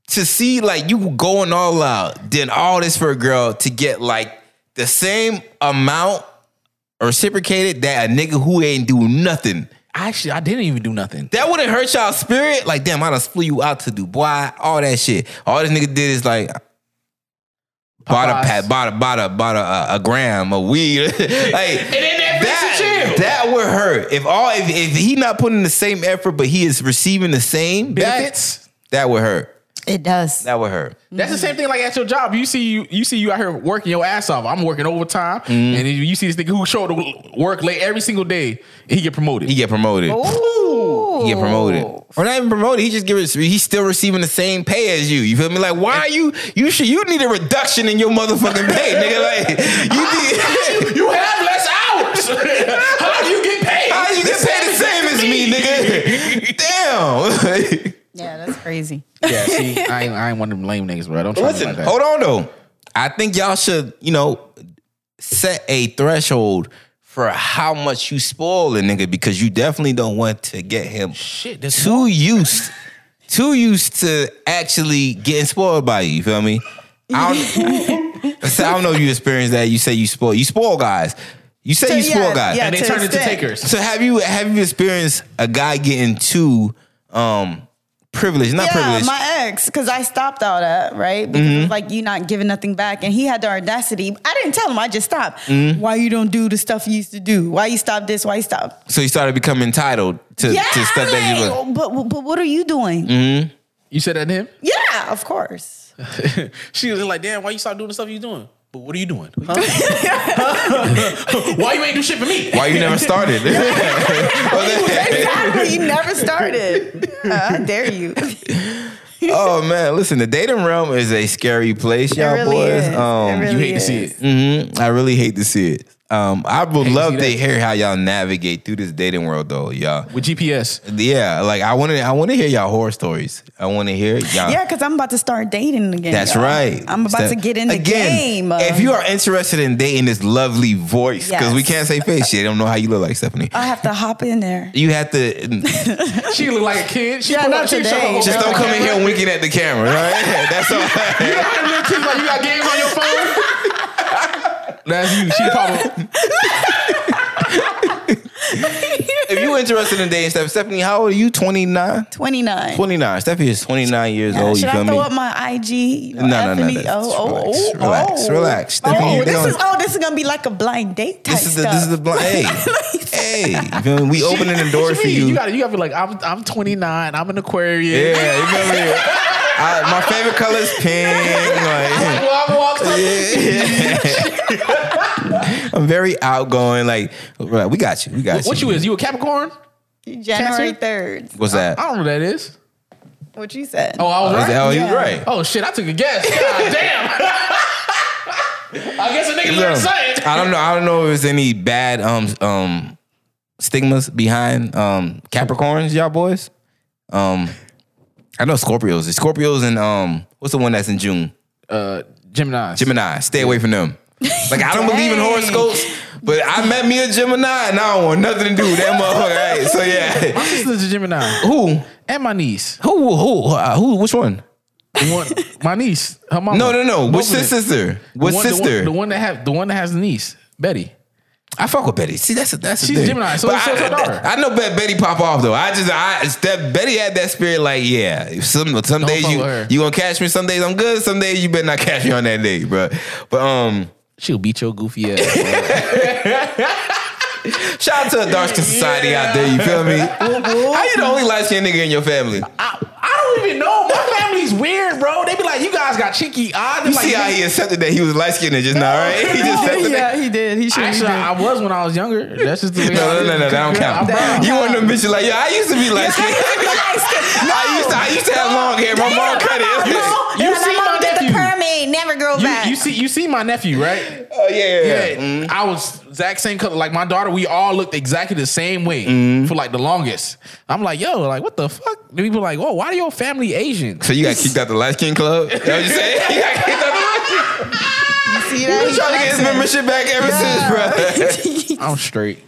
S3: to see like you going all out, then all this for a girl to get like the same amount reciprocated that a nigga who ain't do nothing.
S4: actually I didn't even do nothing.
S3: That wouldn't hurt y'all spirit. Like, damn, I done flew you out to Dubai, all that shit. All this nigga did is like bought a
S4: Popeyes.
S3: pat, bought a bought a bought a, a, a gram of weed. [laughs] like
S4: that bitch
S3: that,
S4: chill.
S3: that would hurt. If all if, if he not putting the same effort, but he is receiving the same benefits,
S4: Benefits?
S3: that, would hurt.
S2: It does.
S3: That would hurt.
S4: That's the same thing like at your job. You see you you see you out here working your ass off. I'm working overtime, and then you see this nigga who showed to work late every single day. He get promoted.
S3: He get promoted.
S2: Ooh.
S3: He get promoted,
S4: Oh.
S3: or not even promoted. He just give it. He's still receiving the same pay as you. You feel me? Like, why are you? You should. You need a reduction in your motherfucking pay,
S4: [laughs]
S3: nigga. Like, you need.
S4: you have less hours. [laughs] How do you get paid?
S3: How you get paid the same as me, nigga? [laughs] Damn.
S2: Yeah, that's crazy.
S4: Yeah, see, I ain't, I ain't one of them lame niggas, bro. Don't try me
S3: Listen,
S4: like that.
S3: hold on though. I think y'all should, you know, set a threshold for how much you spoil a nigga because you definitely don't want to get him
S4: Shit, this
S3: too used, too used to actually getting spoiled by you. You feel me? I don't, so I don't know if you experienced that. You say you spoil, you spoil guys. You say
S2: So,
S3: you spoil
S2: yeah,
S3: guys.
S2: yeah,
S4: and they
S2: to
S4: turn into
S2: extent.
S4: takers.
S3: So have you have you experienced a guy getting too um privileged? Not
S2: yeah,
S3: privileged. Mm-hmm.
S2: my ex, because I stopped all that, right? Because it's like you not giving nothing back, and he had the audacity. I didn't tell him. I just stopped.
S3: Mm-hmm.
S2: Why you don't do the stuff you used to do? Why you stop this? Why you stop?
S3: so you started becoming entitled to,
S2: yeah,
S3: to stuff that you look.
S2: like, "Oh, but but what are you doing?
S3: Mm-hmm.
S4: You said that to him?
S2: Yeah, of course. [laughs]
S4: She was like, damn, why you stop doing the stuff you doing? But what are you doing? [laughs] why you ain't do shit for me?
S3: Why you never
S2: [laughs]
S3: started?
S2: exactly. You never started. Uh, How dare you?
S3: [laughs]
S2: [laughs]
S3: oh man, listen, the dating realm is a scary place, y'all
S2: it really
S3: boys.
S2: is.
S3: Um mhm,
S2: it really
S4: You hate to
S2: is.
S4: see it.
S3: I really hate to see it. Um, I would
S4: to
S3: love
S4: see
S3: to
S4: that.
S3: hear how y'all navigate through this dating world though, y'all.
S4: With GPS.
S3: Yeah, like I want to I want to hear y'all horror stories. I want to hear y'all
S2: Yeah, because I'm about to start dating again.
S3: That's
S2: y'all.
S3: right.
S2: I'm about
S3: Step-
S2: to get in the
S3: Again,
S2: game. um,
S3: If you are interested in dating this lovely voice, because we
S2: Yes. Uh,
S3: can't say face shit, I don't know how you look like Stephanie.
S2: I have to hop
S3: [laughs]
S2: in there.
S3: You have
S2: [laughs]
S3: to
S4: She look like a kid. She
S2: Yeah,
S4: put
S2: not
S4: up- she
S2: today.
S4: showed up-
S3: just don't come in here winking at the camera, all
S2: [laughs]
S3: right? [laughs] That's all.
S4: You know how them little kids like you got games on your phone?
S3: [laughs]
S4: That's you. She probably
S3: if you interested in dating Stephanie, Stephanie, how old are you? 29?
S2: 29.
S3: 29. Stephanie is 29 years
S2: Yeah,
S3: old.
S2: Should
S3: Oh, you
S2: I
S3: feel
S2: throw
S3: me?
S2: up my IG? You know,
S3: No, no, no,
S2: Anthony?
S3: that's-
S2: Oh, oh,
S3: relax,
S2: oh,
S3: relax,
S2: oh.
S3: relax. Stephanie,
S2: Oh,
S3: you
S2: this
S3: don't-
S2: is oh, this is gonna be like a blind date type
S3: this is the
S2: stuff.
S3: this is the blind.
S2: [laughs]
S3: Hey, hey, you feel me? We opening the doors for
S4: you. You gotta, you gotta be like, I'm, I'm 29. I'm an Aquarius.
S3: Yeah, you feel
S2: [laughs]
S3: me? I, my favorite color is pink. Like,
S4: Well, I'm walking up-
S3: [laughs] I'm very outgoing. Like, right, we got you. We got
S4: What
S3: you.
S4: you is? You a Capricorn?
S2: January
S4: Cancer?
S2: third.
S3: What's that?
S4: I don't know what that is.
S2: What you said?
S4: Oh, I was
S3: Is
S4: right.
S3: that- oh, you
S2: Yeah.
S3: right.
S4: Oh shit, I took a guess. [laughs] God damn. I guess a nigga learned something.
S3: I don't know. I don't know if there's any bad um um stigmas behind um Capricorns, y'all boys. Um, I know Scorpios. It's Scorpios and um, what's the one that's in June?
S4: Uh, Gemini.
S3: Gemini. Stay away from them. Like I don't believe in
S2: Dang.
S3: horoscopes, but I met me a Gemini and I don't want nothing to do with that motherfucker. All right, so yeah.
S4: My [laughs] sister's a Gemini.
S3: Who?
S4: And my niece.
S3: Who? Who? Uh, who? Which one?
S4: The one, my niece. Her mama.
S3: No, no, no.
S4: Both
S3: Which
S4: of them.
S3: sister?
S4: The one-
S3: Which
S4: the one-
S3: sister?
S4: The one, that have the one that has the niece, Betty.
S3: I fuck with Betty. See, that's a, that's
S4: She's
S3: a thing.
S4: Gemini, so it's- so it's her daughter.
S3: I, I know Bet- Betty pop off though. I just I it's that Betty had that spirit like yeah. Some some days
S4: fuck
S3: you
S4: with her.
S3: you gonna catch me. Some days I'm good. Some days you better not catch me on that day, bro. But um,
S4: She'll beat your goofy [laughs] ass. bro.
S3: shout out to the dark skin society out there. You feel me? How you the only light skinned nigga in your family?
S4: I, I don't even know. My family's weird, bro. They be like, you got cheeky eyes.
S3: You see how he accepted that he was light skinned and just
S4: Oh,
S3: not right. He just accepted that.
S2: [laughs] yeah, he did. He should.
S4: Actually, I was when I was younger. That's just the way.
S3: No, no, no, no, that don't count.
S2: brown.
S3: You one of them bitches like, yeah, I used to be light skinned. [laughs] I used to, I used to have long hair. My mom cut [laughs] it. Oh,
S4: You
S2: You
S4: see
S2: see
S4: my
S2: mom did
S4: nephew.
S2: the permit. Never grow back.
S4: You, you see, you see my nephew, right?
S3: Oh yeah, yeah.
S4: Yeah, Mm-hmm. I was exact same color. Like my daughter, we all looked exactly the same way for like the longest. I'm like, yo, like what the fuck? And People like, oh, why are your family Asian? [laughs]
S3: So you got kicked out the light skin club. Is That what you say? You got kicked out the light skin.
S2: see that?
S3: Been trying to get his membership back ever [laughs] since, bro.
S4: I'm straight.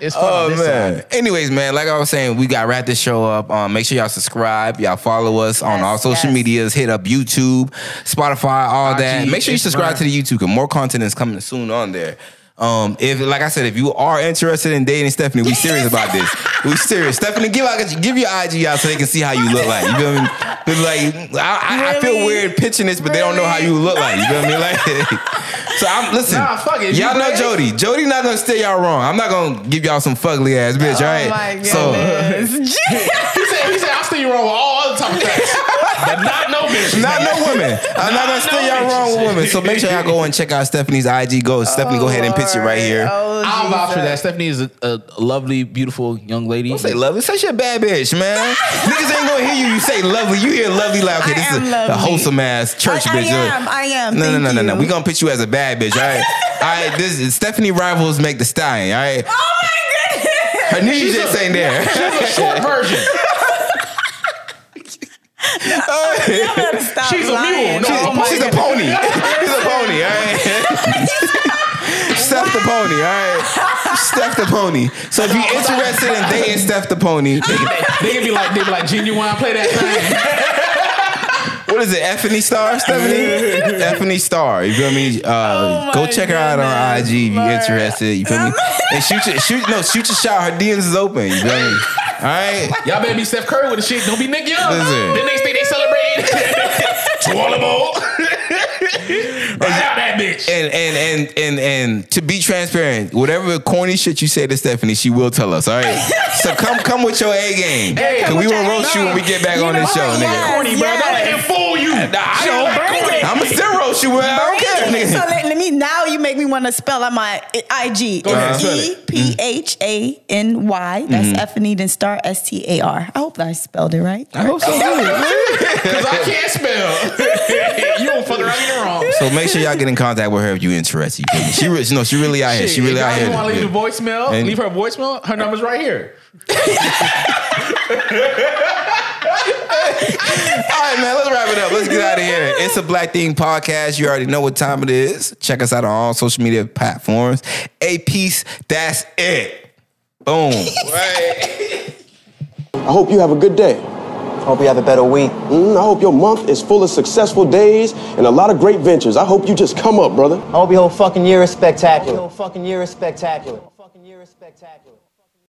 S4: It's fun on
S3: Oh
S4: this
S3: man.
S4: side.
S3: Anyways, man, like I was saying, we got wrap this show up. Um, make sure y'all subscribe, y'all follow us on
S2: Yes,
S3: all social
S2: yes.
S3: medias. Hit up YouTube, Spotify, all
S4: IG,
S3: that. Make sure you subscribe
S4: Instagram.
S3: to the YouTube. Cause more content is coming soon on there. Um, if like I said, if you are interested in dating Stephanie, we serious about this. We serious. Stephanie, give out give your IG out so they can see how you look like. You feel me? 'Cause, Like I, I, I feel
S2: Really?
S3: weird pitching this, but they don't know how you look like. You feel me? Like [laughs] so. I'm listen.
S4: Nah, fuck it.
S3: Y'all
S4: You
S3: know
S4: ready?
S3: Jody. Jody. Jody not gonna steer y'all wrong. I'm not gonna give y'all some fugly ass bitch. all right.
S2: Oh my
S4: [laughs]
S3: so
S2: goodness.
S4: [laughs] He said, he said, I'll stay wrong with all other type of facts, [laughs] but not no bitches.
S3: not no women. I'm not gonna
S4: Not
S3: steer
S4: no
S3: y'all wrong with
S4: bitches.
S3: women. So make sure y'all go and check out Stephanie's IG. Go Stephanie, go ahead and pitch it right here.
S2: Oh,
S4: I'll vouch for
S2: Jesus.
S4: that. Stephanie is a, a lovely, beautiful young lady.
S3: Don't say lovely. Say she a bad bitch, man. Niggas ain't gonna hear you. You say lovely. You hear lovely like okay,
S2: I
S3: this is
S2: am
S3: a,
S2: lovely.
S3: a wholesome ass church
S2: I- I
S3: bitch.
S2: am, I am.
S3: No, no,
S2: Thank
S3: no, no, no.
S2: you.
S3: We gonna pitch you as a bad bitch. All
S2: [laughs]
S3: right. all right. This is Stephanie rivals make the stallion. All right.
S2: Oh my goodness.
S3: Her knees just ain't
S2: [laughs]
S3: there.
S4: She's a short [laughs] version.
S2: [laughs] Stop
S4: She's a mule.
S2: lying.
S4: No,
S3: She's,
S4: oh my
S3: she's a
S4: goodness.
S3: pony. [laughs] she's a pony, all right? [laughs] Steph the pony, all right? Steph the pony. So if you're interested in dating Steph the pony,
S4: They can be like, they be like, genuine, play that thing.
S3: what is it, Effany Star, Stephanie? Effany Star, you feel me? Uh,
S2: Oh
S3: go
S2: my
S3: check her out on
S2: goodness,
S3: IG if you're
S2: Lord.
S3: interested, you feel me? And shoot your, shoot, no, shoot your shot. Her DMs is open, you feel me? All right?
S4: Y'all better be Steph Curry with the shit. Don't be Nick Young.
S3: Listen.
S4: The next thing they celebrate, [laughs]
S3: [laughs]
S4: Twallable. right out that bitch.
S3: And and and and and to be transparent, whatever corny shit you say to Stephanie, she will tell us. All
S4: [laughs]
S3: right. so come come with your A game.
S4: Hey,
S3: Cause
S4: come
S3: we
S4: with
S3: will
S4: your
S3: roast
S4: A
S3: you when we get back on this show,
S4: Nah, you
S3: nigga.
S2: yes,
S4: corny, bro. Don't let him fool you.
S3: Nah, I
S4: She
S3: don't.
S4: like corny.
S3: I'm a still roast you. I don't
S4: [laughs]
S3: care,
S2: So
S3: nigga.
S2: let, let me now. You make me want to spell out my I- IG.
S4: Go ahead, spell
S2: E
S4: it. Mm-hmm.
S2: P H A N Y. That's Stephanie then star S T A R. I hope that I spelled it right.
S3: I hope so. [laughs]
S4: Because I can't spell. [laughs] you don't fuck around, you're wrong.
S3: So make sure y'all get in contact with her if you're interested. You feel me? She, re- she- no, she really out here. She really
S4: if
S3: out
S4: y'all
S3: here.
S4: want to leave
S3: Yeah.
S4: the voicemail,
S3: And-
S4: leave her voicemail. Her number's right here.
S3: All right, man, let's wrap it up. Let's get out of here. It's a Black Thing podcast. You already know what time it is. Check us out on all social media platforms. A piece, that's it.
S4: [laughs]
S3: Boom.
S8: I hope you have a good day. Hope you have a better week. Mm, I hope your month is full of successful days and a lot of great ventures. I hope you just come up, brother.
S9: I hope your whole fucking year is spectacular. Hope your whole fucking year is spectacular. Fucking year is spectacular.